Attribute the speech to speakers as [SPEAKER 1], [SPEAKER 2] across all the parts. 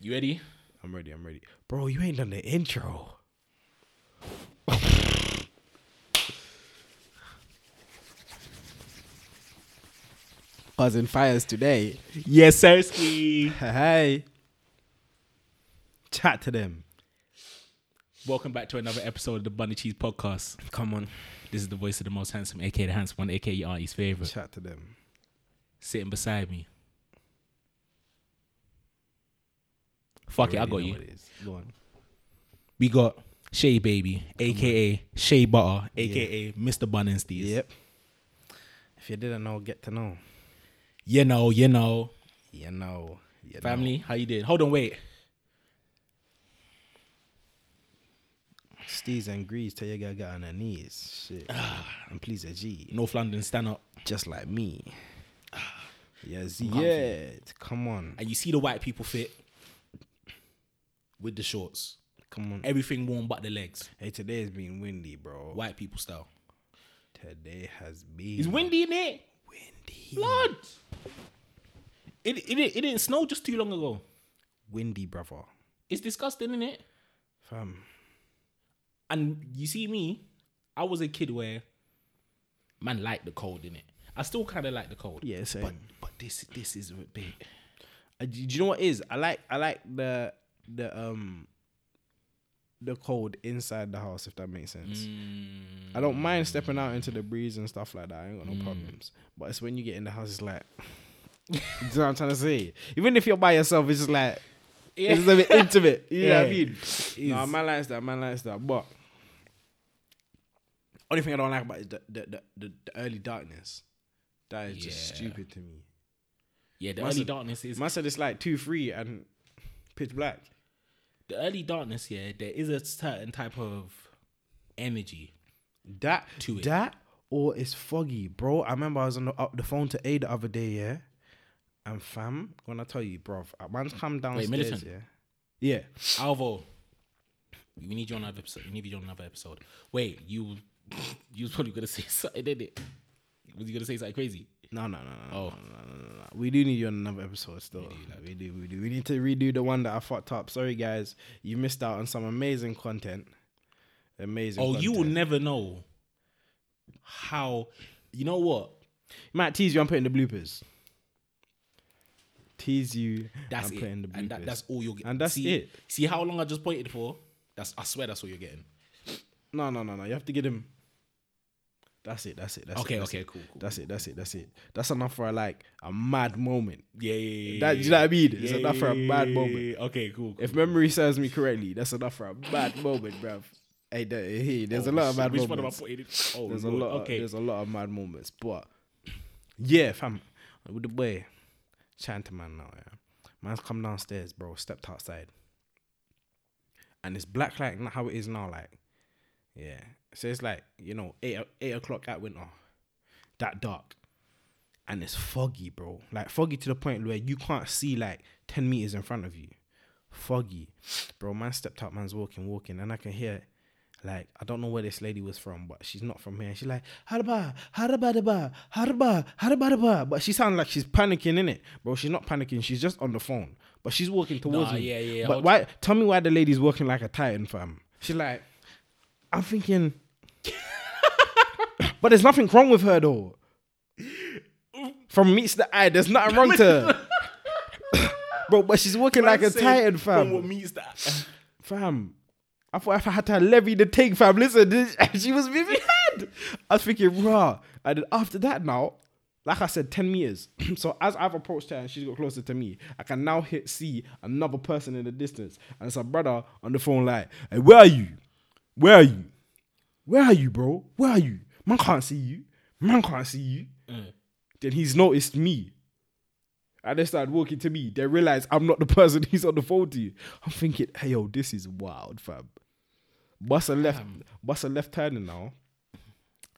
[SPEAKER 1] You ready?
[SPEAKER 2] I'm ready. I'm ready. Bro, you ain't done the intro.
[SPEAKER 1] Causing fires today.
[SPEAKER 2] Yes, Sirski.
[SPEAKER 1] Hey.
[SPEAKER 2] Chat to them.
[SPEAKER 1] Welcome back to another episode of the Bunny Cheese Podcast.
[SPEAKER 2] Come on.
[SPEAKER 1] This is the voice of the most handsome, aka the handsome one, aka Auntie's favorite.
[SPEAKER 2] Chat to them.
[SPEAKER 1] Sitting beside me. Fuck it, I
[SPEAKER 2] already
[SPEAKER 1] got
[SPEAKER 2] know
[SPEAKER 1] you.
[SPEAKER 2] what it is. Go on.
[SPEAKER 1] We got Shay Baby, aka Shay Butter, aka Mr. Bun and Steez.
[SPEAKER 2] Yep. If you didn't know, get to know.
[SPEAKER 1] You know, you know.
[SPEAKER 2] You know. You
[SPEAKER 1] Family, how you did? Hold on, wait.
[SPEAKER 2] Know. Steez and Grease till you gotta get on her knees. Shit. and please a G.
[SPEAKER 1] North London, stand up.
[SPEAKER 2] Just like me. Yeah, Z.
[SPEAKER 1] comfy.
[SPEAKER 2] Yeah. Come on.
[SPEAKER 1] And you see the white people fit with the shorts.
[SPEAKER 2] Come on.
[SPEAKER 1] Everything worn but the legs.
[SPEAKER 2] Hey, today has been windy, bro.
[SPEAKER 1] White people style.
[SPEAKER 2] Today has been
[SPEAKER 1] It's windy in it.
[SPEAKER 2] windy.
[SPEAKER 1] Blood. It, it, it didn't snow just too long ago.
[SPEAKER 2] Windy, brother.
[SPEAKER 1] It's disgusting, isn't it?
[SPEAKER 2] Fam.
[SPEAKER 1] And you see me, I was a kid where man liked the cold, innit? I still kind of like the cold.
[SPEAKER 2] Yeah, same.
[SPEAKER 1] But but this this is a bit.
[SPEAKER 2] Uh, do do you know what it is? I like I like the the um the cold inside the house if that makes sense. I don't mind stepping out into the breeze and stuff like that. I ain't got no problems. But it's when you get in the house, it's like you know what I'm trying to say. Even if you're by yourself, it's just like
[SPEAKER 1] Yeah.
[SPEAKER 2] it's just a bit intimate. You know what I
[SPEAKER 1] Yeah.
[SPEAKER 2] mean? No, man likes that. Man likes that. But only thing I don't like about it is the the the, the, the early darkness. That is just
[SPEAKER 1] Yeah.
[SPEAKER 2] stupid to me.
[SPEAKER 1] yeah, the
[SPEAKER 2] Must-
[SPEAKER 1] early darkness is
[SPEAKER 2] Man said it's like two three and pitch black.
[SPEAKER 1] the early darkness. Yeah, there is a certain type of energy.
[SPEAKER 2] That
[SPEAKER 1] To it.
[SPEAKER 2] that or it's foggy, bro. I remember I was on the, up the phone to A the other day, yeah. And fam, when I tell you, bro, man's come downstairs,
[SPEAKER 1] Militant.
[SPEAKER 2] yeah, yeah.
[SPEAKER 1] Alvo, we need you on another episode. We need you on another episode. Wait, you you was probably gonna say something, didn't it? Was you gonna say something crazy?
[SPEAKER 2] No, no, no, no,
[SPEAKER 1] Oh.
[SPEAKER 2] no, no, no, no, no. We do need you on another episode still. We do, we do. We need to redo the one that I fucked up. Sorry, guys, you missed out on some amazing content. Amazing.
[SPEAKER 1] Oh, you will
[SPEAKER 2] content.
[SPEAKER 1] never know how. You know what?
[SPEAKER 2] might tease you. I'm putting the bloopers. Tease you.
[SPEAKER 1] That's
[SPEAKER 2] I'm
[SPEAKER 1] it,
[SPEAKER 2] putting the bloopers.
[SPEAKER 1] and that, that's all you're getting.
[SPEAKER 2] And that's
[SPEAKER 1] see,
[SPEAKER 2] it.
[SPEAKER 1] See how long I just pointed for? That's I swear that's all you're getting.
[SPEAKER 2] No, no, no, no. You have to get him. That's it. That's it. That's
[SPEAKER 1] Okay,
[SPEAKER 2] It, that's
[SPEAKER 1] okay,
[SPEAKER 2] it.
[SPEAKER 1] cool, cool,
[SPEAKER 2] That's it. That's it. That's it. That's enough for like a mad moment.
[SPEAKER 1] Yeah, yeah, yeah.
[SPEAKER 2] That you know what I mean? It's enough for a bad moment.
[SPEAKER 1] Okay, cool.
[SPEAKER 2] If memory serves me correctly, that's enough for a bad moment, bruv. Hey, there- hey, there's a lot of mad
[SPEAKER 1] Oh, Which one am I
[SPEAKER 2] moments.
[SPEAKER 1] putting? it- Oh,
[SPEAKER 2] there's a
[SPEAKER 1] Lord.
[SPEAKER 2] lot.
[SPEAKER 1] Okay,
[SPEAKER 2] There's a lot of mad moments, but yeah, fam. With the boy, chatting to man now. Yeah, man's come downstairs, bro. Stepped outside, and it's black like not how it is now. Like, yeah. So it's like you know eight o- eight o'clock at winter, that dark, and it's foggy, bro. Like foggy to the point where you can't see like ten meters in front of you. Foggy, bro. Man stepped out. Man's walking, walking, and I can hear like I don't know where this lady was from, but she's not from here. She's like harba, harba, harba, harba, harba, harba. But she sounds like she's panicking in it, bro. She's not panicking. She's just on the phone, but she's walking towards
[SPEAKER 1] Nah,
[SPEAKER 2] me.
[SPEAKER 1] yeah, yeah,
[SPEAKER 2] But
[SPEAKER 1] hold-
[SPEAKER 2] why? Tell me why the lady's walking like a titan, fam. She's like, I'm thinking, but there's nothing wrong with her though. From meets the eye, there's nothing wrong to her. Bro, but she's walking like a
[SPEAKER 1] Say,
[SPEAKER 2] titan,
[SPEAKER 1] from
[SPEAKER 2] fam.
[SPEAKER 1] What means that?
[SPEAKER 2] Fam, I thought if I had to levy the take, fam, listen, this- she was moving mad. I was thinking, rah. And then after that, now, like I said, 10 meters. so as I've approached her and she's got closer to me, I can now hit, see another person in the distance. And it's a brother on the phone, like, hey, where are you? Where are you? Where are you, bro? Where are you? Man can't see you. Man can't see you. Then he's noticed me. And they started walking to me. They realized I'm not the person he's on the phone to. I'm thinking, hey yo, this is wild, fam. Bust a left bust a left turning now.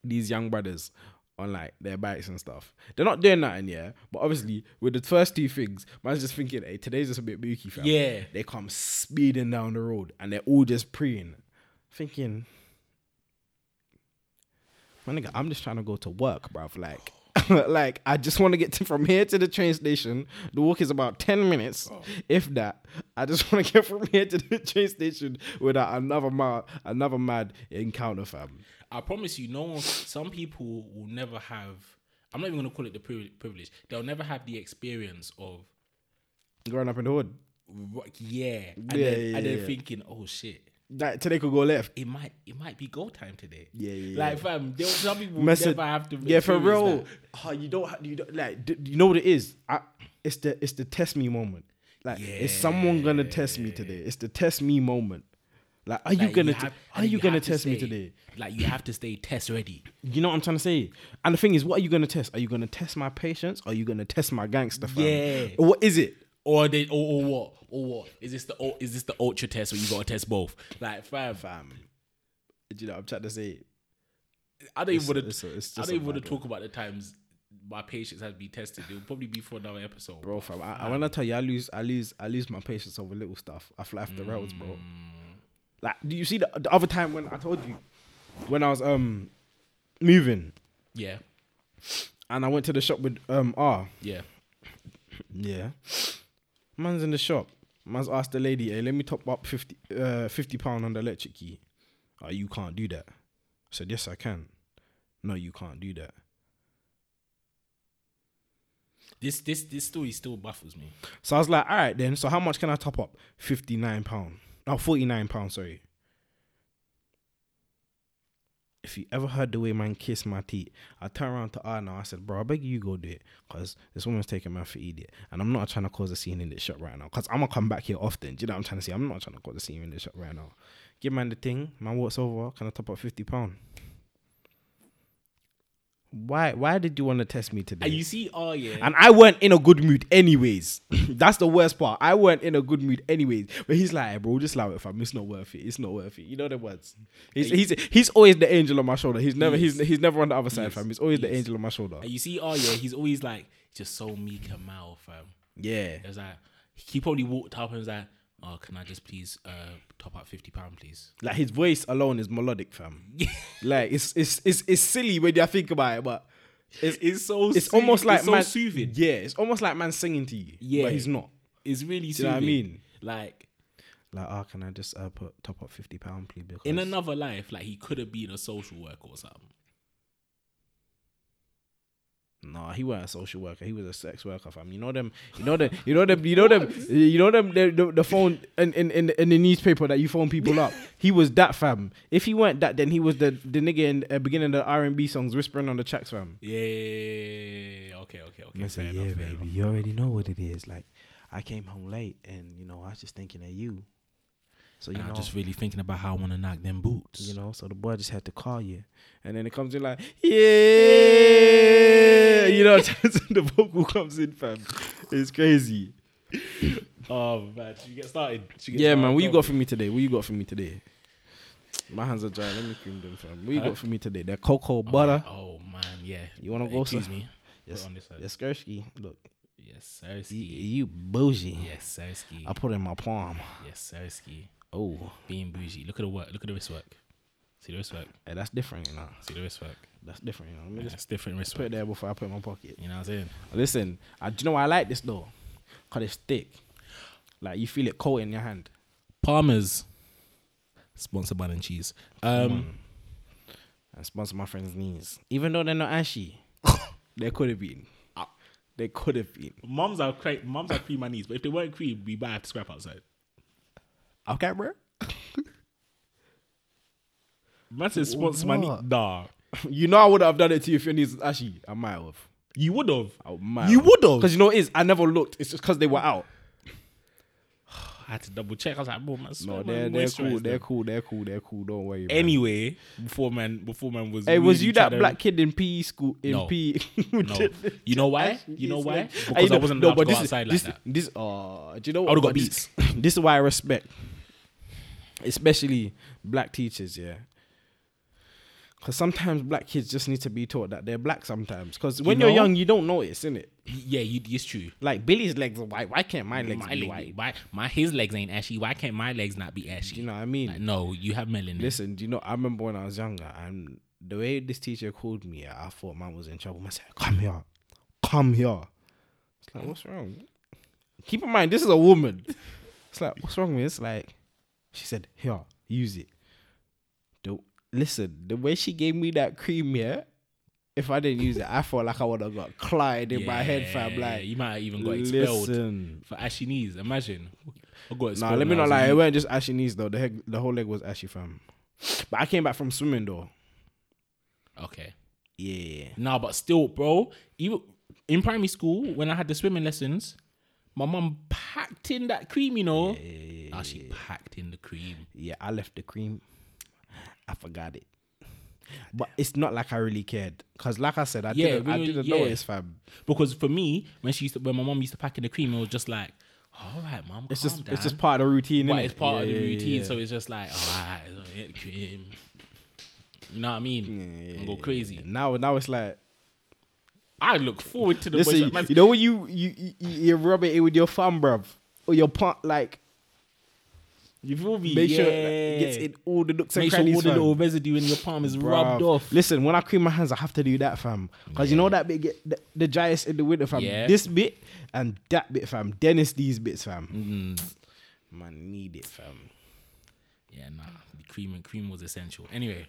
[SPEAKER 2] These young brothers on like their bikes and stuff. They're not doing nothing, yeah. But obviously, with the first two things, man's just thinking, hey, today's just a bit booky, fam.
[SPEAKER 1] Yeah.
[SPEAKER 2] They come speeding down the road and they're all just preying. Thinking, my nigga, I'm just trying to go to work, bruv. Like, like I just want to get to, from here to the train station. The walk is about ten minutes,
[SPEAKER 1] Oh.
[SPEAKER 2] if that. I just want to get from here to the train station without another ma- another mad encounter, fam.
[SPEAKER 1] I promise you, no one, some people will never have, I'm not even going to call it the privi- privilege, they'll never have the experience of,
[SPEAKER 2] Growing up in the hood,
[SPEAKER 1] ro- yeah, and
[SPEAKER 2] Yeah,
[SPEAKER 1] then,
[SPEAKER 2] yeah,
[SPEAKER 1] and then
[SPEAKER 2] yeah.
[SPEAKER 1] thinking, oh shit,
[SPEAKER 2] that today could go left.
[SPEAKER 1] it might it might be goal time today.
[SPEAKER 2] Yeah, yeah,
[SPEAKER 1] Like, fam, there, some people will
[SPEAKER 2] Message-
[SPEAKER 1] never have to.
[SPEAKER 2] Yeah, for
[SPEAKER 1] experience
[SPEAKER 2] real.
[SPEAKER 1] that.
[SPEAKER 2] Oh, you don't. ha- You don't like. d- You know what it is? I, it's the it's the test me moment. Like, is someone gonna test me today? It's the test me moment. Like, are you
[SPEAKER 1] Like,
[SPEAKER 2] gonna
[SPEAKER 1] have-
[SPEAKER 2] t- are
[SPEAKER 1] and
[SPEAKER 2] you gonna
[SPEAKER 1] have to
[SPEAKER 2] test me
[SPEAKER 1] stay-
[SPEAKER 2] today?
[SPEAKER 1] Like, you have to stay test ready.
[SPEAKER 2] You know what I'm trying to say? And the thing is, what are you gonna test? Are you gonna test my patience? Are you gonna test my gangster? Fam?
[SPEAKER 1] Yeah.
[SPEAKER 2] What is it?
[SPEAKER 1] Or they, or, or what? Or what? Is this the ul- is this the ultra test where you gotta test both? Like, fam,
[SPEAKER 2] Fam. Do you know what I'm trying to say?
[SPEAKER 1] I don't even
[SPEAKER 2] It's-
[SPEAKER 1] want
[SPEAKER 2] it's
[SPEAKER 1] to.
[SPEAKER 2] a- it's
[SPEAKER 1] I
[SPEAKER 2] just
[SPEAKER 1] don't
[SPEAKER 2] a
[SPEAKER 1] even want
[SPEAKER 2] bad
[SPEAKER 1] to talk about the times my patience has been tested. It will probably be for another episode.
[SPEAKER 2] Bro, fam, I, I wanna tell you, I lose, I lose, I lose my patience over little stuff. I fly off the rails, bro. Like, do you see the, the other time when I told you when I was um moving
[SPEAKER 1] Yeah,
[SPEAKER 2] and I went to the shop with um R?
[SPEAKER 1] yeah.
[SPEAKER 2] Yeah. Man's in the shop. Man's asked the lady, hey, let me top up 50, uh, 50 pound on the electric key. Oh, you can't do that. I said, yes, I can. No, you can't do that.
[SPEAKER 1] This this this story still baffles me.
[SPEAKER 2] So I was like, all right then. So how much can I top up? 59 pound. No, 49 pound, sorry. If you ever heard the way man kiss my teeth, I turned around to her now. I said, bro, I beg you, you go do it. Because this woman's taking man for idiot. And I'm not trying to cause a scene in this shop right now. Because I'm going to come back here often. Do you know what I'm trying to say? I'm not trying to cause a scene in this shop right now. Give man the thing. Man walks over. Can I top up 50 pound? Why, why did you want to test me today?
[SPEAKER 1] And you see, oh yeah,
[SPEAKER 2] And I weren't in a good mood anyways. That's the worst part. I weren't in a good mood anyways. But he's like, "Hey, bro, just allow it, fam. It's not worth it. It's not worth it. You know the words. He's he's he's always the angel on my shoulder. He's never he's he's never on the other side, fam. He's always the angel on my shoulder.
[SPEAKER 1] and you see, oh yeah. He's always like just so meek and mild, fam.
[SPEAKER 2] Yeah.
[SPEAKER 1] It was like he probably walked up and was like, "Oh, can I just please uh, top up fifty pound, please?"
[SPEAKER 2] Like his voice alone is melodic, fam. like it's it's it's it's silly when you think about it, but it's it's,
[SPEAKER 1] so
[SPEAKER 2] almost like
[SPEAKER 1] so
[SPEAKER 2] man
[SPEAKER 1] soothing.
[SPEAKER 2] Yeah, it's almost like man singing to you. Yeah,
[SPEAKER 1] Yeah.
[SPEAKER 2] but he's not.
[SPEAKER 1] It's really
[SPEAKER 2] you
[SPEAKER 1] soothing.
[SPEAKER 2] know what I mean?
[SPEAKER 1] Like
[SPEAKER 2] Like, oh, can I just uh, put top up fifty pound, please? Because
[SPEAKER 1] in another life, like he could have been a social worker or something.
[SPEAKER 2] Nah, he wasn't a social worker. He was a sex worker, fam. You know them. You know them. You know them. You know them. You know them. The, the, the phone in, in in in the newspaper that you phone people up. He was that fam. If he weren't that, then he was the the nigga in uh, beginning of the R and B songs whispering on the tracks, fam.
[SPEAKER 1] Yeah. Okay. Okay. Okay.
[SPEAKER 2] I
[SPEAKER 1] fair
[SPEAKER 2] say,
[SPEAKER 1] enough, fair enough."
[SPEAKER 2] You already know what it is. Like, I came home late, and you know, I was just thinking of you. So you
[SPEAKER 1] And I'm just really thinking about how I want to knock them boots.
[SPEAKER 2] You know, so the boy just had to call you. And then it comes in like, yeah. You know, the vocal comes in, fam. It's crazy.
[SPEAKER 1] Oh man, should we get started? Should we get
[SPEAKER 2] Yeah,
[SPEAKER 1] started?
[SPEAKER 2] man, what you
[SPEAKER 1] Go.
[SPEAKER 2] got for me today? What you got for me today? My hands are dry. Let me clean them, fam. What you got for me today? That cocoa butter.
[SPEAKER 1] Oh man, yeah.
[SPEAKER 2] You wanna go,
[SPEAKER 1] Excuse
[SPEAKER 2] sir?
[SPEAKER 1] me.
[SPEAKER 2] Yes.
[SPEAKER 1] Put on this side.
[SPEAKER 2] Yes, Skursky. Look,
[SPEAKER 1] Yes, Sersky.
[SPEAKER 2] you, you bougie.
[SPEAKER 1] Yes, Sersky.
[SPEAKER 2] I put it in my palm.
[SPEAKER 1] Yes, Sersky.
[SPEAKER 2] Oh,
[SPEAKER 1] Being bougie. Look at the work. Look at the wrist work. See the wrist work.
[SPEAKER 2] hey, that's different, you know.
[SPEAKER 1] See the wrist work.
[SPEAKER 2] That's different, you know. Let me
[SPEAKER 1] Yeah,
[SPEAKER 2] just
[SPEAKER 1] it's different wrist
[SPEAKER 2] put
[SPEAKER 1] work.
[SPEAKER 2] it there before I put it in my pocket.
[SPEAKER 1] You know what I'm saying?
[SPEAKER 2] Listen, I, do you know why I like this though? Cause it's thick. Like you feel it cold in your hand.
[SPEAKER 1] Palmer's sponsored by and cheese. Um,
[SPEAKER 2] and sponsor my friend's knees. Even though they're not ashy, they could have been.
[SPEAKER 1] Ah.
[SPEAKER 2] They could have been.
[SPEAKER 1] mums are cra- mums are cream my knees, but if they weren't cream, we might have to scrap outside.
[SPEAKER 2] Okay, bro.
[SPEAKER 1] Man says sponsor my knee.
[SPEAKER 2] What?
[SPEAKER 1] Nah,
[SPEAKER 2] you know I would have done it to you if your knees was ashy. I might have.
[SPEAKER 1] you would have.
[SPEAKER 2] I might
[SPEAKER 1] You would have.
[SPEAKER 2] Because you know what it is? I never looked. It's just because they were out.
[SPEAKER 1] I had to double check. I was like, bro, man,
[SPEAKER 2] No,
[SPEAKER 1] swear,
[SPEAKER 2] they're,
[SPEAKER 1] man,
[SPEAKER 2] they're
[SPEAKER 1] moisturise
[SPEAKER 2] cool.
[SPEAKER 1] them.
[SPEAKER 2] They're cool. They're cool. They're cool. Don't worry. man.
[SPEAKER 1] Anyway, before man, before man was.
[SPEAKER 2] Hey, was
[SPEAKER 1] really
[SPEAKER 2] you that
[SPEAKER 1] tryna-
[SPEAKER 2] black kid in PE school? In
[SPEAKER 1] No.
[SPEAKER 2] PE?
[SPEAKER 1] No, you know why? You know why? Because
[SPEAKER 2] Hey, you
[SPEAKER 1] I
[SPEAKER 2] know-
[SPEAKER 1] wasn't
[SPEAKER 2] no,
[SPEAKER 1] allowed to
[SPEAKER 2] but
[SPEAKER 1] go
[SPEAKER 2] this is-
[SPEAKER 1] outside
[SPEAKER 2] this,
[SPEAKER 1] like that.
[SPEAKER 2] This, uh, do you know what?
[SPEAKER 1] would've got
[SPEAKER 2] But this- This is why I respect, especially black teachers, yeah. Because sometimes black kids just need to be taught that they're black sometimes. Because when you are
[SPEAKER 1] know?
[SPEAKER 2] young, you don't notice, innit?
[SPEAKER 1] Yeah, you, it's true.
[SPEAKER 2] Like Billy's legs are white. Why can't my legs
[SPEAKER 1] My,
[SPEAKER 2] be
[SPEAKER 1] leg,
[SPEAKER 2] white?
[SPEAKER 1] why, my his legs ain't ashy. Why can't my legs not be ashy?
[SPEAKER 2] Do you know what I mean?
[SPEAKER 1] Like, no, you have melanin.
[SPEAKER 2] Listen, do you know? I remember when I was younger, and the way this teacher called me, I thought man was in trouble. Man said, "Come here, come here." It's like, what's wrong? Keep in mind, this is a woman. It's like, what's wrong with this? Like, she said, "Here, use it." The listen, the way she gave me that cream here. If I didn't use it, I felt like I would have got clotted in my head, fam.
[SPEAKER 1] Yeah,
[SPEAKER 2] Like,
[SPEAKER 1] you might have even got expelled
[SPEAKER 2] listen,
[SPEAKER 1] for ashy knees. Imagine. I got
[SPEAKER 2] Nah,
[SPEAKER 1] expelled
[SPEAKER 2] let me
[SPEAKER 1] when I
[SPEAKER 2] not
[SPEAKER 1] was
[SPEAKER 2] lie. It
[SPEAKER 1] in-
[SPEAKER 2] weren't just ashy knees though. The heck, the whole leg was ashy, fam. But I came back from swimming though.
[SPEAKER 1] Okay.
[SPEAKER 2] Yeah.
[SPEAKER 1] Nah, but still, bro. Even in primary school, when I had the swimming lessons, my mum packed in that cream. You know. Nah, she packed in the cream.
[SPEAKER 2] Yeah, I left the cream. I forgot it. But it's not like I really cared, cause like I said, I
[SPEAKER 1] Yeah,
[SPEAKER 2] didn't, I
[SPEAKER 1] really,
[SPEAKER 2] didn't
[SPEAKER 1] yeah.
[SPEAKER 2] notice, fam.
[SPEAKER 1] Because for me, when she used to, when my mom used to pack in the cream, it was just like, all right, mom,
[SPEAKER 2] It's just, it's just part of the routine.
[SPEAKER 1] but
[SPEAKER 2] innit?
[SPEAKER 1] it's part of
[SPEAKER 2] Yeah,
[SPEAKER 1] the
[SPEAKER 2] yeah,
[SPEAKER 1] routine,
[SPEAKER 2] yeah.
[SPEAKER 1] so it's just like, "Oh, all right, all right, cream. You know what I mean? And go crazy.
[SPEAKER 2] Now, now it's like,
[SPEAKER 1] I look forward to the boys.
[SPEAKER 2] listen,
[SPEAKER 1] like, man,
[SPEAKER 2] you know when you you you, you rub it in with your thumb, bruv, or your palm, like
[SPEAKER 1] you feel me?
[SPEAKER 2] make
[SPEAKER 1] yeah.
[SPEAKER 2] sure it gets in all the nooks and
[SPEAKER 1] Make sure
[SPEAKER 2] crannies.
[SPEAKER 1] all the
[SPEAKER 2] fam.
[SPEAKER 1] little residue in your palm is rubbed
[SPEAKER 2] Bruv.
[SPEAKER 1] off.
[SPEAKER 2] Listen, when I clean my hands, I have to do that, fam. Because you know that bit get the, the giants in the winter, fam.
[SPEAKER 1] Yeah.
[SPEAKER 2] This bit and that bit, fam. Dennis, these bits, fam. Mm-hmm. Man, need it, fam.
[SPEAKER 1] Yeah, nah. The cream and cream was essential. Anyway.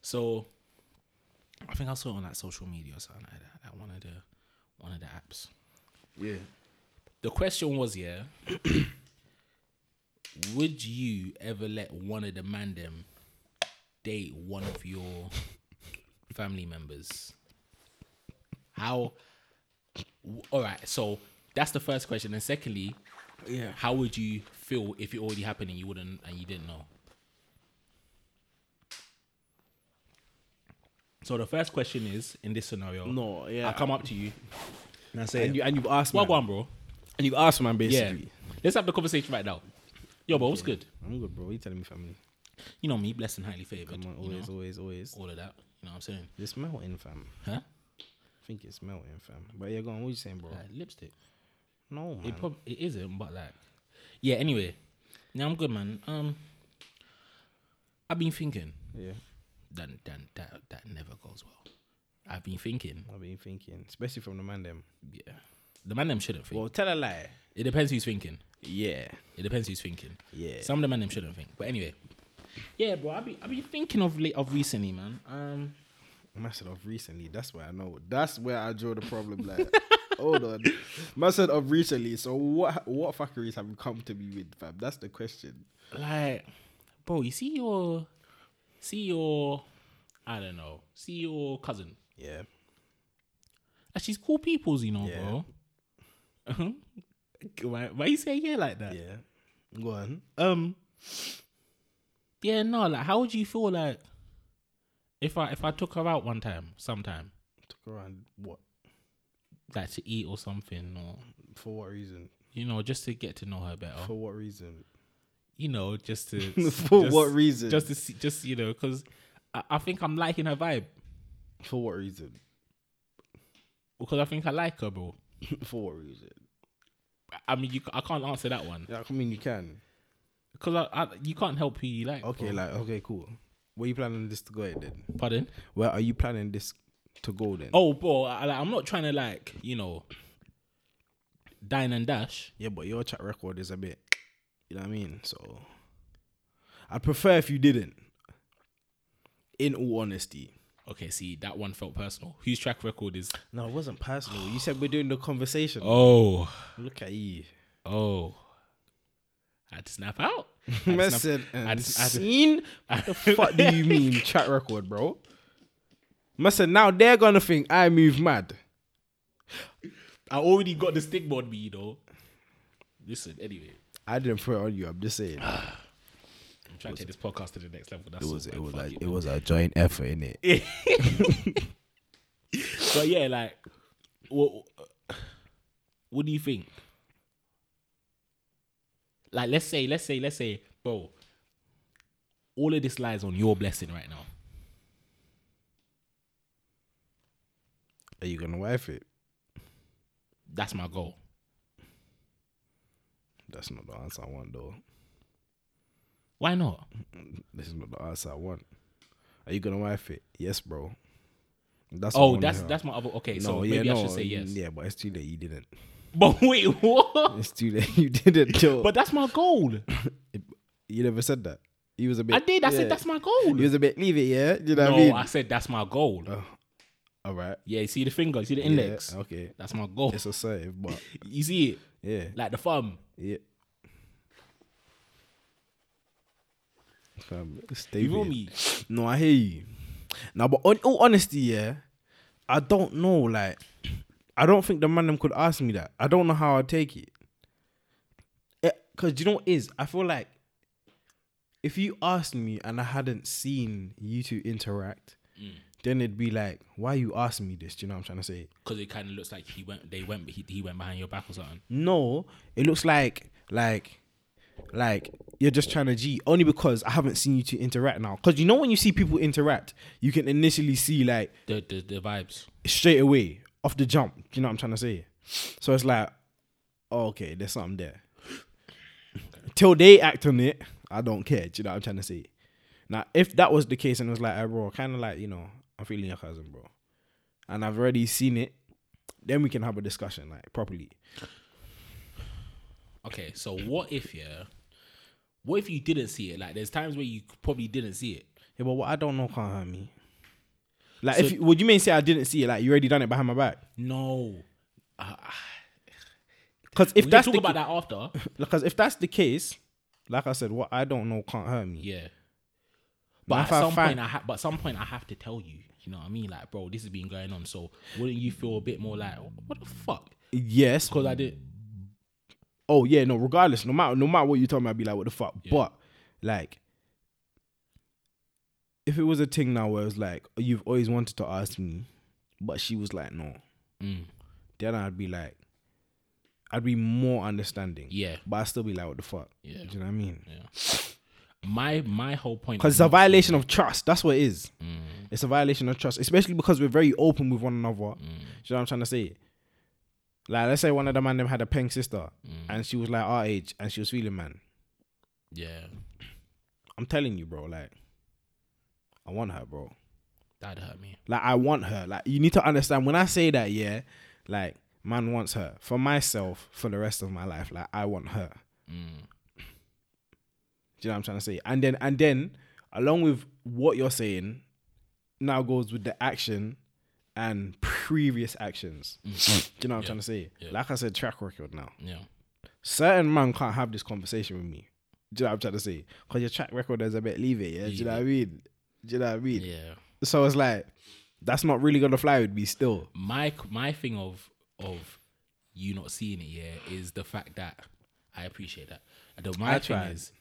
[SPEAKER 1] So I think I saw it on like social media or something like that. Like one of the one of the apps.
[SPEAKER 2] Yeah.
[SPEAKER 1] The question was, yeah, would you ever let one of the man them date one of your family members? How? w- All right, so that's the first question, and secondly,
[SPEAKER 2] Yeah.
[SPEAKER 1] how would you feel if it already happened and you wouldn't and you didn't know? So the first question is in this scenario.
[SPEAKER 2] No, yeah.
[SPEAKER 1] I come up to you and I say,
[SPEAKER 2] And you and you've asked
[SPEAKER 1] "Well,
[SPEAKER 2] man.
[SPEAKER 1] go on, bro."
[SPEAKER 2] And you've asked man
[SPEAKER 1] Yeah.
[SPEAKER 2] basically.
[SPEAKER 1] Let's have the conversation right now. Yo, bro, what's good?
[SPEAKER 2] I'm good, bro. What you telling me, family?
[SPEAKER 1] You know me, blessed and highly favored.
[SPEAKER 2] Come on,
[SPEAKER 1] you know,
[SPEAKER 2] always, always, always.
[SPEAKER 1] all of that. You know what I'm saying?
[SPEAKER 2] It's melting, fam.
[SPEAKER 1] Huh?
[SPEAKER 2] I think it's melting, fam. But yeah, go on. What you saying, bro?
[SPEAKER 1] Like, lipstick.
[SPEAKER 2] No, man.
[SPEAKER 1] It prob- it isn't, but like, yeah. Anyway, now I'm good, man. Um, I've been thinking
[SPEAKER 2] yeah.
[SPEAKER 1] that that that that never goes well. I've been thinking,
[SPEAKER 2] I've been thinking, especially from the man them.
[SPEAKER 1] yeah. The man them shouldn't think.
[SPEAKER 2] Well, tell a lie.
[SPEAKER 1] it depends who's thinking.
[SPEAKER 2] Yeah.
[SPEAKER 1] It depends who's thinking.
[SPEAKER 2] Yeah.
[SPEAKER 1] Some of the man them shouldn't think. But anyway, yeah, bro. I've been I've been thinking of late of recently, man. Um.
[SPEAKER 2] Man said of recently. That's where I know. That's where I draw the problem. Like, hold on. Man said of recently. So what? What fuckeries have you come to me with, fam? That's the question.
[SPEAKER 1] like, bro, you see your, see your, I don't know, see your cousin.
[SPEAKER 2] Yeah.
[SPEAKER 1] And she's cool peoples, you know,
[SPEAKER 2] Yeah.
[SPEAKER 1] bro. why, why you say yeah like that?
[SPEAKER 2] Yeah. Go on.
[SPEAKER 1] Um, yeah, no, like, how would you feel like if I if I took her out one time, sometime,
[SPEAKER 2] Took her around. What?
[SPEAKER 1] like to eat or something, or
[SPEAKER 2] For what reason?
[SPEAKER 1] you know, just to get to know her better,
[SPEAKER 2] For what reason?
[SPEAKER 1] you know, just to
[SPEAKER 2] For
[SPEAKER 1] just-
[SPEAKER 2] what reason?
[SPEAKER 1] just to see, just you know, because I, I think I'm liking her vibe
[SPEAKER 2] For what reason?
[SPEAKER 1] because I think I like her, bro.
[SPEAKER 2] For what reason?
[SPEAKER 1] I mean, you, ca- I can't answer that one
[SPEAKER 2] Yeah, I mean you can.
[SPEAKER 1] because I, I, you can't help who you like.
[SPEAKER 2] Okay,
[SPEAKER 1] bro.
[SPEAKER 2] like okay, cool. Where you planning this to go at then?
[SPEAKER 1] pardon.
[SPEAKER 2] Where are you planning this to go then?
[SPEAKER 1] Oh, bro, I, like, I'm not trying to like you know dine and dash.
[SPEAKER 2] Yeah, but your track record is a bit, you know what I mean? So I'd prefer if you didn't. In all honesty.
[SPEAKER 1] Okay, see that one felt personal. Whose track record is?
[SPEAKER 2] No, it wasn't personal. You said we're doing the conversation.
[SPEAKER 1] Oh,
[SPEAKER 2] Look at you.
[SPEAKER 1] oh, I had to snap out. I had to
[SPEAKER 2] Man
[SPEAKER 1] snap-
[SPEAKER 2] said,
[SPEAKER 1] I
[SPEAKER 2] and
[SPEAKER 1] had to- I had to-
[SPEAKER 2] seen? What the fuck do you mean track record, bro? Man said, now they're gonna think I move mad.
[SPEAKER 1] I already got the stigma on me, you know. Listen, anyway,
[SPEAKER 2] I didn't throw it on you. I'm just saying.
[SPEAKER 1] Ah, I'm trying to take this podcast to the next level. That's
[SPEAKER 2] It was
[SPEAKER 1] all,
[SPEAKER 2] it
[SPEAKER 1] man.
[SPEAKER 2] was
[SPEAKER 1] Fuck
[SPEAKER 2] like
[SPEAKER 1] it,
[SPEAKER 2] it was a joint effort, innit?
[SPEAKER 1] But yeah, like, what, what do you think? Like, let's say, let's say, let's say, bro, all of this lies on your blessing right now.
[SPEAKER 2] Are you gonna wife it?
[SPEAKER 1] That's my goal.
[SPEAKER 2] That's not the answer I want though.
[SPEAKER 1] Why not?
[SPEAKER 2] This is not the answer I want. Are you gonna wife it? Yes, bro. That's
[SPEAKER 1] Oh,
[SPEAKER 2] what I
[SPEAKER 1] that's
[SPEAKER 2] wanna hear.
[SPEAKER 1] that's my other. Okay, so maybe I should say yes.
[SPEAKER 2] Yeah, but it's too late. You didn't.
[SPEAKER 1] But wait, what?
[SPEAKER 2] It's too late. You didn't. Yo.
[SPEAKER 1] But that's my goal.
[SPEAKER 2] you never said that. He was a bit.
[SPEAKER 1] I did. I
[SPEAKER 2] yeah.
[SPEAKER 1] said that's my goal.
[SPEAKER 2] He was a bit. Leave it. Yeah. You know
[SPEAKER 1] no,
[SPEAKER 2] what I mean?
[SPEAKER 1] I said that's my goal.
[SPEAKER 2] All right.
[SPEAKER 1] Yeah, you see the finger, you see the
[SPEAKER 2] Yeah,
[SPEAKER 1] index.
[SPEAKER 2] okay.
[SPEAKER 1] That's my goal.
[SPEAKER 2] It's a save, but
[SPEAKER 1] You see it,
[SPEAKER 2] yeah,
[SPEAKER 1] like the thumb.
[SPEAKER 2] yeah. Fam, stay
[SPEAKER 1] You feel
[SPEAKER 2] weird.
[SPEAKER 1] me?
[SPEAKER 2] No, I hear you. Now, but on all honesty, yeah, I don't know. Like, I don't think the man them could ask me that. I don't know how I take it. Eh, Cause you know what is? I feel like if you asked me and I hadn't seen you two interact, then it'd be like, why you asked me this? Do you know what I'm trying to say?
[SPEAKER 1] Because it kind of looks like he went. They went. He, he went behind your back or something.
[SPEAKER 2] No, it looks like like like you're just trying to G only because I haven't seen you two interact now. Cause you know when you see people interact, you can initially see like
[SPEAKER 1] The the, the vibes.
[SPEAKER 2] straight away off the jump. Do you know what I'm trying to say? So it's like, oh, okay, there's something there. Till they act on it, I don't care. Do you know what I'm trying to say? Now, if that was the case and it was like, hey, bro, kind of like, you know, I'm feeling your cousin, bro, and I've already seen it, then we can have a discussion, like, properly.
[SPEAKER 1] Okay, so what if yeah? What if you didn't see it? Like, there's times where you probably didn't see it.
[SPEAKER 2] Yeah, but what I don't know can't hurt me. Like,
[SPEAKER 1] So-
[SPEAKER 2] if you, would you mean say I didn't see it? Like, you already done it behind my back?
[SPEAKER 1] No,
[SPEAKER 2] Because if
[SPEAKER 1] we
[SPEAKER 2] that's
[SPEAKER 1] can
[SPEAKER 2] the
[SPEAKER 1] talk about that after.
[SPEAKER 2] because if that's the case, like I said, what I don't know can't hurt me.
[SPEAKER 1] Yeah,
[SPEAKER 2] Now,
[SPEAKER 1] but at
[SPEAKER 2] if I
[SPEAKER 1] some
[SPEAKER 2] find-
[SPEAKER 1] point, I ha- but at some point, I have to tell you. You know what I mean? Like, bro, this has been going on. So wouldn't you feel a bit more like, what the fuck?
[SPEAKER 2] Yes,
[SPEAKER 1] Because I did.
[SPEAKER 2] oh yeah, no, regardless, no matter no matter what you tell me, I'd be like, what the fuck? But like if it was a thing now where it was like, you've always wanted to ask me, but she was like, no,
[SPEAKER 1] Mm,
[SPEAKER 2] then I'd be like, I'd be more understanding.
[SPEAKER 1] yeah,
[SPEAKER 2] But I'd still be like, what the fuck?
[SPEAKER 1] Yeah.
[SPEAKER 2] Do you know what I mean?
[SPEAKER 1] my my whole point.
[SPEAKER 2] Because it's a
[SPEAKER 1] of-
[SPEAKER 2] violation of trust. That's what it is.
[SPEAKER 1] Mm,
[SPEAKER 2] It's a violation of trust, especially because we're very open with one another. Do
[SPEAKER 1] mm.
[SPEAKER 2] you know what I'm trying to say? Like, let's say one of the man them had a peng sister,
[SPEAKER 1] Mm.
[SPEAKER 2] and she was like our age, and she was feeling man.
[SPEAKER 1] Yeah,
[SPEAKER 2] I'm telling you, bro. Like, I want her, bro.
[SPEAKER 1] that hurt me.
[SPEAKER 2] Like, I want her. Like, you need to understand when I say that, yeah. Like, man wants her for myself for the rest of my life. Like, I want her.
[SPEAKER 1] Mm.
[SPEAKER 2] Do you know what I'm trying to say? And then, and then, along with what you're saying, now goes with the action and previous actions. Do you know what I'm trying to say? Like I said, track record now.
[SPEAKER 1] Yeah,
[SPEAKER 2] certain man can't have this conversation with me. Do you know what I'm trying to say? Because your track record is a bit leave it, yeah. Do you know what I mean? Do you know what I mean?
[SPEAKER 1] yeah.
[SPEAKER 2] So it's like that's not really gonna fly with me still.
[SPEAKER 1] my my thing of of you not seeing it yeah is the fact that I appreciate that. The my
[SPEAKER 2] I
[SPEAKER 1] thing
[SPEAKER 2] tried.
[SPEAKER 1] is,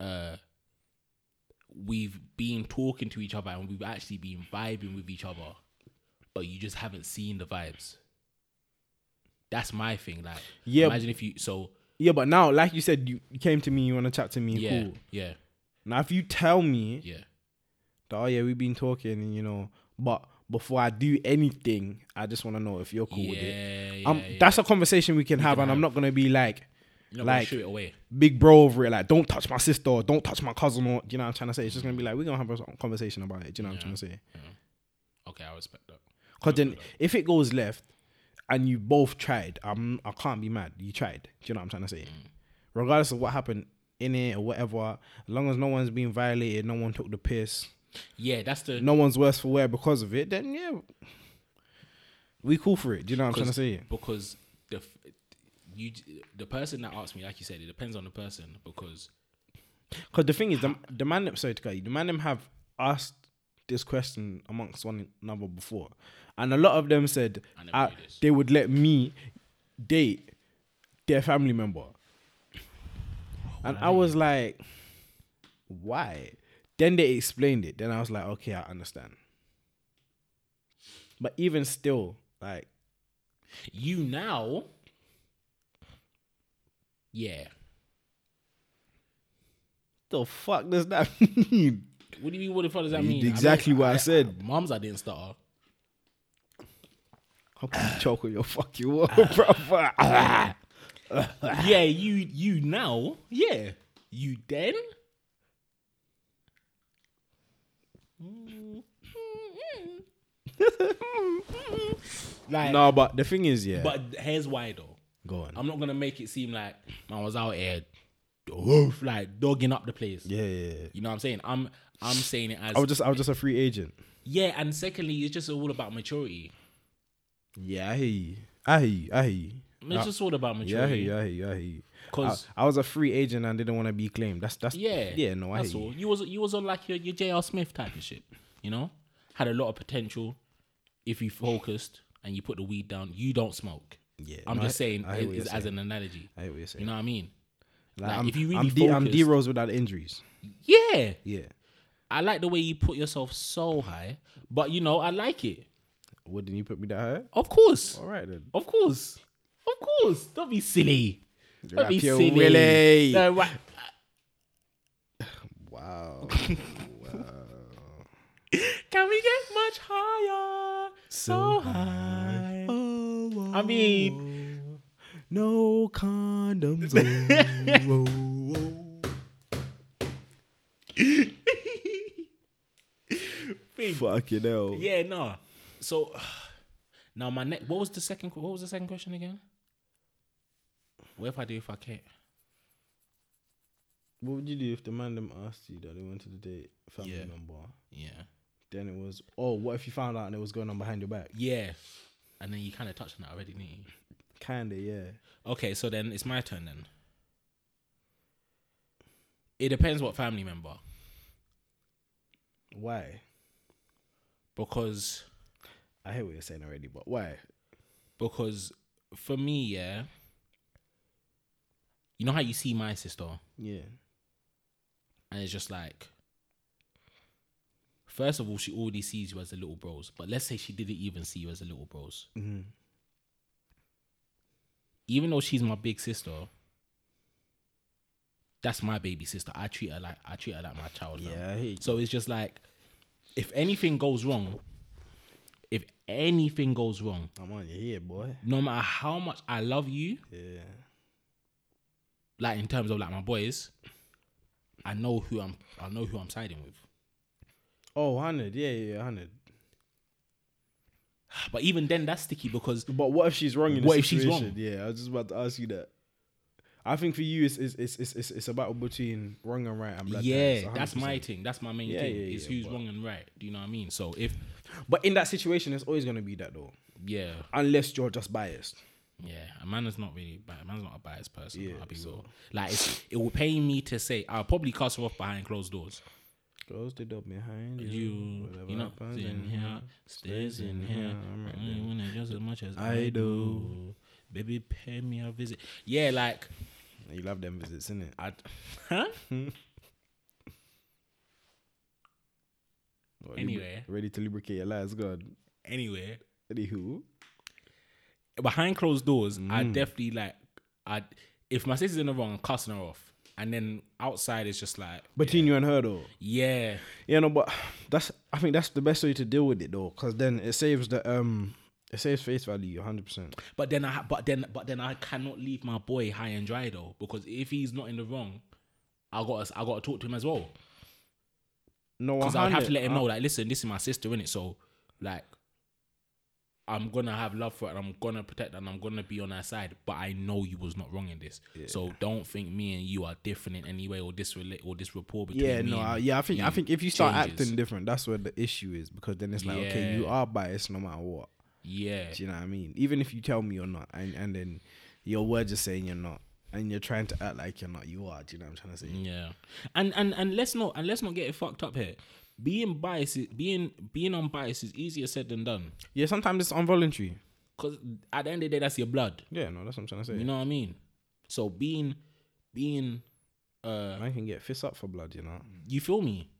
[SPEAKER 1] uh, we've been talking to each other and we've actually been vibing with each other, but you just haven't seen the vibes. That's my thing. Like,
[SPEAKER 2] Yeah.
[SPEAKER 1] imagine if you so
[SPEAKER 2] Yeah, but now, like you said, you you came to me, you wanna chat to me,
[SPEAKER 1] yeah
[SPEAKER 2] cool.
[SPEAKER 1] yeah
[SPEAKER 2] Now if you tell me
[SPEAKER 1] yeah
[SPEAKER 2] that oh yeah, we've been talking and you know, but before I do anything, I just wanna know if you're cool with it.
[SPEAKER 1] yeah yeah.
[SPEAKER 2] Um
[SPEAKER 1] yeah.
[SPEAKER 2] that's a conversation we can have and I'm not gonna be like
[SPEAKER 1] You're not gonna
[SPEAKER 2] like-
[SPEAKER 1] shoot it away.
[SPEAKER 2] big bro over it, like don't touch my sister, or don't touch my cousin, or do you know what I'm trying to say? It's just gonna be like we're gonna have a conversation about it. Do you know what I'm trying to say?
[SPEAKER 1] Okay, I respect that.
[SPEAKER 2] Because then if it goes left and you both tried, I'm I can't be mad. You tried. Do you know what I'm trying to say? Regardless of what happened in it or whatever, as long as no one's being violated, no one took the piss,
[SPEAKER 1] Yeah, that's the
[SPEAKER 2] no one's worse for wear because of it, then yeah. We cool for it. Do you know what I'm trying to say?
[SPEAKER 1] because the f- you j- the person that asked me, like you said, it depends on the person because
[SPEAKER 2] Because the thing is, the, the man them sorry to cut you, the man them have asked this question amongst one another before, and a lot of them said
[SPEAKER 1] I never
[SPEAKER 2] I,
[SPEAKER 1] do this.
[SPEAKER 2] they would let me date their family member, and I was like, why? Then they explained it. Then I was like, okay, I understand. But even still, like,
[SPEAKER 1] you now, yeah.
[SPEAKER 2] the fuck does that mean?
[SPEAKER 1] What do you mean? What the fuck does that
[SPEAKER 2] You
[SPEAKER 1] mean?
[SPEAKER 2] did exactly
[SPEAKER 1] don't-
[SPEAKER 2] what I said.
[SPEAKER 1] Mums, I didn't stutter.
[SPEAKER 2] How can you choke on your fucking wall, brother? Ah.
[SPEAKER 1] yeah, you you now, yeah, you then. Like,
[SPEAKER 2] No, but the thing is, yeah.
[SPEAKER 1] but here's why though.
[SPEAKER 2] go on.
[SPEAKER 1] I'm not gonna make it seem like man, I was out here, doof, like dogging up the place.
[SPEAKER 2] yeah, yeah, yeah.
[SPEAKER 1] You know what I'm saying? I'm I'm saying it as
[SPEAKER 2] I was just, I was just a free agent.
[SPEAKER 1] yeah. And secondly, it's just all about maturity.
[SPEAKER 2] Yeah, I hear you. I hear you. I hear you.
[SPEAKER 1] It's just all about
[SPEAKER 2] Yeah, I hear
[SPEAKER 1] maturity.
[SPEAKER 2] you. I hear you. I hear you.
[SPEAKER 1] 'Cause-
[SPEAKER 2] I, I was a free agent and didn't want to be claimed. That's that's
[SPEAKER 1] yeah,
[SPEAKER 2] yeah. No, I
[SPEAKER 1] that's
[SPEAKER 2] hear you.
[SPEAKER 1] all. You was you was on like your your J.R. Smith type of shit. You know, had a lot of potential if you focused and you put the weed down. You don't smoke.
[SPEAKER 2] Yeah,
[SPEAKER 1] I'm
[SPEAKER 2] no,
[SPEAKER 1] just
[SPEAKER 2] I-
[SPEAKER 1] saying
[SPEAKER 2] I hear what
[SPEAKER 1] it-
[SPEAKER 2] you're
[SPEAKER 1] it's as an analogy.
[SPEAKER 2] I hear what you're saying.
[SPEAKER 1] You know what I mean?
[SPEAKER 2] Like,
[SPEAKER 1] Like,
[SPEAKER 2] I'm,
[SPEAKER 1] if you really
[SPEAKER 2] I'm, D, I'm
[SPEAKER 1] focus-
[SPEAKER 2] D Rose without injuries.
[SPEAKER 1] Yeah,
[SPEAKER 2] Yeah.
[SPEAKER 1] I like the way you put yourself so high, but you know I like it.
[SPEAKER 2] Wouldn't you put me that high?
[SPEAKER 1] Of course,
[SPEAKER 2] All right then.
[SPEAKER 1] of course, of course. Don't be silly. Don't be
[SPEAKER 2] Rap your
[SPEAKER 1] silly.
[SPEAKER 2] willy.
[SPEAKER 1] No, right.
[SPEAKER 2] Wow.
[SPEAKER 1] Can we get much higher? So high.
[SPEAKER 2] oh,
[SPEAKER 1] I mean,
[SPEAKER 2] no condoms. Fucking hell.
[SPEAKER 1] yeah, no. So now my next. What was the second? What was the second question again? What if I do if I can't?
[SPEAKER 2] What would you do if the man them asked you that they wanted to date family
[SPEAKER 1] Yeah.
[SPEAKER 2] member?
[SPEAKER 1] Yeah.
[SPEAKER 2] Then it was, oh, what if you found out and it was going on behind your back?
[SPEAKER 1] Yeah. And then you kind of touched on that already, didn't you?
[SPEAKER 2] Kinda, yeah.
[SPEAKER 1] Okay, so then it's my turn then. It depends what family member
[SPEAKER 2] Why?
[SPEAKER 1] because
[SPEAKER 2] I hear what you're saying already, but why?
[SPEAKER 1] because for me, yeah. You know how you see my sister?
[SPEAKER 2] Yeah.
[SPEAKER 1] and it's just like first of all she already sees you as a little bros but let's say she didn't even see you as a little bros
[SPEAKER 2] Mhm.
[SPEAKER 1] even though she's my big sister that's my baby sister i treat her like i treat her like my child now.
[SPEAKER 2] Yeah, I hear you.
[SPEAKER 1] so it's just like if anything goes wrong if anything goes wrong
[SPEAKER 2] I'm on your head, boy.
[SPEAKER 1] no matter how much i love you
[SPEAKER 2] Yeah.
[SPEAKER 1] like in terms of like my boys i know who i'm i know who i'm siding with
[SPEAKER 2] Oh, 100. Yeah, yeah, yeah, 100.
[SPEAKER 1] but even then that's sticky because
[SPEAKER 2] But what if she's wrong in
[SPEAKER 1] What
[SPEAKER 2] the
[SPEAKER 1] if she's
[SPEAKER 2] situation?
[SPEAKER 1] wrong?
[SPEAKER 2] Yeah, I was just about to ask you that. I think for you, it's it's it's it's, it's, it's a battle between wrong and right and blood.
[SPEAKER 1] yeah,
[SPEAKER 2] types,
[SPEAKER 1] that's
[SPEAKER 2] 100%.
[SPEAKER 1] my thing. That's my main
[SPEAKER 2] Yeah,
[SPEAKER 1] thing.
[SPEAKER 2] yeah,
[SPEAKER 1] is
[SPEAKER 2] yeah,
[SPEAKER 1] who's
[SPEAKER 2] but-
[SPEAKER 1] wrong and right. Do you know what I mean? So if
[SPEAKER 2] But in that situation, it's always gonna be that though,
[SPEAKER 1] yeah,
[SPEAKER 2] unless you're just biased.
[SPEAKER 1] yeah, a man is not really bi- a man's not a biased person.
[SPEAKER 2] Yeah,
[SPEAKER 1] I'll be
[SPEAKER 2] so-
[SPEAKER 1] real. Like it's, it will pain me to say I'll probably cast her off behind closed doors.
[SPEAKER 2] Closed it up behind you.
[SPEAKER 1] You,
[SPEAKER 2] whatever
[SPEAKER 1] you know,
[SPEAKER 2] happens
[SPEAKER 1] in
[SPEAKER 2] in
[SPEAKER 1] here, stays in here.
[SPEAKER 2] I'm right
[SPEAKER 1] I only want it just as much as
[SPEAKER 2] I
[SPEAKER 1] I
[SPEAKER 2] do.
[SPEAKER 1] do. Baby, pay me a visit. Yeah, like
[SPEAKER 2] here. You love them visits, innit?
[SPEAKER 1] I, huh?
[SPEAKER 2] What,
[SPEAKER 1] Anyway.
[SPEAKER 2] ready to lubricate your lies, God.
[SPEAKER 1] Anyway,
[SPEAKER 2] Anywho,
[SPEAKER 1] behind closed doors, I
[SPEAKER 2] Mm.
[SPEAKER 1] definitely like I if my sister's in the wrong, I'm cussing her off. And then outside it's just like
[SPEAKER 2] between you and her though.
[SPEAKER 1] Yeah.
[SPEAKER 2] Yeah, no, but that's I think that's the best way to deal with it though, because then it saves the um it saves face value, hundred percent.
[SPEAKER 1] But then I ha- but then but then I cannot leave my boy high and dry though, because if he's not in the wrong, I got I got to talk to him as well.
[SPEAKER 2] No,
[SPEAKER 1] Because I'd have
[SPEAKER 2] 100.
[SPEAKER 1] to let him know, like, listen, this is my sister, innit? So like I'm gonna have love for it and I'm gonna protect her and I'm gonna be on her side. But I know you was not wrong in this. So don't think me and you are different in any way or this rela- or this rapport between
[SPEAKER 2] Yeah,
[SPEAKER 1] me
[SPEAKER 2] no,
[SPEAKER 1] and
[SPEAKER 2] I, yeah. I think I
[SPEAKER 1] you
[SPEAKER 2] think if you start
[SPEAKER 1] changes.
[SPEAKER 2] acting different, that's where the issue is because then it's like, okay,
[SPEAKER 1] Yeah.
[SPEAKER 2] you are biased no matter what.
[SPEAKER 1] Yeah.
[SPEAKER 2] Do you know what I mean? Even if you tell me you're not, and and then your words are saying you're not, and you're trying to act like you're not, you are. Do you know what I'm trying to say?
[SPEAKER 1] Yeah, and and and let's not and let's not get it fucked up here. Being biased, is- being being unbiased is easier said than done.
[SPEAKER 2] Yeah, sometimes it's involuntary.
[SPEAKER 1] Cause at the end of the day, that's your blood.
[SPEAKER 2] Yeah, no, that's what I'm trying to say.
[SPEAKER 1] You know what I mean? So being being, uh,
[SPEAKER 2] I can get fists up for blood, you know.
[SPEAKER 1] you feel me?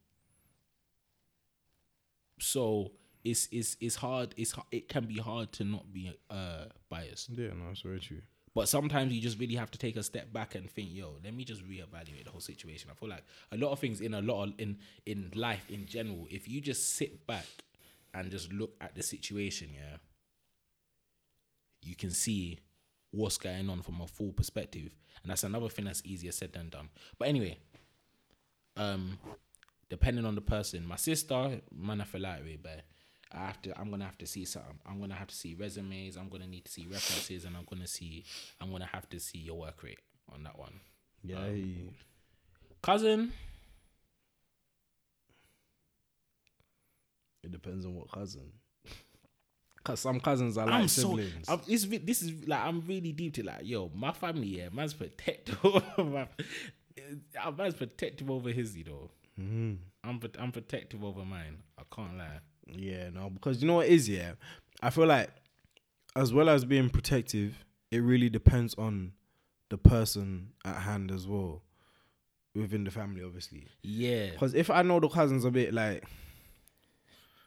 [SPEAKER 1] So it's it's it's hard. It's h- it can be hard to not be uh biased.
[SPEAKER 2] Yeah, no, it's very true.
[SPEAKER 1] But sometimes you just really have to take a step back and think, yo, let me just reevaluate the whole situation. I feel like a lot of things in a lot of, in in life in general, if you just sit back and just look at the situation, yeah, you can see what's going on from a full perspective. And that's another thing that's easier said than done. But anyway, um, depending on the person. My sister, man, I feel like way, but I have to. I'm gonna have to see something. I'm gonna have to see resumes. I'm gonna need to see references, and I'm gonna see. I'm gonna have to see your work rate on that one.
[SPEAKER 2] Yeah.
[SPEAKER 1] Cousin,
[SPEAKER 2] it depends on what cousin. Cause some cousins are like
[SPEAKER 1] I'm so.
[SPEAKER 2] siblings.
[SPEAKER 1] I'm, it's, re- this is like I'm really deep to like yo. My family, yeah, man's protective. over my, uh, man's protective over his, you know.
[SPEAKER 2] Mhm.
[SPEAKER 1] I'm pro- I'm protective over mine. I can't lie.
[SPEAKER 2] Yeah, no, because you know what it is, yeah. I feel like as well as being protective, it really depends on the person at hand as well. Within the family, obviously.
[SPEAKER 1] Yeah.
[SPEAKER 2] Because if I know the cousins a bit like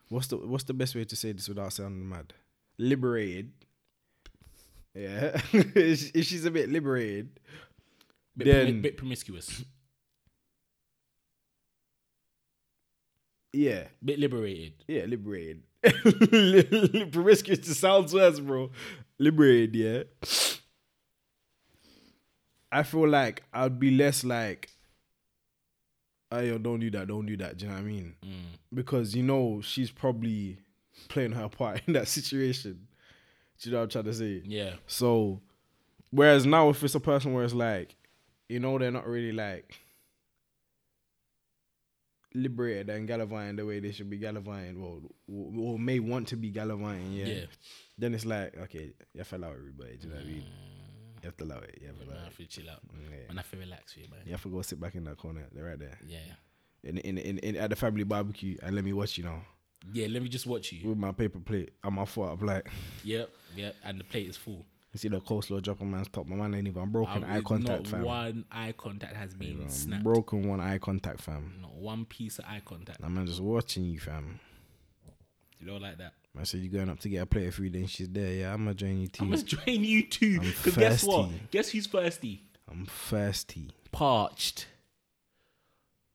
[SPEAKER 2] what's the what's the best way to say this without sounding mad? Liberated. Yeah. if she- if she's a bit liberated,
[SPEAKER 1] Bit,
[SPEAKER 2] then
[SPEAKER 1] promi- bit promiscuous.
[SPEAKER 2] yeah.
[SPEAKER 1] Bit liberated.
[SPEAKER 2] Yeah, liberated. Promiscuous to sounds worse, bro. Liberated, yeah. I feel like I'd be less like, oh, yo, don't do that, don't do that. Do you know what I mean?
[SPEAKER 1] Mm.
[SPEAKER 2] Because you know she's probably playing her part in that situation. Do you know what I'm trying to say?
[SPEAKER 1] Yeah.
[SPEAKER 2] So, whereas now if it's a person where it's like, you know, they're not really like liberated and gallivanting the way they should be gallivanting, well, or, or may want to be gallivanting, yeah.
[SPEAKER 1] Yeah.
[SPEAKER 2] Then it's like, okay, you have to allow everybody. Do you know what I mean? You have to allow it. You have to
[SPEAKER 1] Man, Mm, I
[SPEAKER 2] allow it.
[SPEAKER 1] have to chill out.
[SPEAKER 2] Yeah.
[SPEAKER 1] Man, I have to relax for you, man.
[SPEAKER 2] You have to go sit back in that corner. They're right there.
[SPEAKER 1] Yeah.
[SPEAKER 2] In, in, in, in at the family barbecue and let me watch you now
[SPEAKER 1] Yeah, let me just watch you.
[SPEAKER 2] with my paper plate and my foot up like
[SPEAKER 1] Yep, yep. And the plate is full.
[SPEAKER 2] you see the coleslaw drop on man's top my man ain't even
[SPEAKER 1] Um,
[SPEAKER 2] broken eye
[SPEAKER 1] it's
[SPEAKER 2] contact
[SPEAKER 1] not
[SPEAKER 2] fam
[SPEAKER 1] one eye contact has been snapped.
[SPEAKER 2] Um, Broken one eye contact, fam.
[SPEAKER 1] Not one piece of eye contact.
[SPEAKER 2] That man just watching you, fam.
[SPEAKER 1] You know, like that.
[SPEAKER 2] I said you going up to get a plate of food, then she's there. Yeah, I'ma join your
[SPEAKER 1] I
[SPEAKER 2] team.
[SPEAKER 1] must join you too.
[SPEAKER 2] I'm
[SPEAKER 1] Because guess what?
[SPEAKER 2] thirsty.
[SPEAKER 1] Guess who's thirsty?
[SPEAKER 2] I'm thirsty.
[SPEAKER 1] Parched.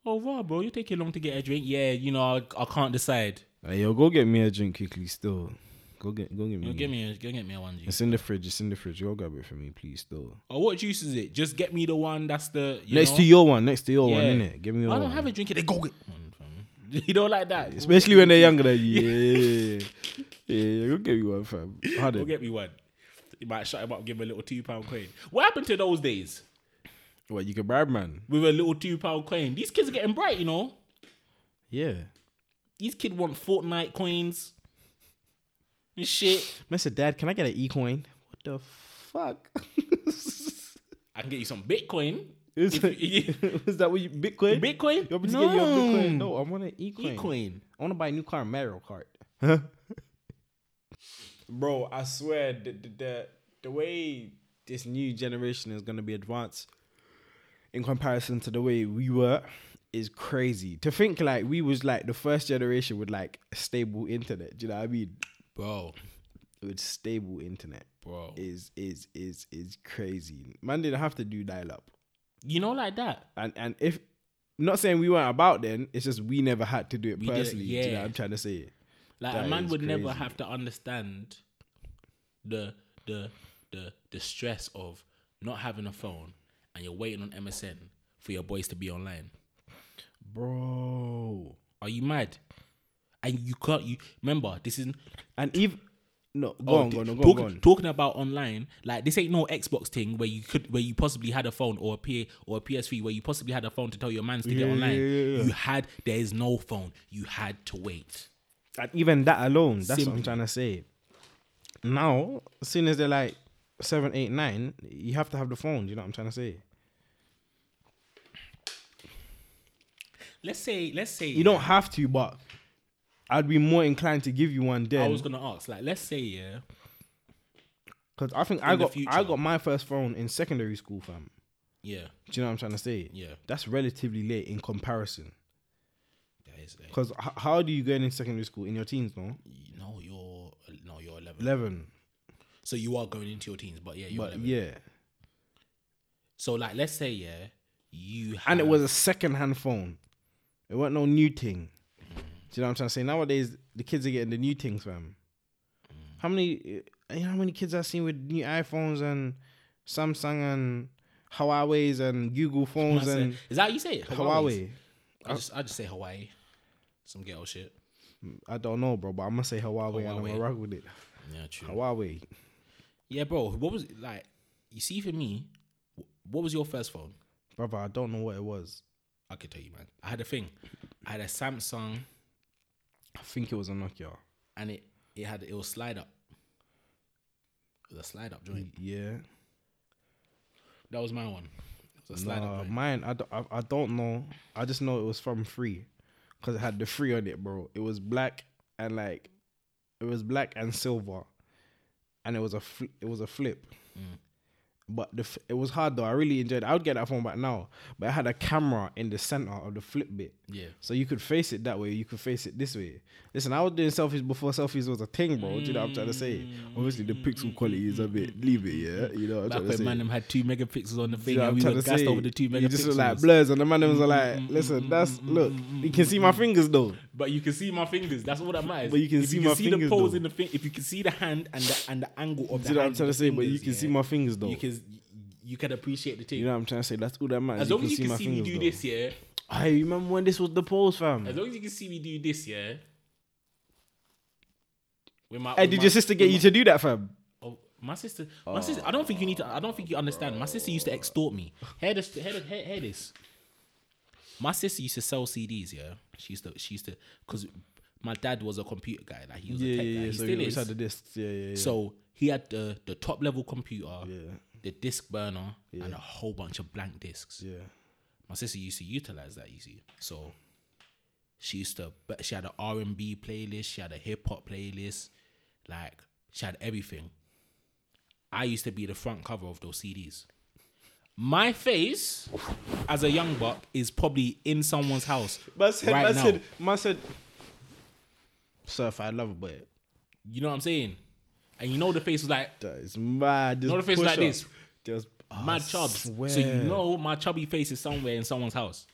[SPEAKER 1] Oh, wow, bro. You're taking long to get a drink. Yeah, you know, I, I can't decide.
[SPEAKER 2] Hey, yo, go get me a drink quickly. Still, go get, go get me.
[SPEAKER 1] You know, give me a, go get me a one juice.
[SPEAKER 2] Mm. It's in the fridge. It's in the fridge. Go grab it for me, please. Still.
[SPEAKER 1] Oh, what juice is it? Just get me the one that's the. You
[SPEAKER 2] next
[SPEAKER 1] know?
[SPEAKER 2] to your one. Next to your one,
[SPEAKER 1] Yeah.
[SPEAKER 2] innit? Give me your
[SPEAKER 1] I
[SPEAKER 2] one. Mm,
[SPEAKER 1] don't have a drink. They go get one, fam. You know, like that.
[SPEAKER 2] Especially when they're younger than you. Yeah, yeah. yeah. Go get me one, fam. Hard
[SPEAKER 1] Go get me one. You might shut him up, give him a little two pound coin. What happened to those days
[SPEAKER 2] What you can bribe, man?
[SPEAKER 1] with a little two pound coin? These kids are getting bright, you know.
[SPEAKER 2] Yeah.
[SPEAKER 1] These kids want Fortnite coins and shit.
[SPEAKER 2] Mister Dad, can I get an e coin? What the fuck?
[SPEAKER 1] I can get you some Bitcoin.
[SPEAKER 2] Is,
[SPEAKER 1] If you-
[SPEAKER 2] is that what you Bitcoin?
[SPEAKER 1] Bitcoin?
[SPEAKER 2] You're about to
[SPEAKER 1] no.
[SPEAKER 2] get your Bitcoin. No, I want an E coin.
[SPEAKER 1] Bitcoin.
[SPEAKER 2] I want to buy a new car, Mario Kart. Bro, I swear the, the the the way this new generation is gonna be advanced in comparison to the way we were is crazy. To think like we was like the first generation with like stable internet. Do you know what I mean?
[SPEAKER 1] Bro,
[SPEAKER 2] With stable internet
[SPEAKER 1] bro.
[SPEAKER 2] is is is is crazy. Man didn't have to do dial up.
[SPEAKER 1] You know, like that.
[SPEAKER 2] And and if not saying we weren't about then, it's just we never had to do it
[SPEAKER 1] did it,
[SPEAKER 2] personally. Do you know
[SPEAKER 1] yeah.
[SPEAKER 2] what I'm trying to say?
[SPEAKER 1] Like
[SPEAKER 2] That
[SPEAKER 1] a man
[SPEAKER 2] is
[SPEAKER 1] would never
[SPEAKER 2] crazy.
[SPEAKER 1] have to understand the the the the stress of not having a phone and you're waiting on MSN for your boys to be online.
[SPEAKER 2] Bro.
[SPEAKER 1] Are you mad? And you can't. You remember this is
[SPEAKER 2] And if no, go on, go on, go on,
[SPEAKER 1] Oh, talk-
[SPEAKER 2] go on.
[SPEAKER 1] talking about online. Like this ain't no Xbox thing where you could where you possibly had a phone or a PA or a PS3 where you possibly had a phone to tell your mans to get
[SPEAKER 2] Yeah,
[SPEAKER 1] online.
[SPEAKER 2] yeah, yeah, yeah.
[SPEAKER 1] You had there is no phone. You had to wait.
[SPEAKER 2] And even that alone, that's what I'm
[SPEAKER 1] Simply.
[SPEAKER 2] trying to say. Now, as soon as they're like seven, eight, nine, you have to have the phone. Do you know what I'm trying to say?
[SPEAKER 1] Let's say let's say
[SPEAKER 2] You don't have to, but I'd be more inclined to give you one
[SPEAKER 1] I
[SPEAKER 2] then.
[SPEAKER 1] was gonna ask. Like let's say yeah.
[SPEAKER 2] Because I think I
[SPEAKER 1] in the
[SPEAKER 2] got
[SPEAKER 1] future.
[SPEAKER 2] I got my first phone in secondary school, fam.
[SPEAKER 1] Yeah,
[SPEAKER 2] Do you know what I'm trying to say?
[SPEAKER 1] yeah,
[SPEAKER 2] That's relatively late in comparison.
[SPEAKER 1] that is like
[SPEAKER 2] Because h- how do you go in in secondary school in your teens, no?
[SPEAKER 1] you know you're no you're 11.
[SPEAKER 2] 11.
[SPEAKER 1] so you are going into your teens, but yeah, you're
[SPEAKER 2] But
[SPEAKER 1] 11.
[SPEAKER 2] yeah.
[SPEAKER 1] So like let's say yeah, you
[SPEAKER 2] And it
[SPEAKER 1] have-
[SPEAKER 2] was a second hand phone. It wasn't no new thing. Do you know what I'm trying to say? Nowadays, the kids are getting the new things, fam. How many, eh, you know how many kids I've seen with new iPhones and Samsung and Huawei's and Google phones
[SPEAKER 1] That's it.
[SPEAKER 2] and
[SPEAKER 1] Is that how you say it?
[SPEAKER 2] Huawei?
[SPEAKER 1] I just I just say Hawaii, some ghetto shit.
[SPEAKER 2] I don't know, bro, but I'm gonna say Huawei, and I'm
[SPEAKER 1] Huawei.
[SPEAKER 2] gonna rock with it.
[SPEAKER 1] Yeah, true.
[SPEAKER 2] Huawei.
[SPEAKER 1] Yeah, bro. What was like? You see, for me, wh- what was your first phone?
[SPEAKER 2] Brother, I don't know what it was.
[SPEAKER 1] I could tell you, man. I had a thing. I had a Samsung,
[SPEAKER 2] I think it was a Nokia.
[SPEAKER 1] and it it had it was slide up. It was a slide up joint.
[SPEAKER 2] Yeah.
[SPEAKER 1] That was my one. It was a slide up
[SPEAKER 2] Nah,
[SPEAKER 1] joint.
[SPEAKER 2] mine, I, don't- I, I don't know. I just know it was from Free because it had the Free on it, bro. It was black and like, it was black and silver, and it was a fl- it was a flip.
[SPEAKER 1] Mm.
[SPEAKER 2] But the f- it was hard though. I really enjoyed. it. I would get that phone back now, but it had a camera in the center of the flip bit.
[SPEAKER 1] Yeah.
[SPEAKER 2] So you could face it that way, you could face it this way. Listen, I was doing selfies before selfies was a thing, bro. Do you know what I'm trying to say? Obviously, the pixel quality is a bit, leave it, yeah? You know what
[SPEAKER 1] Back
[SPEAKER 2] I'm trying to
[SPEAKER 1] when
[SPEAKER 2] say?
[SPEAKER 1] man them had two megapixels on the
[SPEAKER 2] Do
[SPEAKER 1] thing,
[SPEAKER 2] you know
[SPEAKER 1] and we
[SPEAKER 2] what I'm
[SPEAKER 1] were
[SPEAKER 2] trying to
[SPEAKER 1] gassed
[SPEAKER 2] say?
[SPEAKER 1] over the two Mm,
[SPEAKER 2] You just look like
[SPEAKER 1] megapixels.
[SPEAKER 2] blurs, and the man was like, listen, that's,
[SPEAKER 1] mm,
[SPEAKER 2] look, you can see my fingers though.
[SPEAKER 1] But you can see my fingers. That's all that matters.
[SPEAKER 2] But you can
[SPEAKER 1] if
[SPEAKER 2] see
[SPEAKER 1] you can
[SPEAKER 2] my
[SPEAKER 1] see
[SPEAKER 2] fingers,
[SPEAKER 1] the pose
[SPEAKER 2] though.
[SPEAKER 1] in the thing. If you can see the hand and the and the angle of the
[SPEAKER 2] Do you know what I'm
[SPEAKER 1] hand and
[SPEAKER 2] trying to
[SPEAKER 1] the
[SPEAKER 2] say? But you
[SPEAKER 1] fingers,
[SPEAKER 2] can see
[SPEAKER 1] yeah,
[SPEAKER 2] my fingers though.
[SPEAKER 1] You can you can appreciate the thing.
[SPEAKER 2] You know what I'm trying to say? That's all that matters.
[SPEAKER 1] as long as you can
[SPEAKER 2] my
[SPEAKER 1] see me
[SPEAKER 2] fingers,
[SPEAKER 1] do
[SPEAKER 2] though.
[SPEAKER 1] this, yeah.
[SPEAKER 2] I remember when this was the pose, fam.
[SPEAKER 1] As long as you can see me do this, yeah. With my,
[SPEAKER 2] Hey,
[SPEAKER 1] with
[SPEAKER 2] did
[SPEAKER 1] my-
[SPEAKER 2] your sister get you to do that, fam?
[SPEAKER 1] Oh, my sister, my sister. I don't think you need to. I don't think you understand. My sister used to extort me. Hear this. Hear, this- hear, hear this. My sister used to sell CDs. Yeah, she used to. She used to because my dad was a computer guy. Like he was
[SPEAKER 2] Yeah,
[SPEAKER 1] a tech
[SPEAKER 2] yeah,
[SPEAKER 1] guy.
[SPEAKER 2] yeah.
[SPEAKER 1] He
[SPEAKER 2] So
[SPEAKER 1] still
[SPEAKER 2] you
[SPEAKER 1] is.
[SPEAKER 2] always had the discs. Yeah, yeah, yeah.
[SPEAKER 1] So he had the the top level computer,
[SPEAKER 2] Yeah.
[SPEAKER 1] the disc burner, and a whole bunch of blank discs.
[SPEAKER 2] yeah.
[SPEAKER 1] My sister used to utilize that. You see, so she used to. But she had an R and B playlist. She had a hip hop playlist. Like she had everything. I used to be the front cover of those CDs. My face, as a young buck, is probably in someone's house
[SPEAKER 2] Man said,
[SPEAKER 1] right
[SPEAKER 2] man
[SPEAKER 1] now.
[SPEAKER 2] said, man said, surf, I love it, but
[SPEAKER 1] You know what I'm saying? And you know the face was like,
[SPEAKER 2] that is mad. Just
[SPEAKER 1] Not a face
[SPEAKER 2] push
[SPEAKER 1] like
[SPEAKER 2] up.
[SPEAKER 1] this.
[SPEAKER 2] Just, I
[SPEAKER 1] mad chubs. So you
[SPEAKER 2] swear.
[SPEAKER 1] know my chubby face is somewhere in someone's house.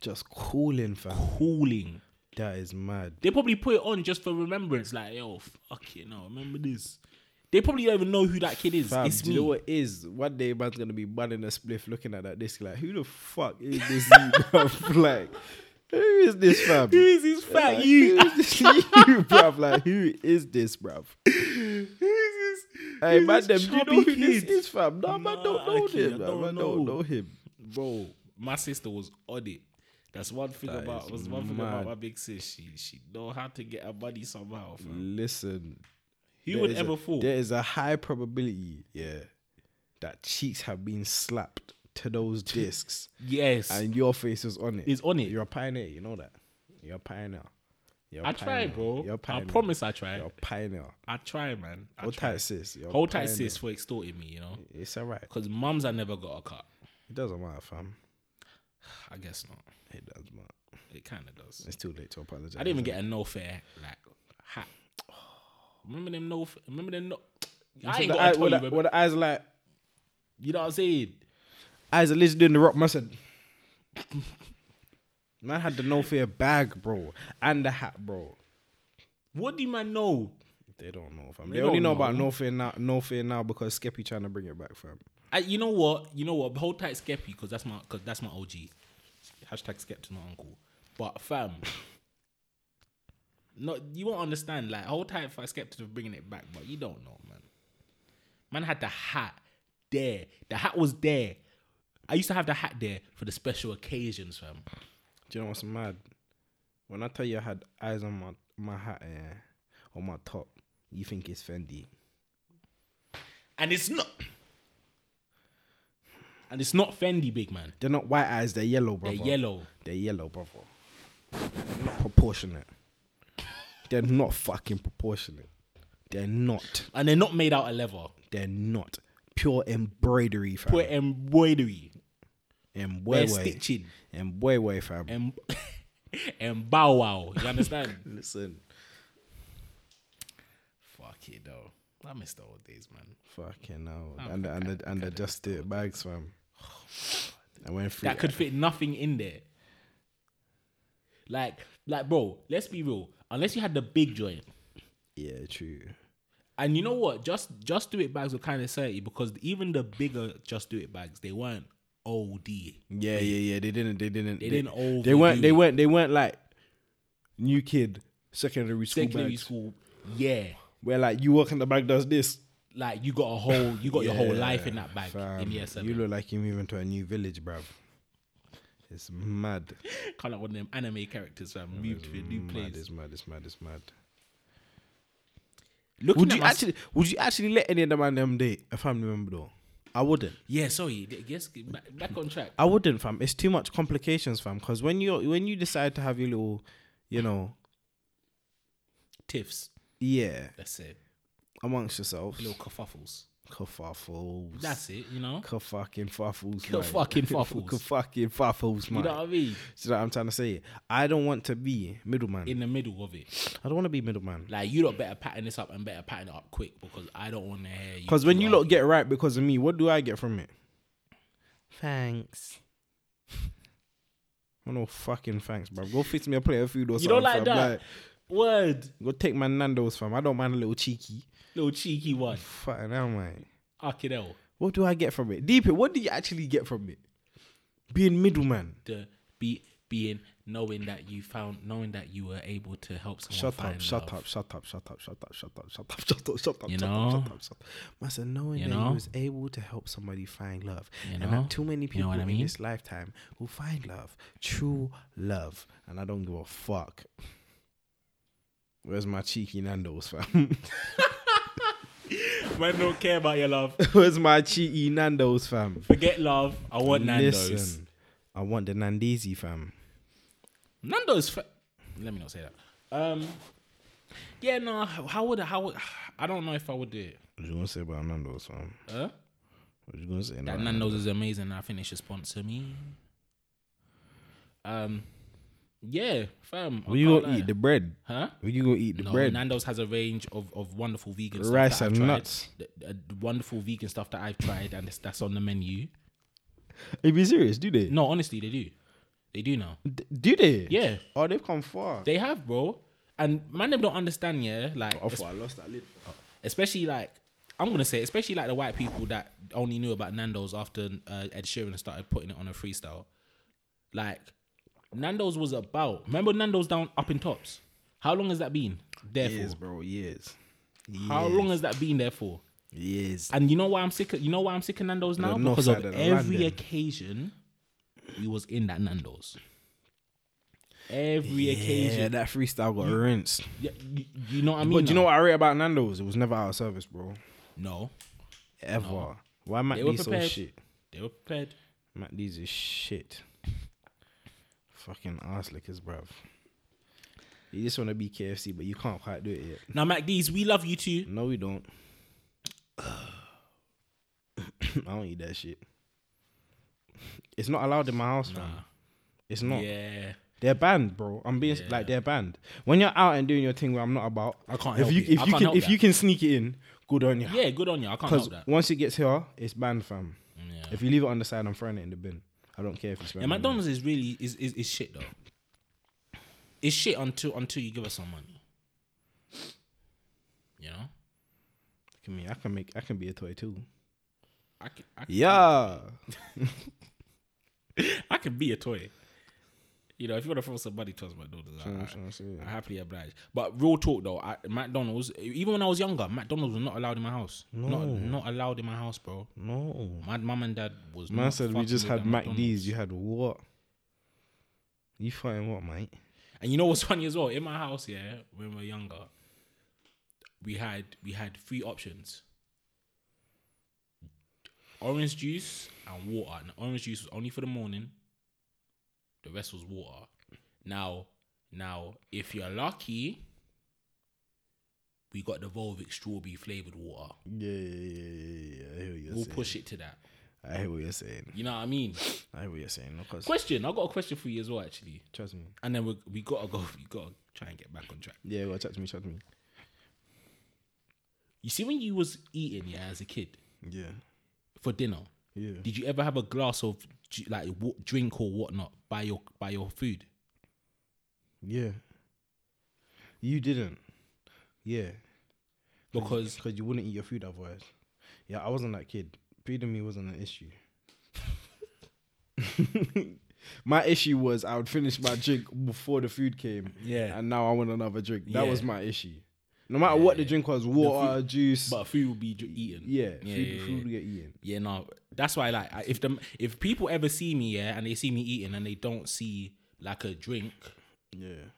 [SPEAKER 2] Just cooling, fam.
[SPEAKER 1] Cooling.
[SPEAKER 2] That is mad.
[SPEAKER 1] They probably put it on just for remembrance. Like, yo, fuck it, no, remember this. They probably don't even know who that kid is.
[SPEAKER 2] Fam,
[SPEAKER 1] it's
[SPEAKER 2] do you know
[SPEAKER 1] me.
[SPEAKER 2] what it is? One day, man's gonna be banning a spliff, looking at that disc, like, who the fuck is this? you, bruv? like, who is this, fam?
[SPEAKER 1] Who is this fat
[SPEAKER 2] Like,
[SPEAKER 1] you?
[SPEAKER 2] who is this you, bruv? Like, who is this, bruv?
[SPEAKER 1] Who is this?
[SPEAKER 2] Hey,
[SPEAKER 1] who
[SPEAKER 2] man,
[SPEAKER 1] is
[SPEAKER 2] them
[SPEAKER 1] this
[SPEAKER 2] do you know
[SPEAKER 1] chubby
[SPEAKER 2] who this
[SPEAKER 1] kid?
[SPEAKER 2] is, fam? Nah, man,
[SPEAKER 1] Nah,
[SPEAKER 2] don't know
[SPEAKER 1] okay, I
[SPEAKER 2] him. man.
[SPEAKER 1] don't
[SPEAKER 2] man, don't
[SPEAKER 1] know.
[SPEAKER 2] know him.
[SPEAKER 1] Bro, my sister was on it. That's one thing about
[SPEAKER 2] is
[SPEAKER 1] was one thing
[SPEAKER 2] mad.
[SPEAKER 1] about my big sis. She she know how to get her money somehow. Fam.
[SPEAKER 2] Listen,
[SPEAKER 1] Who
[SPEAKER 2] Mm. there
[SPEAKER 1] would
[SPEAKER 2] is a-
[SPEAKER 1] ever fall?
[SPEAKER 2] There is a high probability, yeah, that cheeks have been slapped to those discs,
[SPEAKER 1] Yes,
[SPEAKER 2] and your face was on it.
[SPEAKER 1] is on it.
[SPEAKER 2] You're a pioneer. You know that. You're a pioneer. You're a
[SPEAKER 1] I try,
[SPEAKER 2] pioneer. You're
[SPEAKER 1] bro.
[SPEAKER 2] a
[SPEAKER 1] I
[SPEAKER 2] pioneer.
[SPEAKER 1] promise I try.
[SPEAKER 2] You're a pioneer.
[SPEAKER 1] I try, man. I
[SPEAKER 2] Hold
[SPEAKER 1] try.
[SPEAKER 2] tight, eh. sis. You're a
[SPEAKER 1] Hold tight,
[SPEAKER 2] pioneer.
[SPEAKER 1] sis, for extorting me. You know,
[SPEAKER 2] It's alright.
[SPEAKER 1] because mums I never got a cut.
[SPEAKER 2] It doesn't matter, fam.
[SPEAKER 1] I guess not.
[SPEAKER 2] It doesn't matter.
[SPEAKER 1] It kind of does.
[SPEAKER 2] It's too late to apologize.
[SPEAKER 1] I didn't even get a no fair like hat. Remember them no? f- Remember them no? I ain't
[SPEAKER 2] the,
[SPEAKER 1] got
[SPEAKER 2] eye-
[SPEAKER 1] to tell
[SPEAKER 2] what
[SPEAKER 1] you.
[SPEAKER 2] the,
[SPEAKER 1] but-
[SPEAKER 2] what the eyes are like.
[SPEAKER 1] You know what I'm saying?
[SPEAKER 2] Eyes are literally doing the rock mustard. Man had the no fear bag, bro, and the hat, bro.
[SPEAKER 1] What do man know?
[SPEAKER 2] They don't know, fam.
[SPEAKER 1] They
[SPEAKER 2] They, only
[SPEAKER 1] don't
[SPEAKER 2] know, about
[SPEAKER 1] know.
[SPEAKER 2] No Fear now. No Fear now because Skeppy trying to bring it back, fam.
[SPEAKER 1] I, you know what? You know what? Hold tight, Skeppy, because that's my because that's my OG. Hashtag Skepta's my uncle. But fam, no, you won't understand. Like hold tight for Skepta for bringing it back, but you don't know, man. Man had the hat there. The hat was there. I used to have the hat there for the special occasions, fam.
[SPEAKER 2] Do you know what's mad? When I tell you I had eyes on my my hat, yeah, on my top, you think it's Fendi.
[SPEAKER 1] And it's not. And it's not Fendi, big man.
[SPEAKER 2] They're not white eyes. They're yellow,
[SPEAKER 1] They're
[SPEAKER 2] brother.
[SPEAKER 1] yellow.
[SPEAKER 2] They're yellow, brother. They're not proportionate. They're not fucking proportionate. They're not.
[SPEAKER 1] And they're not made out of leather.
[SPEAKER 2] They're not. Pure embroidery, fam.
[SPEAKER 1] Put embroidery. They're
[SPEAKER 2] Embroidery.
[SPEAKER 1] stitching.
[SPEAKER 2] Embroidery, fam.
[SPEAKER 1] and and bow wow. You understand?
[SPEAKER 2] Listen.
[SPEAKER 1] Fuck it though. I miss the old days, man.
[SPEAKER 2] Fucking hell.
[SPEAKER 1] Oh,
[SPEAKER 2] and the, and the, and the just do it bags, fam. I went through.
[SPEAKER 1] That could fit nothing in there. Like, like, bro. Let's be real. Unless you had the big joint,
[SPEAKER 2] Yeah, true.
[SPEAKER 1] and you know what? Just, just do it bags were kind of dirty because even the bigger just do it bags, they weren't OD.
[SPEAKER 2] Yeah, yeah, yeah. They didn't. They didn't.
[SPEAKER 1] They didn't overdo
[SPEAKER 2] They weren't. They
[SPEAKER 1] it.
[SPEAKER 2] weren't. They weren't like new kid secondary school.
[SPEAKER 1] Secondary
[SPEAKER 2] bags,
[SPEAKER 1] school, yeah.
[SPEAKER 2] Where like you walk in the bag does this.
[SPEAKER 1] Like you got a whole, you got your whole
[SPEAKER 2] Yeah,
[SPEAKER 1] life in that bag in
[SPEAKER 2] fam.
[SPEAKER 1] year seven.
[SPEAKER 2] You look like you're moving to a new village, bruv. It's mad.
[SPEAKER 1] kind of like one of them anime characters, fam. Moved to a new
[SPEAKER 2] Mm, Mad,
[SPEAKER 1] place.
[SPEAKER 2] it's mad. It's mad. It's mad.
[SPEAKER 1] Looking
[SPEAKER 2] Would
[SPEAKER 1] at
[SPEAKER 2] you
[SPEAKER 1] my-
[SPEAKER 2] actually? Would you actually let any of the man them date a family member though? I wouldn't.
[SPEAKER 1] Yeah, sorry. th- Yes, get back, back on track.
[SPEAKER 2] I wouldn't, fam. It's too much complications, fam. Because when you when you decide to have your little, you know,
[SPEAKER 1] Tiffs.
[SPEAKER 2] yeah,
[SPEAKER 1] That's it.
[SPEAKER 2] amongst yourselves,
[SPEAKER 1] Little kerfuffles.
[SPEAKER 2] kerfuffles,
[SPEAKER 1] That's it. You know.
[SPEAKER 2] kerfucking fuffles,
[SPEAKER 1] Kerfucking fuffles.
[SPEAKER 2] kerfucking fuffles,
[SPEAKER 1] You
[SPEAKER 2] man.
[SPEAKER 1] know what I mean?
[SPEAKER 2] See what I'm trying to say? I don't want to be middleman.
[SPEAKER 1] In the middle of it,
[SPEAKER 2] I don't want to be middleman.
[SPEAKER 1] like you lot better pattern this up and better pattern it up quick because I don't want to hear you.
[SPEAKER 2] Because when
[SPEAKER 1] two
[SPEAKER 2] you
[SPEAKER 1] argue.
[SPEAKER 2] lot get right because of me, what do I get from it? Thanks. Oh, no fucking thanks, bro. Go fix me a plate of food or
[SPEAKER 1] you
[SPEAKER 2] something.
[SPEAKER 1] don't like
[SPEAKER 2] fam.
[SPEAKER 1] that word,
[SPEAKER 2] Go take my Nando's, fam. I don't mind a little cheeky.
[SPEAKER 1] little cheeky one.
[SPEAKER 2] Fucking hell, man.
[SPEAKER 1] Fucking hell.
[SPEAKER 2] What do I get from it? Deep it, what do you actually get from it? Being middleman.
[SPEAKER 1] The be being knowing that you found knowing that you were able to help someone.
[SPEAKER 2] Shut
[SPEAKER 1] find
[SPEAKER 2] up, shut
[SPEAKER 1] love.
[SPEAKER 2] up, shut up, shut up, shut up, shut up, shut up, shut up, shut up,
[SPEAKER 1] You
[SPEAKER 2] shut
[SPEAKER 1] know?
[SPEAKER 2] up, shut up, shut up. Master, knowing
[SPEAKER 1] You
[SPEAKER 2] that
[SPEAKER 1] know?
[SPEAKER 2] he was able to help somebody find love.
[SPEAKER 1] You
[SPEAKER 2] and
[SPEAKER 1] know?
[SPEAKER 2] that too many
[SPEAKER 1] You know
[SPEAKER 2] people
[SPEAKER 1] what I
[SPEAKER 2] in
[SPEAKER 1] mean?
[SPEAKER 2] this lifetime will find love. True love. And I don't give a fuck. Where's my cheeky Nando's fam?
[SPEAKER 1] Man, don't care about your love.
[SPEAKER 2] Where's my cheeky Nando's fam?
[SPEAKER 1] Forget love. I want Nando's.
[SPEAKER 2] Listen, I want the Nandesi fam.
[SPEAKER 1] Nando's. Fa- Let me not say that. Um, yeah, no. How would I? How would I? Don't know if I would do it.
[SPEAKER 2] What you gonna say about Nando's fam?
[SPEAKER 1] Huh?
[SPEAKER 2] What you gonna say?
[SPEAKER 1] That
[SPEAKER 2] about
[SPEAKER 1] Nando's is amazing. I think they should sponsor me. Um, yeah, fam. I
[SPEAKER 2] Were you
[SPEAKER 1] can't
[SPEAKER 2] gonna
[SPEAKER 1] lie.
[SPEAKER 2] eat the bread?
[SPEAKER 1] Huh?
[SPEAKER 2] Were you gonna eat the
[SPEAKER 1] No,
[SPEAKER 2] bread?
[SPEAKER 1] Nando's has a range of, of wonderful vegan stuff
[SPEAKER 2] Rice
[SPEAKER 1] that I've
[SPEAKER 2] and
[SPEAKER 1] tried.
[SPEAKER 2] nuts.
[SPEAKER 1] The, the- the wonderful vegan stuff that I've tried and it's, that's on the menu.
[SPEAKER 2] Hey, be serious, do they?
[SPEAKER 1] No, honestly, they do. They do now.
[SPEAKER 2] D- do they?
[SPEAKER 1] Yeah,
[SPEAKER 2] Oh, they've come far.
[SPEAKER 1] they have, bro. And man, them don't understand. Yeah, like
[SPEAKER 2] I thought I lost that lid.
[SPEAKER 1] especially like I'm gonna say, especially like the white people that only knew about Nando's after uh, Ed Sheeran started putting it on a freestyle. Like Nando's was about. Remember Nando's down up in tops. How long has that been there
[SPEAKER 2] Years,
[SPEAKER 1] for?
[SPEAKER 2] bro. Years.
[SPEAKER 1] How long has that been there for?
[SPEAKER 2] Years.
[SPEAKER 1] And you know why I'm sick. Of, you know why I'm sick of Nando's now
[SPEAKER 2] north
[SPEAKER 1] because of
[SPEAKER 2] side of the
[SPEAKER 1] every
[SPEAKER 2] London.
[SPEAKER 1] occasion we was in that Nando's. Every
[SPEAKER 2] Yeah,
[SPEAKER 1] occasion,
[SPEAKER 2] that freestyle got rinsed.
[SPEAKER 1] Yeah, you, you know what I mean.
[SPEAKER 2] But do you know
[SPEAKER 1] now?
[SPEAKER 2] what I read about Nando's? It was never out of service, bro.
[SPEAKER 1] No,
[SPEAKER 2] Ever. Why might
[SPEAKER 1] They were
[SPEAKER 2] these so
[SPEAKER 1] prepared.
[SPEAKER 2] shit?
[SPEAKER 1] they were prepared.
[SPEAKER 2] Matt these is shit. Fucking ass lickers, bruv. You just want to be KFC, but you can't quite do it yet.
[SPEAKER 1] Now, MacD's, we love you too.
[SPEAKER 2] No, we don't. I don't eat that shit. It's not allowed in my house, fam. It's not.
[SPEAKER 1] Yeah.
[SPEAKER 2] They're banned, bro. I'm being like they're banned. When you're out and doing your thing where I'm not about,
[SPEAKER 1] I can't
[SPEAKER 2] If
[SPEAKER 1] help
[SPEAKER 2] you
[SPEAKER 1] it.
[SPEAKER 2] if
[SPEAKER 1] I can't
[SPEAKER 2] you can
[SPEAKER 1] help
[SPEAKER 2] if you
[SPEAKER 1] that.
[SPEAKER 2] can sneak it in, good on you.
[SPEAKER 1] Yeah, good on you. I can't
[SPEAKER 2] Because
[SPEAKER 1] help that.
[SPEAKER 2] once it gets here, it's banned, fam.
[SPEAKER 1] Yeah.
[SPEAKER 2] If you leave it on the side, I'm throwing it in the bin. I don't care if it's banned.
[SPEAKER 1] Yeah, McDonald's is really is, is is shit though. It's shit until until you give us some money. You know,
[SPEAKER 2] I mean, I can make I can be a toy too.
[SPEAKER 1] I can, I, can,
[SPEAKER 2] Yeah.
[SPEAKER 1] I can be a toy. You know, if you want to throw some money towards McDonald's, I,
[SPEAKER 2] I'm
[SPEAKER 1] I,
[SPEAKER 2] trying to say.
[SPEAKER 1] I happily oblige. But real talk though, I, McDonald's. Even when I was younger, McDonald's was not allowed in my house. Not not allowed in my house, bro.
[SPEAKER 2] No.
[SPEAKER 1] My mum and dad was.
[SPEAKER 2] Man
[SPEAKER 1] not
[SPEAKER 2] said we
[SPEAKER 1] fucking
[SPEAKER 2] just
[SPEAKER 1] with
[SPEAKER 2] had
[SPEAKER 1] that
[SPEAKER 2] Mac
[SPEAKER 1] McDonald's.
[SPEAKER 2] D's. You had what? You fighting what, mate?
[SPEAKER 1] And you know what's funny as well? In my house, yeah, when we were younger, we had we had three options: orange juice and water. And orange juice was only for the morning. The rest was water. Now, now, if you're lucky, we got the Volvic strawberry flavored water.
[SPEAKER 2] Yeah, yeah, yeah, yeah, yeah. I hear what you're
[SPEAKER 1] We'll
[SPEAKER 2] saying.
[SPEAKER 1] push it to that.
[SPEAKER 2] I hear what you're saying.
[SPEAKER 1] You know what I mean?
[SPEAKER 2] I hear what you're saying. Because
[SPEAKER 1] Question. I got a question for you as well, actually.
[SPEAKER 2] trust me.
[SPEAKER 1] And then we we gotta go. We gotta try and get back on track.
[SPEAKER 2] Yeah, well, chat to me, chat to me.
[SPEAKER 1] You see, when you was eating, yeah, as a kid
[SPEAKER 2] Yeah,
[SPEAKER 1] for dinner,
[SPEAKER 2] yeah.
[SPEAKER 1] did you ever have a glass of ju- like wa- drink or whatnot by your by your food?
[SPEAKER 2] Yeah. You didn't. Yeah,
[SPEAKER 1] Because
[SPEAKER 2] because you wouldn't eat your food otherwise. Yeah, I wasn't that kid. Feeding me wasn't an issue. my issue was I would finish my drink before the food came.
[SPEAKER 1] Yeah.
[SPEAKER 2] And now I want another drink. That
[SPEAKER 1] Yeah.
[SPEAKER 2] was my issue. No matter what the drink was, water, juice.
[SPEAKER 1] But food will be ju- eaten. Yeah,
[SPEAKER 2] yeah, food,
[SPEAKER 1] yeah, yeah.
[SPEAKER 2] food will get eaten.
[SPEAKER 1] Yeah, no, that's why. Like, I- if them if people ever see me, yeah, and they see me eating and they don't see like a drink
[SPEAKER 2] Yeah.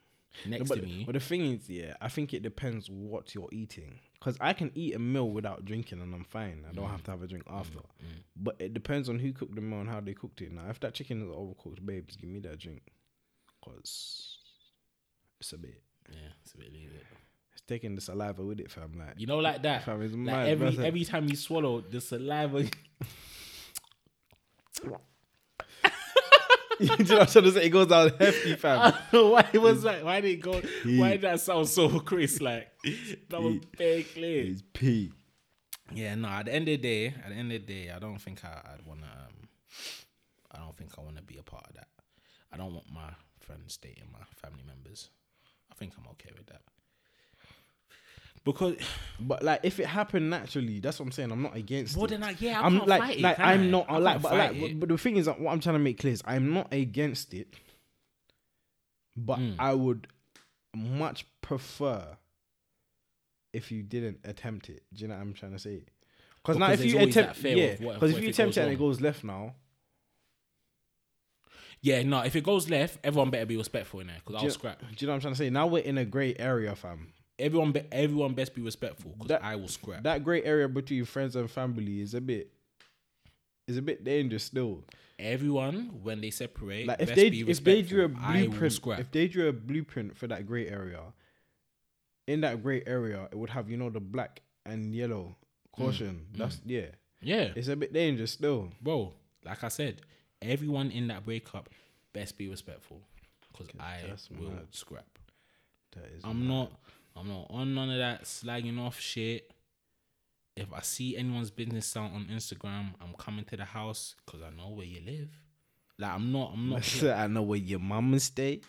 [SPEAKER 1] next
[SPEAKER 2] But,
[SPEAKER 1] to me,
[SPEAKER 2] but the thing is, yeah, I think it depends what you're eating. Because I can eat a meal without drinking and I'm fine. I don't
[SPEAKER 1] Mm.
[SPEAKER 2] have to have a drink after. But it depends on who cooked the meal and how they cooked it. Now, if that chicken is overcooked, babes, give me that drink. Because it's a bit.
[SPEAKER 1] yeah, it's a bit leave it.
[SPEAKER 2] It's taking the saliva with it, fam. Like,
[SPEAKER 1] You know, like that.
[SPEAKER 2] Fam, it's
[SPEAKER 1] like
[SPEAKER 2] mad,
[SPEAKER 1] every
[SPEAKER 2] brother.
[SPEAKER 1] every time you swallow the saliva,
[SPEAKER 2] you know what I'm trying to say? It goes down hefty,
[SPEAKER 1] I
[SPEAKER 2] fam.
[SPEAKER 1] don't know why it was like, why did it go? Why did that sound so crisp? Like that was very clear.
[SPEAKER 2] It's pee.
[SPEAKER 1] Yeah, no. At the end of the day, at the end of the day, I don't think I, I'd wanna. Um, I don't think I wanna be a part of that. I don't want my friends dating my family members. I think I'm okay with that. Because
[SPEAKER 2] But like, if it happened naturally, that's what I'm saying. I'm not against.
[SPEAKER 1] Well,
[SPEAKER 2] it.
[SPEAKER 1] then, like, yeah, I
[SPEAKER 2] I'm
[SPEAKER 1] can't
[SPEAKER 2] like,
[SPEAKER 1] fight it,
[SPEAKER 2] like
[SPEAKER 1] can I?
[SPEAKER 2] I'm not.
[SPEAKER 1] I
[SPEAKER 2] I like,
[SPEAKER 1] can't
[SPEAKER 2] but like,
[SPEAKER 1] fight it.
[SPEAKER 2] but, but the thing is, that what I'm trying to make clear is, I'm not against it. But
[SPEAKER 1] Hmm.
[SPEAKER 2] I would much prefer if you didn't attempt it. Do you know what I'm trying to say? Because now,
[SPEAKER 1] Because
[SPEAKER 2] if
[SPEAKER 1] there's
[SPEAKER 2] you
[SPEAKER 1] always that
[SPEAKER 2] attempt,
[SPEAKER 1] fear
[SPEAKER 2] yeah,
[SPEAKER 1] of what if-
[SPEAKER 2] because if
[SPEAKER 1] what
[SPEAKER 2] you
[SPEAKER 1] if it
[SPEAKER 2] attempt it and it
[SPEAKER 1] goes
[SPEAKER 2] goes left now,
[SPEAKER 1] yeah, no. If it goes left, everyone better be respectful in there because
[SPEAKER 2] do
[SPEAKER 1] I'll
[SPEAKER 2] you,
[SPEAKER 1] scrap.
[SPEAKER 2] do you know what I'm trying to say? Now we're in a grey area, fam.
[SPEAKER 1] Everyone, be, everyone best be respectful because
[SPEAKER 2] That-
[SPEAKER 1] I will scrap.
[SPEAKER 2] That grey area between friends and family is a bit, is a bit dangerous still.
[SPEAKER 1] everyone when they separate,
[SPEAKER 2] Like if
[SPEAKER 1] best
[SPEAKER 2] they
[SPEAKER 1] be
[SPEAKER 2] if they drew a
[SPEAKER 1] respectful. I will
[SPEAKER 2] blueprint,
[SPEAKER 1] scrap.
[SPEAKER 2] if they drew a blueprint for that grey area, in that grey area it would have you know the black and yellow caution.
[SPEAKER 1] Mm,
[SPEAKER 2] That's yeah,
[SPEAKER 1] yeah,
[SPEAKER 2] it's a bit dangerous still.
[SPEAKER 1] bro. Like I said, everyone in that breakup best be respectful because I
[SPEAKER 2] that's
[SPEAKER 1] will
[SPEAKER 2] mad.
[SPEAKER 1] scrap.
[SPEAKER 2] That is
[SPEAKER 1] I'm not. I'm not on none of that slagging off shit. If I see anyone's business out on Instagram, I'm coming to the house because I know where you live. Like I'm not. I'm not.
[SPEAKER 2] Listen, I know where your mama stay.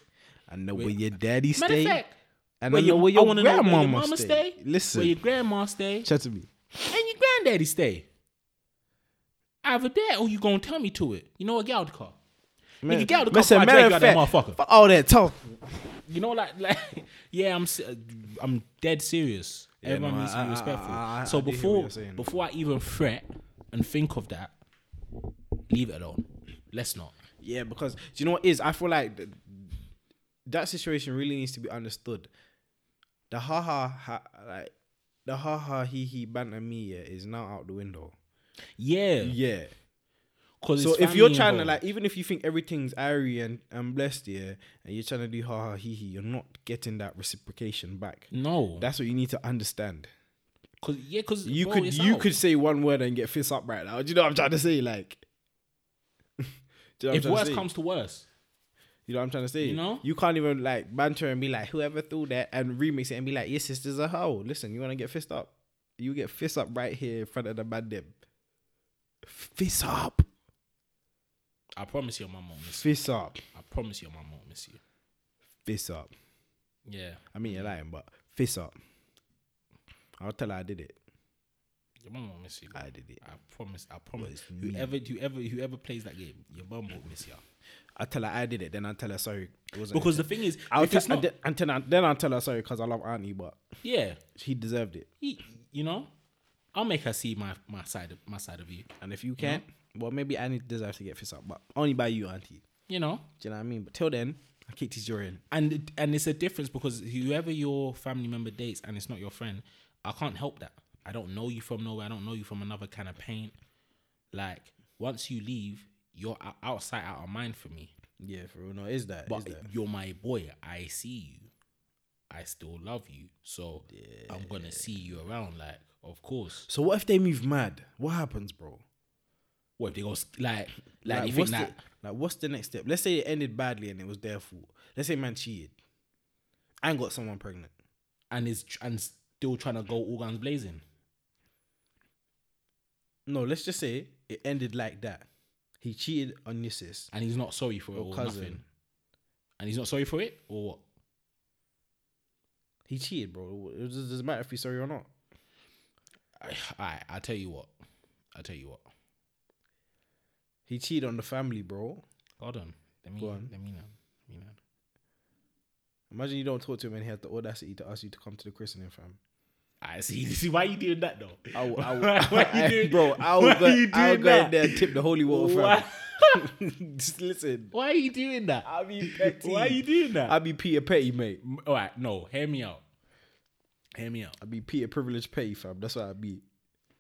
[SPEAKER 2] I know where your daddy
[SPEAKER 1] Matter of
[SPEAKER 2] stay.
[SPEAKER 1] fact,
[SPEAKER 2] and
[SPEAKER 1] where
[SPEAKER 2] I know
[SPEAKER 1] your,
[SPEAKER 2] where
[SPEAKER 1] I
[SPEAKER 2] your
[SPEAKER 1] wanna know where
[SPEAKER 2] grandmama
[SPEAKER 1] your mama
[SPEAKER 2] stay.
[SPEAKER 1] stay.
[SPEAKER 2] Listen,
[SPEAKER 1] where your grandma stay,
[SPEAKER 2] chat to me.
[SPEAKER 1] and your granddaddy stay. Either that or you gonna tell me to it. You know what? Get out the car. Nigga, get out the car
[SPEAKER 2] Listen,
[SPEAKER 1] before I
[SPEAKER 2] matter
[SPEAKER 1] drag
[SPEAKER 2] of
[SPEAKER 1] you out that
[SPEAKER 2] fact,
[SPEAKER 1] motherfucker.
[SPEAKER 2] fuck all that talk.
[SPEAKER 1] You know, like, like, yeah, I'm, se- uh, I'm dead serious. Everyone
[SPEAKER 2] no,
[SPEAKER 1] needs
[SPEAKER 2] I-
[SPEAKER 1] to
[SPEAKER 2] I-
[SPEAKER 1] be respectful.
[SPEAKER 2] I- I-
[SPEAKER 1] so
[SPEAKER 2] I do hear what
[SPEAKER 1] before,
[SPEAKER 2] you're saying.
[SPEAKER 1] before I even fret and think of that, leave it alone. Let's not.
[SPEAKER 2] Yeah, because do you know what is? I feel like th- that situation really needs to be understood. The haha, ha, like the haha, he he banter me yeah, is now out the window.
[SPEAKER 1] Yeah,
[SPEAKER 2] Yeah.
[SPEAKER 1] because
[SPEAKER 2] So if you're trying to like, even if you think everything's airy and, and blessed, yeah, and you're trying to do haha, he he, you're not getting that reciprocation back.
[SPEAKER 1] no,
[SPEAKER 2] That's what you need to understand.
[SPEAKER 1] because yeah, because
[SPEAKER 2] You could you could say one word and get fist up right now. Do you know what I'm trying to say? Like, do you know what I'm
[SPEAKER 1] if
[SPEAKER 2] trying to
[SPEAKER 1] worse
[SPEAKER 2] say?
[SPEAKER 1] comes to worse,
[SPEAKER 2] You know what I'm trying to say?
[SPEAKER 1] You know?
[SPEAKER 2] You can't even like banter and be like, whoever threw that and remix it and be like, your sister's a hoe. Listen, you want to get fist up? You get fist up right here in front of the bad dip. Fist up.
[SPEAKER 1] I promise your mum won't miss.
[SPEAKER 2] Fist up.
[SPEAKER 1] You. I promise your mum won't miss you.
[SPEAKER 2] Fist up.
[SPEAKER 1] Yeah,
[SPEAKER 2] I mean, you're lying, but fist up. I'll tell her I did it.
[SPEAKER 1] your mum won't miss you. I,
[SPEAKER 2] I did it.
[SPEAKER 1] promise. I promise.
[SPEAKER 2] it's me.
[SPEAKER 1] Whoever, whoever, whoever plays that game, your mum won't miss you.
[SPEAKER 2] I'll tell her I did it. Then I'll tell her sorry. It wasn't
[SPEAKER 1] Because the thing is,
[SPEAKER 2] I'll
[SPEAKER 1] if it's
[SPEAKER 2] tell
[SPEAKER 1] not,
[SPEAKER 2] her. Then, I- then I'll tell her sorry because I love Auntie, but
[SPEAKER 1] yeah.
[SPEAKER 2] she deserved it.
[SPEAKER 1] he, you know, I'll make her see my my side of my side of you.
[SPEAKER 2] And if you can't,
[SPEAKER 1] Mm-hmm.
[SPEAKER 2] well, maybe Annie deserves to get fist up, but only by you, Auntie.
[SPEAKER 1] You know,
[SPEAKER 2] Do you know what I mean? But till then, I kicked his jaw in.
[SPEAKER 1] and and it's a difference because whoever your family member dates and it's not your friend, I can't help that. I don't know you from nowhere. I don't know you from another kind of paint. Like once you leave, you're o- outside out of mind for me.
[SPEAKER 2] Yeah, for real. No, is that?
[SPEAKER 1] But you're my boy. I see you. I still love you. So I'm gonna see you around. Like of course.
[SPEAKER 2] So what if they move mad? What happens, bro?
[SPEAKER 1] What if they go s- like like, you think
[SPEAKER 2] what's
[SPEAKER 1] that?
[SPEAKER 2] the, like what's the next step? Let's say it ended badly and it was their fault. Let's say man cheated and got someone pregnant.
[SPEAKER 1] and is tr- and still trying to go all guns blazing.
[SPEAKER 2] No, let's just say it ended like that. He cheated on your sis
[SPEAKER 1] and he's not sorry for it
[SPEAKER 2] or
[SPEAKER 1] or,
[SPEAKER 2] cousin.
[SPEAKER 1] nothing. And he's not sorry for it or what?
[SPEAKER 2] He cheated, bro. It just doesn't matter if he's sorry or not.
[SPEAKER 1] I, I I tell you what, I tell you what.
[SPEAKER 2] He cheated on the family, bro.
[SPEAKER 1] Hold on. Let me
[SPEAKER 2] Go on.
[SPEAKER 1] let me know. Let me know.
[SPEAKER 2] Imagine you don't talk to him and he has the audacity to ask you to come to the christening, fam.
[SPEAKER 1] I see. See why you doing that though?
[SPEAKER 2] I will, I will,
[SPEAKER 1] why you doing,
[SPEAKER 2] bro. I
[SPEAKER 1] why
[SPEAKER 2] will
[SPEAKER 1] are
[SPEAKER 2] go,
[SPEAKER 1] you
[SPEAKER 2] I will
[SPEAKER 1] doing
[SPEAKER 2] go in
[SPEAKER 1] that?
[SPEAKER 2] there and tip the holy water,
[SPEAKER 1] Why,
[SPEAKER 2] fam. Just listen.
[SPEAKER 1] why are you doing that?
[SPEAKER 2] I be petty.
[SPEAKER 1] Why are you doing that?
[SPEAKER 2] I be Peter Petty, mate.
[SPEAKER 1] M- All right, no, hear me out. Hear me out.
[SPEAKER 2] I be Peter Privilege Petty, fam. That's what I be.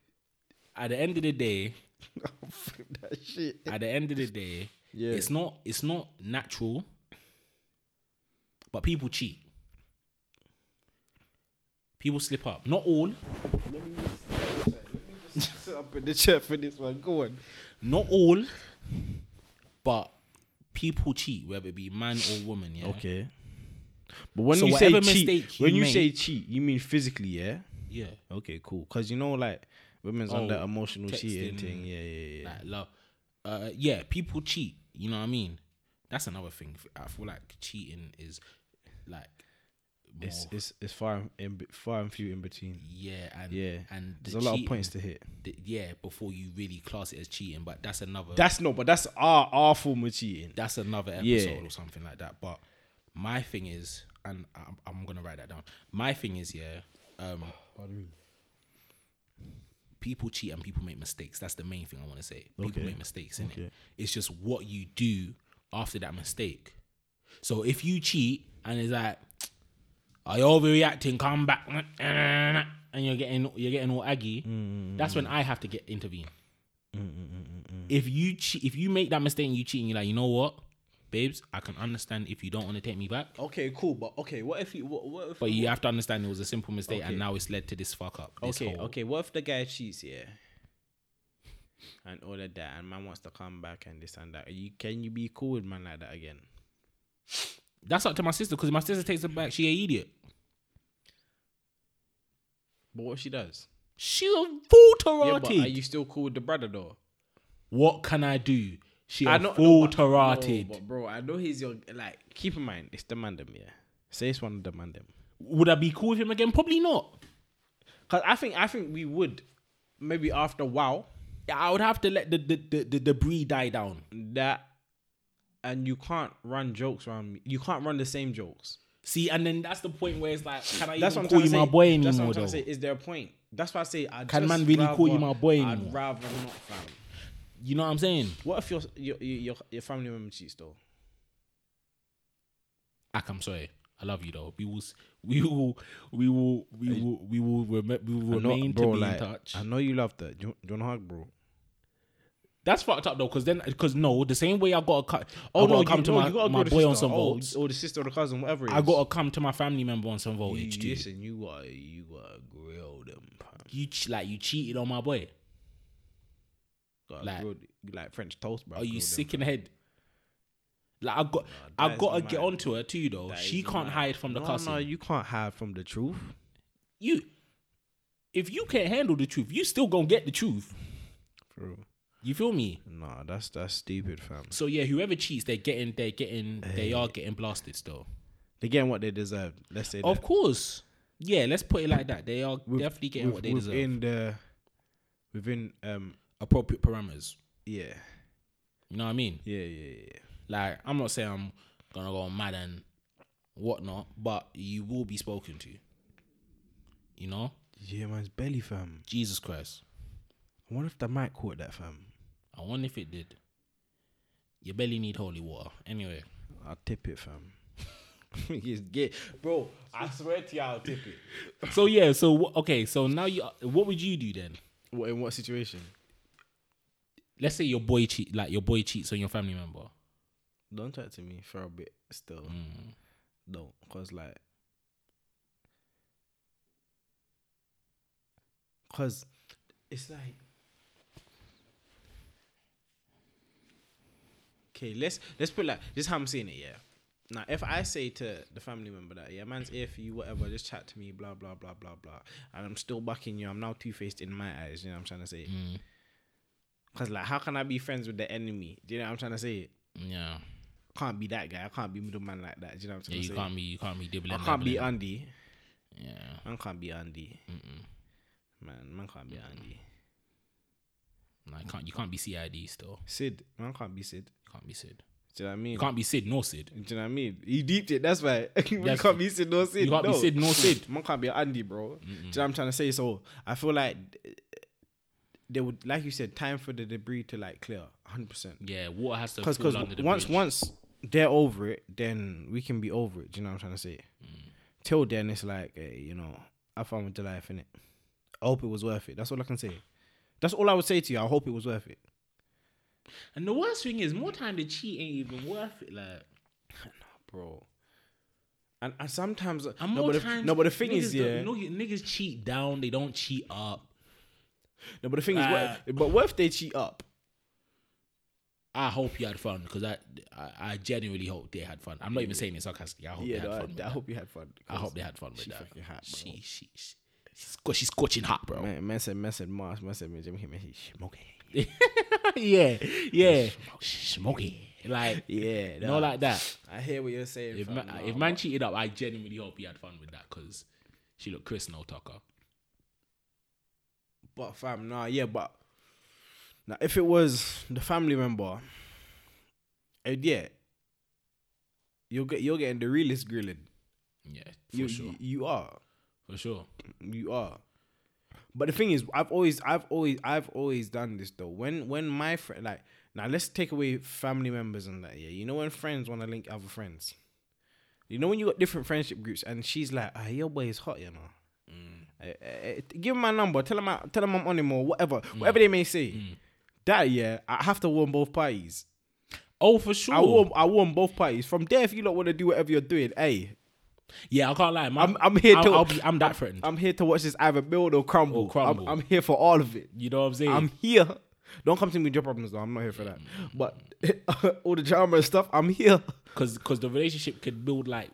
[SPEAKER 1] At the end of the day,
[SPEAKER 2] that shit.
[SPEAKER 1] at the end of the day,
[SPEAKER 2] Yeah.
[SPEAKER 1] it's not it's not natural, but people cheat. People slip up. Not all,
[SPEAKER 2] Sit up in the chair for this one. Go on.
[SPEAKER 1] not all, but people cheat, whether it be man or woman. Yeah.
[SPEAKER 2] Okay. But when
[SPEAKER 1] So
[SPEAKER 2] you say
[SPEAKER 1] whatever
[SPEAKER 2] cheat,
[SPEAKER 1] mistake you
[SPEAKER 2] when you
[SPEAKER 1] make-
[SPEAKER 2] say cheat, you mean physically, yeah?
[SPEAKER 1] Yeah.
[SPEAKER 2] Okay, cool. Because you know, like women's
[SPEAKER 1] Oh,
[SPEAKER 2] on that emotional cheating
[SPEAKER 1] texting.
[SPEAKER 2] thing. Yeah, yeah, yeah.
[SPEAKER 1] Like love. Uh, yeah. People cheat. You know what I mean? That's another thing. I feel like cheating is like. More,
[SPEAKER 2] It's it's it's far and- in be- far and few in between.
[SPEAKER 1] yeah, and
[SPEAKER 2] Yeah.
[SPEAKER 1] and the
[SPEAKER 2] There's a lot of
[SPEAKER 1] cheating-
[SPEAKER 2] points to hit.
[SPEAKER 1] the- yeah, before you really class it as cheating, but that's another
[SPEAKER 2] That's no, but that's our our form of cheating.
[SPEAKER 1] that's another episode
[SPEAKER 2] Yeah.
[SPEAKER 1] or something like that. But my thing is, and I'm, I'm gonna write that down. My thing is, yeah, um, people cheat and people make mistakes. That's the main thing I want to say. People
[SPEAKER 2] Okay.
[SPEAKER 1] make mistakes, innit?
[SPEAKER 2] Okay.
[SPEAKER 1] It's just what you do after that mistake. So if you cheat and it's like, are you overreacting? Come back, and you're getting you're getting all aggy.
[SPEAKER 2] Mm-hmm.
[SPEAKER 1] That's when I have to get intervene. If you che- if you make that mistake and you cheat, and you're like, you know what, babes, I can understand if you don't want to take me back.
[SPEAKER 2] Okay, cool. But okay, what if you what, what if
[SPEAKER 1] But you have to understand it was a simple mistake,
[SPEAKER 2] Okay.
[SPEAKER 1] and now it's led to this fuck up. this
[SPEAKER 2] okay
[SPEAKER 1] whole-
[SPEAKER 2] okay what if the guy cheats yeah and all of that and man wants to come back and this and that you can you be cool with man like that again?
[SPEAKER 1] That's up to my sister because my sister takes it back. She a idiot.
[SPEAKER 2] But what if she does?
[SPEAKER 1] She a fool to
[SPEAKER 2] Yeah,
[SPEAKER 1] Rati.
[SPEAKER 2] but are you still cool with the brother though?
[SPEAKER 1] what can I do? She
[SPEAKER 2] I
[SPEAKER 1] a
[SPEAKER 2] know-
[SPEAKER 1] fool
[SPEAKER 2] no, but-
[SPEAKER 1] to Rati.
[SPEAKER 2] no, but bro, I know he's your like. Keep in mind, it's the mandem, yeah. Say it's one of the mandem.
[SPEAKER 1] Would I be cool with him again? Probably not.
[SPEAKER 2] Cause I think I think we would, maybe after a while
[SPEAKER 1] I would have to let the the, the, the debris die down.
[SPEAKER 2] that, and you can't run jokes around me. You can't run the same jokes.
[SPEAKER 1] See, and then that's the point where it's like, can I
[SPEAKER 2] That's what
[SPEAKER 1] even call
[SPEAKER 2] I'm trying
[SPEAKER 1] you
[SPEAKER 2] to
[SPEAKER 1] my
[SPEAKER 2] say.
[SPEAKER 1] boy
[SPEAKER 2] That's what
[SPEAKER 1] anymore?
[SPEAKER 2] I'm trying
[SPEAKER 1] Though
[SPEAKER 2] to say. Is there a point? That's why I say. I
[SPEAKER 1] Can
[SPEAKER 2] just
[SPEAKER 1] man really call you
[SPEAKER 2] rather-
[SPEAKER 1] my boy anymore?
[SPEAKER 2] I'd rather not, fam.
[SPEAKER 1] you know what I'm saying?
[SPEAKER 2] What if your your your, your family member cheats though?
[SPEAKER 1] Ak, I'm sorry. I love you though. We will, s- we will, we will, we will, we will, rem- we will remain to be in touch.
[SPEAKER 2] I know you love that. Do you, do you want a hug, bro?
[SPEAKER 1] That's fucked up though, because then, because no, the same way I gotta cut. Oh
[SPEAKER 2] no,
[SPEAKER 1] no, come to
[SPEAKER 2] no,
[SPEAKER 1] my,
[SPEAKER 2] you gotta go
[SPEAKER 1] my
[SPEAKER 2] to
[SPEAKER 1] boy on
[SPEAKER 2] sister.
[SPEAKER 1] some
[SPEAKER 2] Oh,
[SPEAKER 1] volts.
[SPEAKER 2] or the sister or the cousin, whatever. It is.
[SPEAKER 1] I gotta come to my family member on some
[SPEAKER 2] You,
[SPEAKER 1] voltage.
[SPEAKER 2] you,
[SPEAKER 1] dude.
[SPEAKER 2] listen, you gotta you gotta grill them. fam.
[SPEAKER 1] You ch- like you cheated on my boy.
[SPEAKER 2] Gotta
[SPEAKER 1] Like-
[SPEAKER 2] grill, you like French toast, bro.
[SPEAKER 1] Are you
[SPEAKER 2] grill them.
[SPEAKER 1] sick in the head? Like I got,
[SPEAKER 2] Nah,
[SPEAKER 1] I
[SPEAKER 2] that is
[SPEAKER 1] gotta get
[SPEAKER 2] mad.
[SPEAKER 1] onto her too though.
[SPEAKER 2] That
[SPEAKER 1] she
[SPEAKER 2] is
[SPEAKER 1] can't
[SPEAKER 2] mad.
[SPEAKER 1] hide from the
[SPEAKER 2] no,
[SPEAKER 1] cussing.
[SPEAKER 2] No, you can't hide from the truth.
[SPEAKER 1] you, if you can't handle the truth, you still gonna get the truth.
[SPEAKER 2] True.
[SPEAKER 1] You feel me?
[SPEAKER 2] Nah, that's that's stupid, fam.
[SPEAKER 1] So yeah, whoever cheats, they're getting, they're getting, they are getting blasted still.
[SPEAKER 2] They're getting what they deserve. Let's say
[SPEAKER 1] Of course. Yeah, let's put it like that. They are
[SPEAKER 2] With-
[SPEAKER 1] definitely getting
[SPEAKER 2] with-
[SPEAKER 1] what they deserve.
[SPEAKER 2] within the within um
[SPEAKER 1] Appropriate parameters.
[SPEAKER 2] yeah
[SPEAKER 1] You know what I mean?
[SPEAKER 2] yeah yeah yeah.
[SPEAKER 1] Like, I'm not saying I'm gonna go mad and whatnot, but you will be spoken to. You know?
[SPEAKER 2] Yeah, man's belly, fam.
[SPEAKER 1] Jesus Christ.
[SPEAKER 2] I wonder if the mic caught that, fam.
[SPEAKER 1] I wonder if it did. Your belly need holy water. Anyway.
[SPEAKER 2] I'll tip it, fam. He's gay, bro. I swear to you, I'll tip it.
[SPEAKER 1] So yeah, so wh- okay, so now you what would you do then?
[SPEAKER 2] What in what situation?
[SPEAKER 1] Let's say your boy cheat like your boy cheats on your family member.
[SPEAKER 2] Don't talk to me for a bit still.
[SPEAKER 1] Mm-hmm.
[SPEAKER 2] Don't, cause like, cause it's like. Okay, let's let's put like this. is How I'm seeing it, yeah. Now, if I say to the family member that, yeah, man's here for you, whatever, just chat to me, blah blah blah blah blah, and I'm still backing you, I'm now two faced in my eyes. You know what I'm trying to say?
[SPEAKER 1] Mm,
[SPEAKER 2] Cause like, how can I be friends with the enemy? Do you know what I'm trying to say?
[SPEAKER 1] yeah.
[SPEAKER 2] can't be that guy. I can't be middleman like that. Do you know what I'm
[SPEAKER 1] Yeah, you
[SPEAKER 2] saying?
[SPEAKER 1] can't be you can't be dibbling.
[SPEAKER 2] I can't be
[SPEAKER 1] dabbling.
[SPEAKER 2] Andy.
[SPEAKER 1] yeah.
[SPEAKER 2] Man can't be Andy.
[SPEAKER 1] Mm-mm.
[SPEAKER 2] Man, man can't be Andy.
[SPEAKER 1] No, you can't. You can't be CID still.
[SPEAKER 2] Sid, man can't be Sid.
[SPEAKER 1] You can't be Sid.
[SPEAKER 2] Do you know what I mean?
[SPEAKER 1] You can't be Sid nor Sid.
[SPEAKER 2] Do you know what I mean? He deeped it. That's why we
[SPEAKER 1] That's-
[SPEAKER 2] can't be Sid no Sid.
[SPEAKER 1] can't be
[SPEAKER 2] no.
[SPEAKER 1] Sid, no Sid.
[SPEAKER 2] Man can't be Andy, bro. Do you know what I'm trying to say? So I feel like eh, they would, like you said, time for the debris to like clear, 100. percent
[SPEAKER 1] Yeah, water has to
[SPEAKER 2] Because
[SPEAKER 1] fall under the
[SPEAKER 2] once
[SPEAKER 1] bridge.
[SPEAKER 2] once they're over it, then we can be over it. Do you know what I'm trying to say?
[SPEAKER 1] Mm.
[SPEAKER 2] Till then, it's like eh, you know, I found with the life in it. I hope it was worth it. That's all I can say. That's all I would say to you. I hope it was worth it.
[SPEAKER 1] and the worst thing is, more time to cheat ain't even worth it. Like,
[SPEAKER 2] bro. And, and sometimes uh,
[SPEAKER 1] and
[SPEAKER 2] no,
[SPEAKER 1] more
[SPEAKER 2] but the,
[SPEAKER 1] times,
[SPEAKER 2] no, but the thing
[SPEAKER 1] niggas
[SPEAKER 2] is, yeah,
[SPEAKER 1] don't- no, niggas cheat down. They don't cheat up.
[SPEAKER 2] no, but the thing is,
[SPEAKER 1] Ah.
[SPEAKER 2] what, if- but what if they cheat up?
[SPEAKER 1] I hope you had fun because I, I, I genuinely hope they had fun. I'm not even saying it sarcastically. I hope
[SPEAKER 2] Yeah,
[SPEAKER 1] they had
[SPEAKER 2] no,
[SPEAKER 1] fun.
[SPEAKER 2] I,
[SPEAKER 1] with
[SPEAKER 2] I
[SPEAKER 1] that.
[SPEAKER 2] hope you had fun.
[SPEAKER 1] I hope they had fun with
[SPEAKER 2] she
[SPEAKER 1] that.
[SPEAKER 2] fucking hot, bro.
[SPEAKER 1] She, she, she, she's, sco- she's scorching hot, bro.
[SPEAKER 2] Man, man said, man said, Mars, man said, man, Jimmy, man, he's smoking.
[SPEAKER 1] yeah, yeah, smoky, like
[SPEAKER 2] Yeah,
[SPEAKER 1] no, like that.
[SPEAKER 2] I hear what you're saying.
[SPEAKER 1] If
[SPEAKER 2] fam,
[SPEAKER 1] man,
[SPEAKER 2] nah,
[SPEAKER 1] if man cheated up, I genuinely hope he had fun with that because she looked Chris no Tucker.
[SPEAKER 2] but fam, nah, yeah, but now if it was the family member, and yeah, you'll get you're getting the realest grilling.
[SPEAKER 1] Yeah, for
[SPEAKER 2] You,
[SPEAKER 1] sure,
[SPEAKER 2] you you are.
[SPEAKER 1] for sure.
[SPEAKER 2] you are. But the thing is, I've always, I've always, I've always done this though. When, when my friend, like, now let's take away family members and that. Yeah, you know when friends want to link other friends. You know when you got different friendship groups, and she's like, "Ah, your boy is hot, you know."
[SPEAKER 1] Mm.
[SPEAKER 2] Eh, eh, eh, give him my number. Tell him, I, tell him I'm on him or whatever,
[SPEAKER 1] Mm.
[SPEAKER 2] whatever they may say. That yeah, I have to warn both parties.
[SPEAKER 1] Oh, for sure.
[SPEAKER 2] I warn, I warn both parties. From there, if you lot want to do whatever you're doing, hey,
[SPEAKER 1] yeah, I can't lie. man.
[SPEAKER 2] I'm, I'm here
[SPEAKER 1] I'll-
[SPEAKER 2] to,
[SPEAKER 1] I'll be- I'm that friend.
[SPEAKER 2] I'm here to watch this either build or crumble.
[SPEAKER 1] Mm. Or crumble.
[SPEAKER 2] I'm, I'm here for all of it.
[SPEAKER 1] you know what I'm saying?
[SPEAKER 2] I'm here. Don't come to me with your problems though. I'm not here for that. But all the drama and stuff, I'm here.
[SPEAKER 1] because because the relationship could build like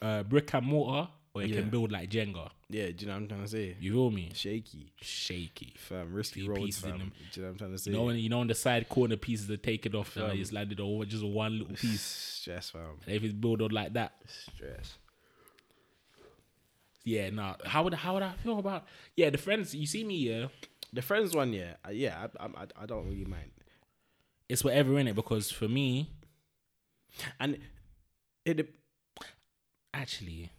[SPEAKER 1] uh, brick and mortar, or it can build like Jenga.
[SPEAKER 2] Yeah, do you know what I'm trying to say?
[SPEAKER 1] You feel me?
[SPEAKER 2] Shaky,
[SPEAKER 1] Shaky.
[SPEAKER 2] fam. Risky
[SPEAKER 1] Few
[SPEAKER 2] roads,
[SPEAKER 1] pieces in
[SPEAKER 2] fam.
[SPEAKER 1] them.
[SPEAKER 2] Do you know what I'm trying to say?
[SPEAKER 1] You know, when, you know, on the side corner pieces are taken off,
[SPEAKER 2] Um,
[SPEAKER 1] and I just landed over just one little piece.
[SPEAKER 2] Stress, fam.
[SPEAKER 1] And if it's built on like that,
[SPEAKER 2] Stress.
[SPEAKER 1] yeah, nah. How would how would I feel about? Yeah, the friends. You see me, yeah.
[SPEAKER 2] The friends one, yeah, I- yeah. I, I, I don't really mind.
[SPEAKER 1] It's whatever in it because for me,
[SPEAKER 2] And it, de-
[SPEAKER 1] actually,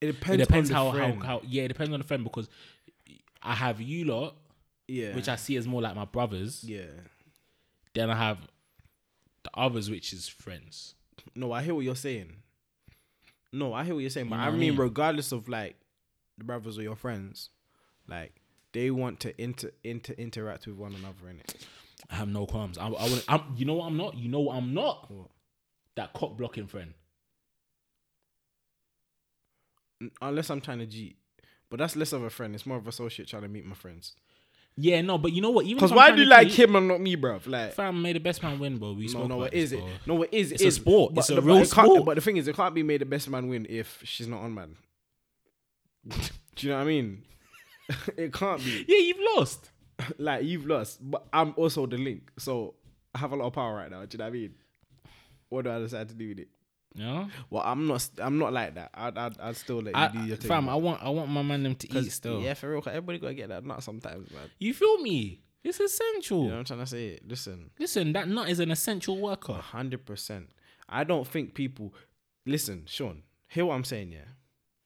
[SPEAKER 2] it depends.
[SPEAKER 1] it depends
[SPEAKER 2] on the
[SPEAKER 1] how, how
[SPEAKER 2] friend.
[SPEAKER 1] how yeah, it depends on the friend because I have you lot,
[SPEAKER 2] yeah,
[SPEAKER 1] which I see as more like my brothers.
[SPEAKER 2] yeah.
[SPEAKER 1] Then I have the others, which is friends.
[SPEAKER 2] No, I hear what you're saying. No, I hear what you're saying, but
[SPEAKER 1] know
[SPEAKER 2] I
[SPEAKER 1] what I
[SPEAKER 2] mean,
[SPEAKER 1] mean?
[SPEAKER 2] regardless of like the brothers or your friends, like they want to inter inter interact with one another in it.
[SPEAKER 1] I have no qualms. I, I would. I'm, you know what I'm not. You know what I'm not.
[SPEAKER 2] What?
[SPEAKER 1] That cock blocking friend.
[SPEAKER 2] Unless I'm trying to cheat, but that's less of a friend. It's more of associate trying to meet my friends.
[SPEAKER 1] Yeah, no, but you know Mm. what? Even
[SPEAKER 2] Because
[SPEAKER 1] if I'm
[SPEAKER 2] why
[SPEAKER 1] trying
[SPEAKER 2] do you
[SPEAKER 1] to
[SPEAKER 2] like
[SPEAKER 1] cheat-
[SPEAKER 2] him and not me, bruv? Like.
[SPEAKER 1] Fam made the best man win, bro. We
[SPEAKER 2] No,
[SPEAKER 1] spoke
[SPEAKER 2] no,
[SPEAKER 1] about
[SPEAKER 2] it is
[SPEAKER 1] this,
[SPEAKER 2] it.
[SPEAKER 1] bro.
[SPEAKER 2] No, it is. it
[SPEAKER 1] It's a
[SPEAKER 2] is.
[SPEAKER 1] sport. It's a
[SPEAKER 2] the-
[SPEAKER 1] real
[SPEAKER 2] it can't-
[SPEAKER 1] sport.
[SPEAKER 2] But the thing is, it can't be made the best man win if she's not on man. Do you know what I mean? it can't be.
[SPEAKER 1] Yeah, you've lost.
[SPEAKER 2] like you've lost, but I'm also the link, so I have a lot of power right now. Do you know what I mean? What do I decide to do with it?
[SPEAKER 1] Yeah,
[SPEAKER 2] Well, I'm not. I'm not like that. I'd. I'd, I'd still let you
[SPEAKER 1] I,
[SPEAKER 2] do your thing.
[SPEAKER 1] fam,
[SPEAKER 2] man.
[SPEAKER 1] I want I want my man them to
[SPEAKER 2] 'Cause-
[SPEAKER 1] eat still.
[SPEAKER 2] Yeah, for real. 'cause Everybody gotta get that nut sometimes, man.
[SPEAKER 1] You feel me? It's essential.
[SPEAKER 2] You know what I'm trying to say? Listen,
[SPEAKER 1] Listen, that nut is an essential worker.
[SPEAKER 2] hundred percent. I don't think people. Listen, Sean. Hear what I'm saying, yeah.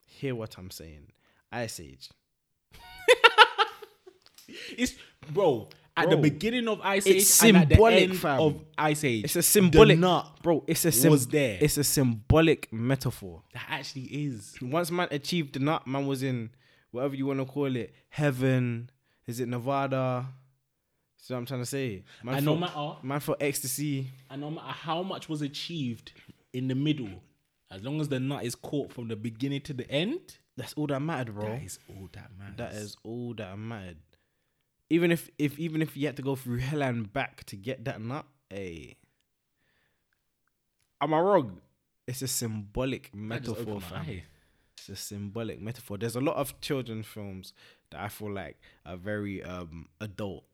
[SPEAKER 2] Hear what I'm saying. Ice Age.
[SPEAKER 1] It's bro. At the
[SPEAKER 2] Bro.
[SPEAKER 1] beginning of Ice Age,
[SPEAKER 2] It's
[SPEAKER 1] and at the
[SPEAKER 2] symbolic,
[SPEAKER 1] end
[SPEAKER 2] fam.
[SPEAKER 1] of Ice Age,
[SPEAKER 2] It's a symbolic.
[SPEAKER 1] The nut
[SPEAKER 2] bro, it's a sym-
[SPEAKER 1] was there.
[SPEAKER 2] It's a symbolic metaphor.
[SPEAKER 1] that actually is.
[SPEAKER 2] once man achieved the nut, man was in whatever you want to call it, heaven. Is it Nevada? See what I'm trying to say? Man
[SPEAKER 1] And no
[SPEAKER 2] felt-
[SPEAKER 1] matter-
[SPEAKER 2] man for ecstasy.
[SPEAKER 1] And no matter how much was achieved in the middle, as long as the nut is caught from the beginning to the end,
[SPEAKER 2] That's all that mattered, bro.
[SPEAKER 1] that is all that matters.
[SPEAKER 2] That is all that mattered. Even if, if even if you had to go through hell and back to get that nut, hey. Am I wrong? It's a symbolic
[SPEAKER 1] That just
[SPEAKER 2] metaphor,
[SPEAKER 1] opened my
[SPEAKER 2] fam.
[SPEAKER 1] eye.
[SPEAKER 2] it's a symbolic metaphor. There's a lot of children films that I feel like are very um adult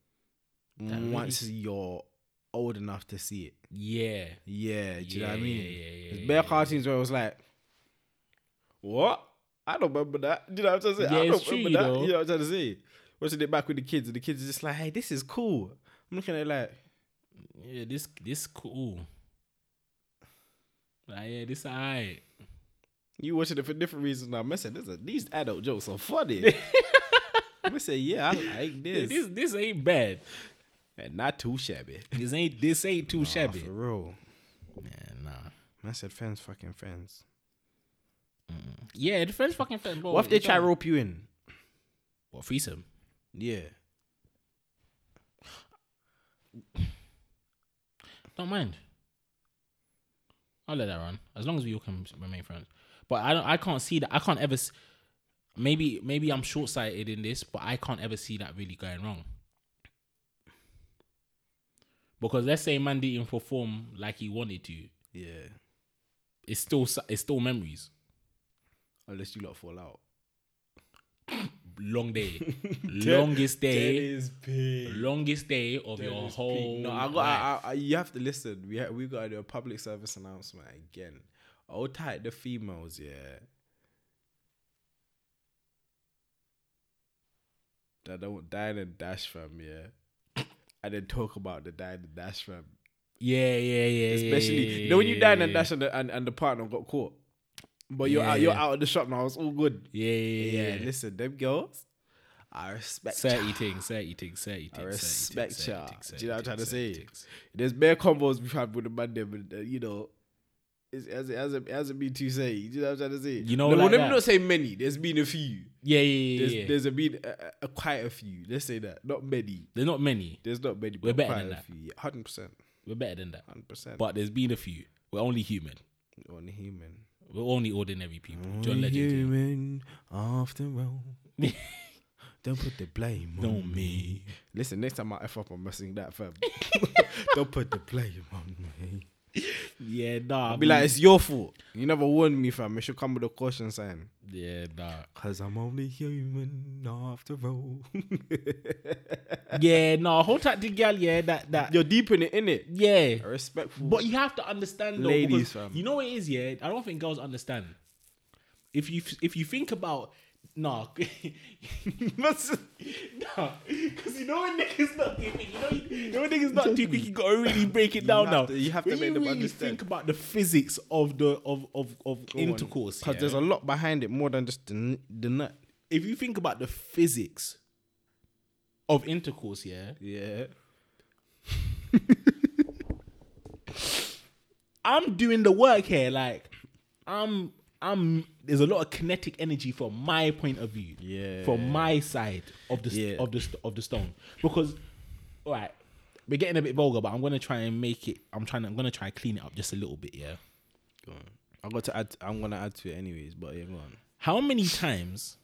[SPEAKER 1] really-
[SPEAKER 2] once you're old enough to see it.
[SPEAKER 1] Yeah,
[SPEAKER 2] Yeah, do you know what I
[SPEAKER 1] Yeah,
[SPEAKER 2] mean?
[SPEAKER 1] yeah, yeah,
[SPEAKER 2] There's
[SPEAKER 1] yeah,
[SPEAKER 2] bare cartoons where it was like, what? I don't remember that. Do you know what I'm trying to say?
[SPEAKER 1] Yeah,
[SPEAKER 2] I don't
[SPEAKER 1] it's true,
[SPEAKER 2] remember that.
[SPEAKER 1] though.
[SPEAKER 2] You know what I'm trying to say? watching it back with the kids, and the kids are just like, "Hey, this is cool." I'm looking at it like,
[SPEAKER 1] Yeah, this this cool. Like, yeah, this alright.
[SPEAKER 2] You watching it for different reasons now. I said, this these adult jokes are funny. I say, yeah, I like
[SPEAKER 1] Yeah,
[SPEAKER 2] this.
[SPEAKER 1] This this ain't bad.
[SPEAKER 2] And not too shabby.
[SPEAKER 1] This ain't this ain't too shabby.
[SPEAKER 2] For real.
[SPEAKER 1] Yeah, nah.
[SPEAKER 2] I said, friends, fucking friends.
[SPEAKER 1] Yeah, the friends fucking friend. Bro,
[SPEAKER 2] What if they
[SPEAKER 1] you
[SPEAKER 2] try
[SPEAKER 1] don't-
[SPEAKER 2] rope Oh, you in?
[SPEAKER 1] What threesome?
[SPEAKER 2] Yeah.
[SPEAKER 1] Don't mind. I'll let that run as long as we all can remain friends. But I don't. I can't see that. I can't ever. s- Maybe maybe I'm short sighted in this, but I can't ever see that really going wrong. Because let's say man didn't perform like he wanted to,
[SPEAKER 2] Yeah.
[SPEAKER 1] it's still s- it's still memories.
[SPEAKER 2] Unless you lot fall out.
[SPEAKER 1] Long day, longest day,
[SPEAKER 2] is big.
[SPEAKER 1] longest day of your
[SPEAKER 2] It's peak.
[SPEAKER 1] whole.
[SPEAKER 2] No, I got.
[SPEAKER 1] life.
[SPEAKER 2] I, I, you have to listen. We ha- we got to do a public service announcement again. Oh, tight the females, yeah. That don't dine and dash from, yeah. And then talk about the dine and dash from,
[SPEAKER 1] yeah, yeah, yeah.
[SPEAKER 2] especially
[SPEAKER 1] yeah,
[SPEAKER 2] you know when you dine and
[SPEAKER 1] yeah,
[SPEAKER 2] dash and the, and, and the partner got caught. But you're out, you're out of the shop now. It's all good.
[SPEAKER 1] Yeah, yeah, yeah. yeah.
[SPEAKER 2] listen, them girls, I respect.
[SPEAKER 1] Certain things, certain things, certain things.
[SPEAKER 2] I
[SPEAKER 1] certain things,
[SPEAKER 2] respect
[SPEAKER 1] certain
[SPEAKER 2] ya.
[SPEAKER 1] things,
[SPEAKER 2] Do you know what I'm trying
[SPEAKER 1] certain things,
[SPEAKER 2] to say?
[SPEAKER 1] certain things.
[SPEAKER 2] There's bare combos we've had with the man there, but uh, you know, it's, it hasn't, it hasn't, it hasn't been too say. Do you know what I'm trying to say?
[SPEAKER 1] You know,
[SPEAKER 2] no,
[SPEAKER 1] like
[SPEAKER 2] let
[SPEAKER 1] that.
[SPEAKER 2] me not say many. There's been a few.
[SPEAKER 1] Yeah, yeah, yeah,
[SPEAKER 2] There's,
[SPEAKER 1] yeah. There's,
[SPEAKER 2] there's a been a, a, a quite a few. Let's say that. Not many.
[SPEAKER 1] not many.
[SPEAKER 2] There's not many. But
[SPEAKER 1] We're better
[SPEAKER 2] quite
[SPEAKER 1] than
[SPEAKER 2] a
[SPEAKER 1] that.
[SPEAKER 2] few. Yeah, Hundred percent.
[SPEAKER 1] We're better than that.
[SPEAKER 2] Hundred percent.
[SPEAKER 1] But there's been a few. We're only human.
[SPEAKER 2] on human.
[SPEAKER 1] We're only ordinary people. John Legend.
[SPEAKER 2] Human after all. Don't put the blame
[SPEAKER 1] Don't me.
[SPEAKER 2] Listen, next time I f up, I'm messing that fam. Don't put the blame on me.
[SPEAKER 1] Yeah, nah.
[SPEAKER 2] I'll be like, it's your fault. You never warned me, fam. It should come with a caution sign.
[SPEAKER 1] yeah, nah.
[SPEAKER 2] Cause I'm only human after all.
[SPEAKER 1] Yeah, nah. Whole type the gal, yeah, that, that.
[SPEAKER 2] You're deep in it, innit?
[SPEAKER 1] Yeah.
[SPEAKER 2] Respectful.
[SPEAKER 1] But you have to understand, though,
[SPEAKER 2] Ladies,
[SPEAKER 1] because
[SPEAKER 2] fam.
[SPEAKER 1] You know what it is, yeah. I don't think girls understand. If you if you think about nah, nah, because you know when niggas not too quick, you know, you know when niggas not too quick, you gotta really break it down
[SPEAKER 2] have
[SPEAKER 1] now.
[SPEAKER 2] to- you have to
[SPEAKER 1] When
[SPEAKER 2] make them
[SPEAKER 1] really
[SPEAKER 2] understand.
[SPEAKER 1] Think about the physics of the of of of intercourse.
[SPEAKER 2] Because
[SPEAKER 1] yeah?
[SPEAKER 2] there's a lot behind it more than just the, n- the nut.
[SPEAKER 1] if you think about the physics of intercourse, yeah,
[SPEAKER 2] Yeah.
[SPEAKER 1] I'm doing the work here. Like, I'm, I'm. There's a lot of kinetic energy from my point of view.
[SPEAKER 2] Yeah.
[SPEAKER 1] From my side of the st
[SPEAKER 2] Yeah.
[SPEAKER 1] of the st- of the stone, because, all right, we're getting a bit vulgar, but I'm gonna try and make it. I'm trying. I'm gonna try and clean it up just a little bit. Yeah.
[SPEAKER 2] Go on. I got to add. I'm gonna add to it anyways. But yeah, go on.
[SPEAKER 1] How many times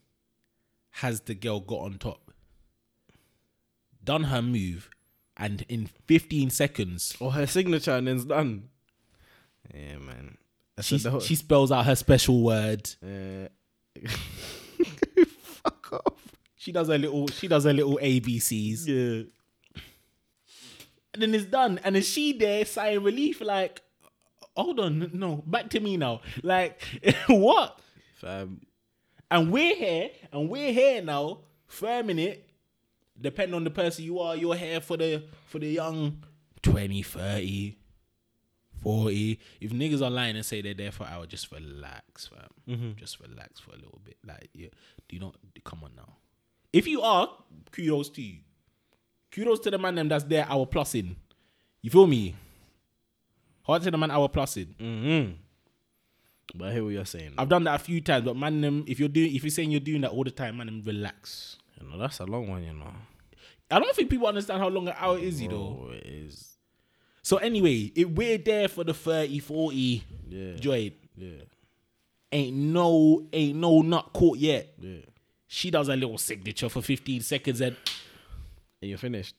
[SPEAKER 1] has the girl got on top, done her move, and in 15 seconds
[SPEAKER 2] Or her signature and then's done. Yeah, man. I
[SPEAKER 1] she
[SPEAKER 2] said the whole-
[SPEAKER 1] she spells out her special word.
[SPEAKER 2] Uh,
[SPEAKER 1] She does her little. She does her little ABCs.
[SPEAKER 2] yeah.
[SPEAKER 1] and then it's done. And then she there sighing relief, like, hold on, no, back to me now. Like, what?
[SPEAKER 2] Fam.
[SPEAKER 1] And we're here, and we're here now, firming it. Depending on the person you are, you're here for the for the young 20, 30, 40. If niggas are lying and say they're there for an hour, just relax, fam. Just relax for a little bit. Like, yeah, do not come on now. If you are, kudos to you. Kudos to the man them that's there hour plus in. You feel me? Hard to the man hour plus in.
[SPEAKER 2] Mm-hmm. But I hear what you're saying.
[SPEAKER 1] I've done that a few times, but man them, if you're doing if you're saying you're doing that all the time, man them relax.
[SPEAKER 2] You know, that's a long one, you know.
[SPEAKER 1] I don't think people understand how long an hour is, you know.
[SPEAKER 2] Bro, it is.
[SPEAKER 1] So anyway, if we're there for the 30, 40
[SPEAKER 2] Yeah.
[SPEAKER 1] joint,
[SPEAKER 2] yeah.
[SPEAKER 1] ain't no ain't no nut caught yet.
[SPEAKER 2] Yeah.
[SPEAKER 1] She does a little signature for 15 seconds and
[SPEAKER 2] And you're finished.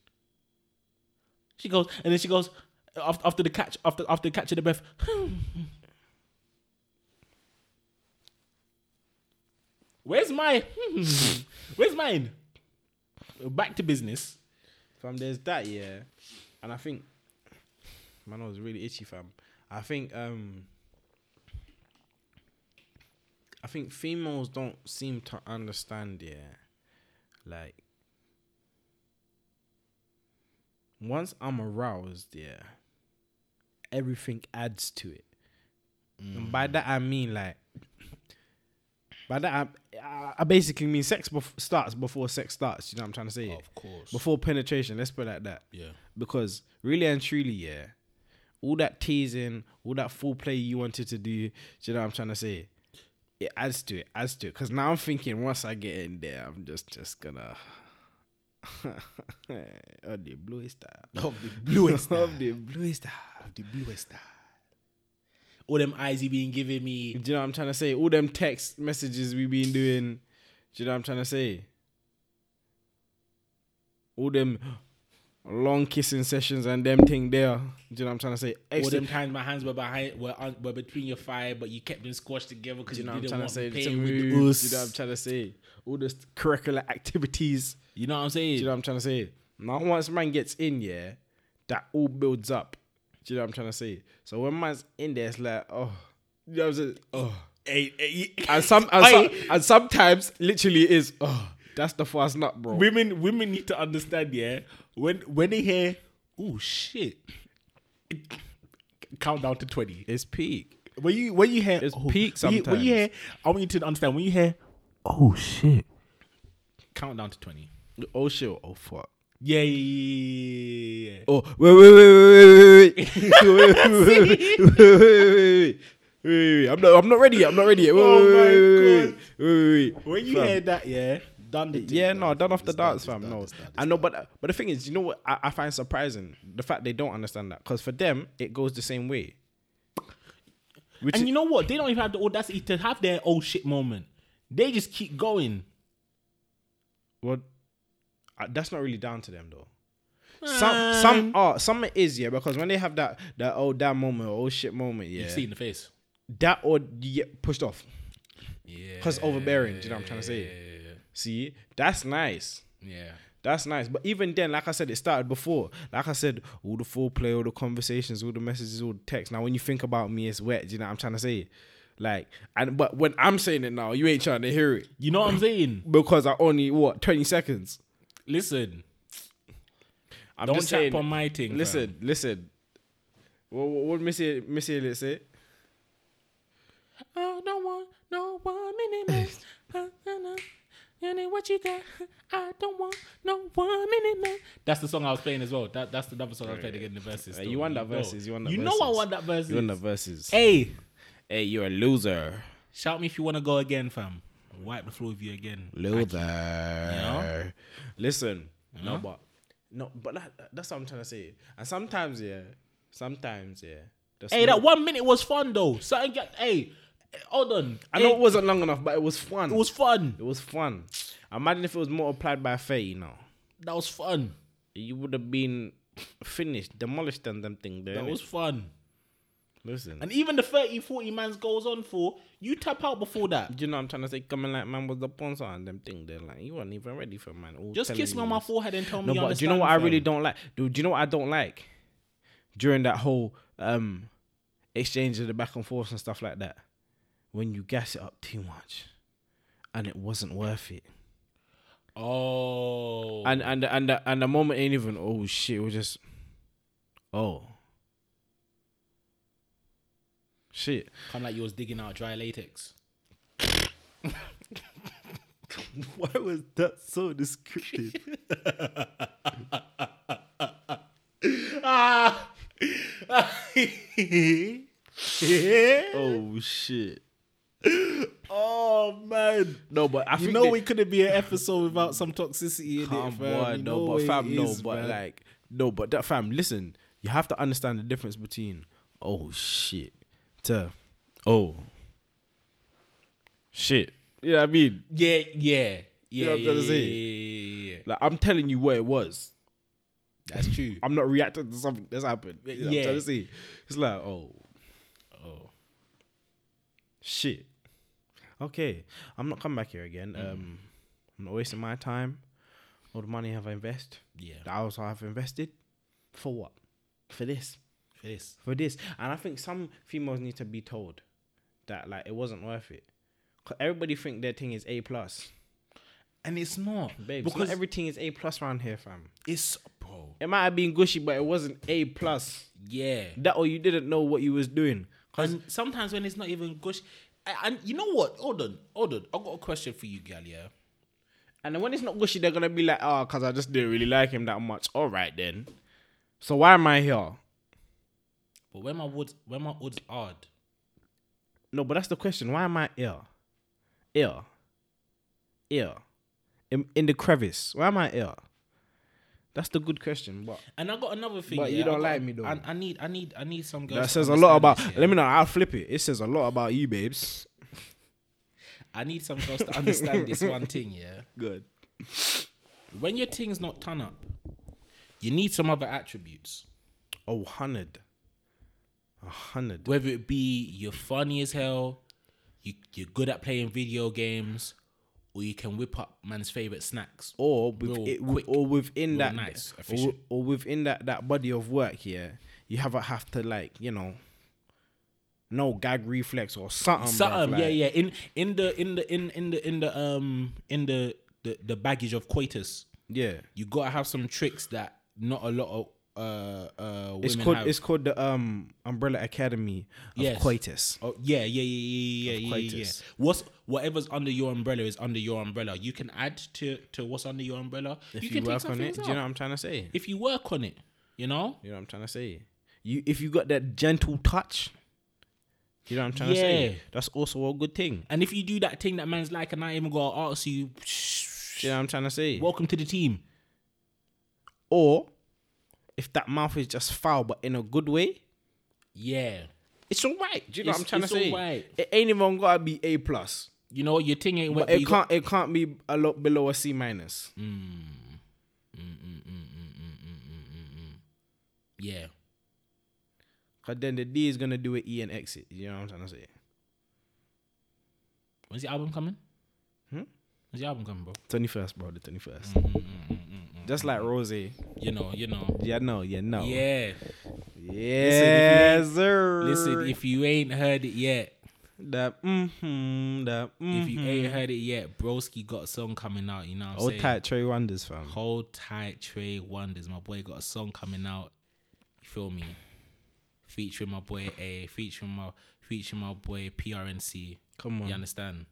[SPEAKER 1] she goes, and then she goes, after, after the catch, after after the catch of the breath. Where's my Where's mine? Back to business.
[SPEAKER 2] Fam, there's that, yeah. And I think man I was really itchy, fam. I think um I think females don't seem to understand, yeah. Like once I'm aroused, yeah, everything adds to it. And by that I mean like, by that I, I, I basically mean sex bef- starts before sex starts. You know what I'm trying to say?
[SPEAKER 1] Of course.
[SPEAKER 2] Before penetration, let's put it like that.
[SPEAKER 1] Yeah.
[SPEAKER 2] Because really and truly, yeah, all that teasing, all that full play you wanted to do, do you know what I'm trying to say? It adds to it, adds to it. Because now I'm thinking once I get in there, I'm just just gonna. oh, the bluest eye.
[SPEAKER 1] Of the bluest eye.
[SPEAKER 2] Of the bluest eye.
[SPEAKER 1] Of the bluest eye. All them eyes he been giving me.
[SPEAKER 2] Do you know what I'm trying to say? All them text messages we been doing. Do you know what I'm trying to say? All them long kissing sessions and them thing there. Do you know what I'm trying to say?
[SPEAKER 1] All
[SPEAKER 2] Extra-
[SPEAKER 1] them times my hands were behind, were, un, were between your thigh, but you kept them squashed together because
[SPEAKER 2] do
[SPEAKER 1] you,
[SPEAKER 2] you know what I'm
[SPEAKER 1] didn't
[SPEAKER 2] trying
[SPEAKER 1] want
[SPEAKER 2] to say?
[SPEAKER 1] to
[SPEAKER 2] To
[SPEAKER 1] pain with
[SPEAKER 2] move,
[SPEAKER 1] the
[SPEAKER 2] do you know
[SPEAKER 1] us.
[SPEAKER 2] what I'm trying to say? All those curricular activities.
[SPEAKER 1] You know what I'm saying?
[SPEAKER 2] Do you know what I'm trying to say? Now once man gets in, yeah, that all builds up. Do you know what I'm trying to say? So when man's in there, it's like, oh, you know what I'm saying? Oh.
[SPEAKER 1] Hey, hey,
[SPEAKER 2] And some and, some,
[SPEAKER 1] Oi.
[SPEAKER 2] and sometimes literally it is oh that's the first nut, bro.
[SPEAKER 1] women women need to understand, yeah. When when they hear, oh shit, count down to twenty.
[SPEAKER 2] It's peak.
[SPEAKER 1] When you when you hear
[SPEAKER 2] It's
[SPEAKER 1] oh,
[SPEAKER 2] peak
[SPEAKER 1] when you- When you,
[SPEAKER 2] sometimes.
[SPEAKER 1] hear, I want you to understand when you hear, oh shit, count down to twenty.
[SPEAKER 2] Oh shit. Oh fuck.
[SPEAKER 1] Yeah, yeah, yeah, yeah, yeah.
[SPEAKER 2] Oh wait wait wait wait wait wait wait wait wait wait wait wait wait wait wait wait wait I'm not I'm not ready yet. I'm not ready yet. Wait,
[SPEAKER 1] Oh
[SPEAKER 2] wait,
[SPEAKER 1] my
[SPEAKER 2] wait,
[SPEAKER 1] God.
[SPEAKER 2] wait, wait, wait, wait.
[SPEAKER 1] When you
[SPEAKER 2] Fam.
[SPEAKER 1] hear that, yeah, done the
[SPEAKER 2] yeah, no, done off the dance,
[SPEAKER 1] fam.
[SPEAKER 2] fam. No, I know, but but the thing is, you know what I, I find surprising the fact they don't understand that because for them it goes the same way. Which
[SPEAKER 1] And
[SPEAKER 2] is,
[SPEAKER 1] you know what? They don't even have the audacity to have their old shit moment. They just keep going.
[SPEAKER 2] well, uh, that's not really down to them though. Some some are some it is yeah because when they have that that oh damn moment or oh shit moment yeah
[SPEAKER 1] You see in the face.
[SPEAKER 2] that or you get pushed off
[SPEAKER 1] Yeah.
[SPEAKER 2] because overbearing. Do you know what I'm trying to say? See, that's nice.
[SPEAKER 1] Yeah.
[SPEAKER 2] That's nice. But even then, like I said, it started before. Like I said, all the foreplay, all the conversations, all the messages, all the texts. Now, when you think about me, it's wet. Do you know what I'm trying to say? Like, and but when I'm saying it now, you ain't trying to hear it
[SPEAKER 1] You know what I'm saying?
[SPEAKER 2] because I only what 20 seconds.
[SPEAKER 1] Listen,
[SPEAKER 2] I'm
[SPEAKER 1] don't
[SPEAKER 2] just
[SPEAKER 1] chat
[SPEAKER 2] saying.
[SPEAKER 1] on my thing. fam.
[SPEAKER 2] listen, listen. What what, what Missy Missy Elliott say?
[SPEAKER 1] Oh, no one, no one minute man. Uh, And then what you got? I don't want no one minute man. That's the song I was playing as well. That that's the number song I played again in the verses.
[SPEAKER 2] Hey,
[SPEAKER 1] though.
[SPEAKER 2] you won that
[SPEAKER 1] know.
[SPEAKER 2] verses. You won that.
[SPEAKER 1] You
[SPEAKER 2] verses.
[SPEAKER 1] know I won that verses.
[SPEAKER 2] You won the verses.
[SPEAKER 1] Hey,
[SPEAKER 2] Hey, you're a loser,
[SPEAKER 1] shout me if you want to go again, fam. Wipe the floor with you again.
[SPEAKER 2] loser. Listen, no, but no, but that, that's what I'm trying to say. And sometimes, yeah, sometimes, yeah. the
[SPEAKER 1] Hey, that
[SPEAKER 2] small-
[SPEAKER 1] one minute was fun though. Something got. Hey, hold on.
[SPEAKER 2] I know
[SPEAKER 1] Hey,
[SPEAKER 2] it wasn't long enough, but it was fun.
[SPEAKER 1] it was fun.
[SPEAKER 2] fun. Imagine if it was multiplied by thirty now.
[SPEAKER 1] That was fun.
[SPEAKER 2] You would have been finished, demolished, and them thing. There,
[SPEAKER 1] That was fun.
[SPEAKER 2] listen.
[SPEAKER 1] And even the 30, 40 man's goes on for, you tap out before that.
[SPEAKER 2] Do you know what I'm trying to say? Coming like man was the sponsor and them thing. They're like, you weren't even ready for man. All
[SPEAKER 1] Just
[SPEAKER 2] telling
[SPEAKER 1] kiss me on
[SPEAKER 2] you
[SPEAKER 1] my
[SPEAKER 2] this.
[SPEAKER 1] forehead and tell me
[SPEAKER 2] No,
[SPEAKER 1] you
[SPEAKER 2] but do
[SPEAKER 1] understand.
[SPEAKER 2] you know what I
[SPEAKER 1] fam.
[SPEAKER 2] really don't like? Do, do you know what I don't like? During that whole um exchange of the back and forth and stuff like that, when you gas it up too much, and it wasn't worth it,
[SPEAKER 1] Oh.
[SPEAKER 2] and and and the, and the moment ain't even oh shit, it was just oh shit.
[SPEAKER 1] Come like you was digging out dry latex.
[SPEAKER 2] Why was that so descriptive?
[SPEAKER 1] Ah!
[SPEAKER 2] oh shit.
[SPEAKER 1] oh, man.
[SPEAKER 2] No, but I
[SPEAKER 1] You
[SPEAKER 2] think
[SPEAKER 1] know
[SPEAKER 2] they-
[SPEAKER 1] we couldn't be an episode without some toxicity in
[SPEAKER 2] Come
[SPEAKER 1] it, fam.
[SPEAKER 2] on,
[SPEAKER 1] You
[SPEAKER 2] no,
[SPEAKER 1] know
[SPEAKER 2] but
[SPEAKER 1] it
[SPEAKER 2] fam, no,
[SPEAKER 1] is,
[SPEAKER 2] but
[SPEAKER 1] man.
[SPEAKER 2] like, no, but that fam, listen, you have to understand the difference between oh shit to oh shit. You know what I mean?
[SPEAKER 1] Yeah, yeah. Yeah, yeah,
[SPEAKER 2] what I'm
[SPEAKER 1] yeah,
[SPEAKER 2] trying to
[SPEAKER 1] yeah,
[SPEAKER 2] say?
[SPEAKER 1] yeah, yeah, yeah.
[SPEAKER 2] Like, I'm telling you what it was.
[SPEAKER 1] That's true.
[SPEAKER 2] I'm not reacting to something that's happened. You know what I'm
[SPEAKER 1] Yeah.
[SPEAKER 2] trying to say? It's like, oh
[SPEAKER 1] Oh.
[SPEAKER 2] shit. Okay, I'm not coming back here again.
[SPEAKER 1] Mm.
[SPEAKER 2] Um, I'm not wasting my time. All the money have I invested,
[SPEAKER 1] Yeah.
[SPEAKER 2] the hours I have invested, for what? For this.
[SPEAKER 1] For this.
[SPEAKER 2] for this. And I think some females need to be told that like it wasn't worth it. 'Cause everybody think their thing is A plus.
[SPEAKER 1] and it's not
[SPEAKER 2] Babe, because
[SPEAKER 1] because
[SPEAKER 2] everything is A plus around here, fam.
[SPEAKER 1] it's bro.
[SPEAKER 2] It might have been gushy, but it wasn't A plus.
[SPEAKER 1] Yeah,
[SPEAKER 2] That or you didn't know what you was doing.
[SPEAKER 1] And sometimes when it's not even gush, I- and you know what? Hold on, hold on. I got a question for you, gal. Yeah,
[SPEAKER 2] And then when it's not gushy, they're gonna be like, oh, cause I just didn't really like him that much. All right then. So why am I here?
[SPEAKER 1] but when my woods, when my woods hard,
[SPEAKER 2] No, but that's the question. Why am I ill? Ill. Ill. In, in the crevice. Why am I ill? That's the good question. But
[SPEAKER 1] and I got another thing.
[SPEAKER 2] But you
[SPEAKER 1] yeah, I got-
[SPEAKER 2] don't like me though.
[SPEAKER 1] I, I need, I need, I need some girls.
[SPEAKER 2] that
[SPEAKER 1] to
[SPEAKER 2] says a lot about.
[SPEAKER 1] understand this, yeah.
[SPEAKER 2] Let me know. I'll flip it. It says a lot about you, babes.
[SPEAKER 1] I need some girls to understand this one thing. Yeah,
[SPEAKER 2] Good.
[SPEAKER 1] when your thing's not turn up, you need some other attributes.
[SPEAKER 2] Oh, hundred. A hundred.
[SPEAKER 1] Whether it be you're funny as hell, you you're good at playing video games, or you can whip up man's favorite snacks.
[SPEAKER 2] Or with
[SPEAKER 1] Real
[SPEAKER 2] it,
[SPEAKER 1] quick,
[SPEAKER 2] or within
[SPEAKER 1] real
[SPEAKER 2] that
[SPEAKER 1] nice,
[SPEAKER 2] or,
[SPEAKER 1] efficient.
[SPEAKER 2] or within that that body of work, yeah, you have a have to like you know. No gag reflex or something.
[SPEAKER 1] Something,
[SPEAKER 2] bruv,
[SPEAKER 1] yeah,
[SPEAKER 2] like-
[SPEAKER 1] yeah. In in the in the in in the in the um in the the, the baggage of coitus,
[SPEAKER 2] yeah.
[SPEAKER 1] you gotta have some tricks that not a lot of uh uh women
[SPEAKER 2] It's called
[SPEAKER 1] have.
[SPEAKER 2] it's called the um Umbrella Academy of
[SPEAKER 1] Yes.
[SPEAKER 2] Coitus.
[SPEAKER 1] oh, yeah, yeah, yeah, yeah, yeah, yeah, yeah, yeah.
[SPEAKER 2] coitus.
[SPEAKER 1] What's whatever's under your umbrella is under your umbrella. You can add to to what's under your umbrella.
[SPEAKER 2] If
[SPEAKER 1] you
[SPEAKER 2] you,
[SPEAKER 1] can take
[SPEAKER 2] work
[SPEAKER 1] some
[SPEAKER 2] on it,
[SPEAKER 1] things
[SPEAKER 2] do
[SPEAKER 1] out.
[SPEAKER 2] you know what I'm trying to say?
[SPEAKER 1] if you work on it, you know.
[SPEAKER 2] You know what I'm trying to say. You if you got that gentle touch, you know what I'm trying to
[SPEAKER 1] Yeah.
[SPEAKER 2] say. That's also a good thing.
[SPEAKER 1] And if you do that thing that man's like, and I even go ask you,
[SPEAKER 2] Do you know what I'm trying to say?
[SPEAKER 1] welcome to the team.
[SPEAKER 2] Or if that mouth is just foul but in a good way,
[SPEAKER 1] Yeah,
[SPEAKER 2] it's all right. Do you know
[SPEAKER 1] It's-
[SPEAKER 2] what I'm trying to
[SPEAKER 1] it's
[SPEAKER 2] say?
[SPEAKER 1] alright.
[SPEAKER 2] It ain't even gotta be A plus.
[SPEAKER 1] you know your thing ain't. what
[SPEAKER 2] But it can't it can't be a lot below a C minus.
[SPEAKER 1] Yeah.
[SPEAKER 2] Cause then the D is gonna do an E and exit. You know what I'm trying to say?
[SPEAKER 1] When's the album coming?
[SPEAKER 2] Hmm?
[SPEAKER 1] When's the album coming, bro?
[SPEAKER 2] Twenty first, bro, the twenty
[SPEAKER 1] Mm,
[SPEAKER 2] Just like Rosie.
[SPEAKER 1] You know, you know.
[SPEAKER 2] Yeah, no, yeah, no.
[SPEAKER 1] mm. Yeah.
[SPEAKER 2] Yes, sir.
[SPEAKER 1] Listen, if you ain't heard it yet,
[SPEAKER 2] that, mm-hmm, that, mm
[SPEAKER 1] if you ain't heard it yet, Broski got a song coming out. You know what I'm
[SPEAKER 2] Old
[SPEAKER 1] saying?
[SPEAKER 2] tight Trey Wonders, fam.
[SPEAKER 1] Hold tight, Trey Wonders. My boy got a song coming out. You feel me? Featuring my boy A, featuring my featuring my boy PRNC.
[SPEAKER 2] Come on.
[SPEAKER 1] You understand?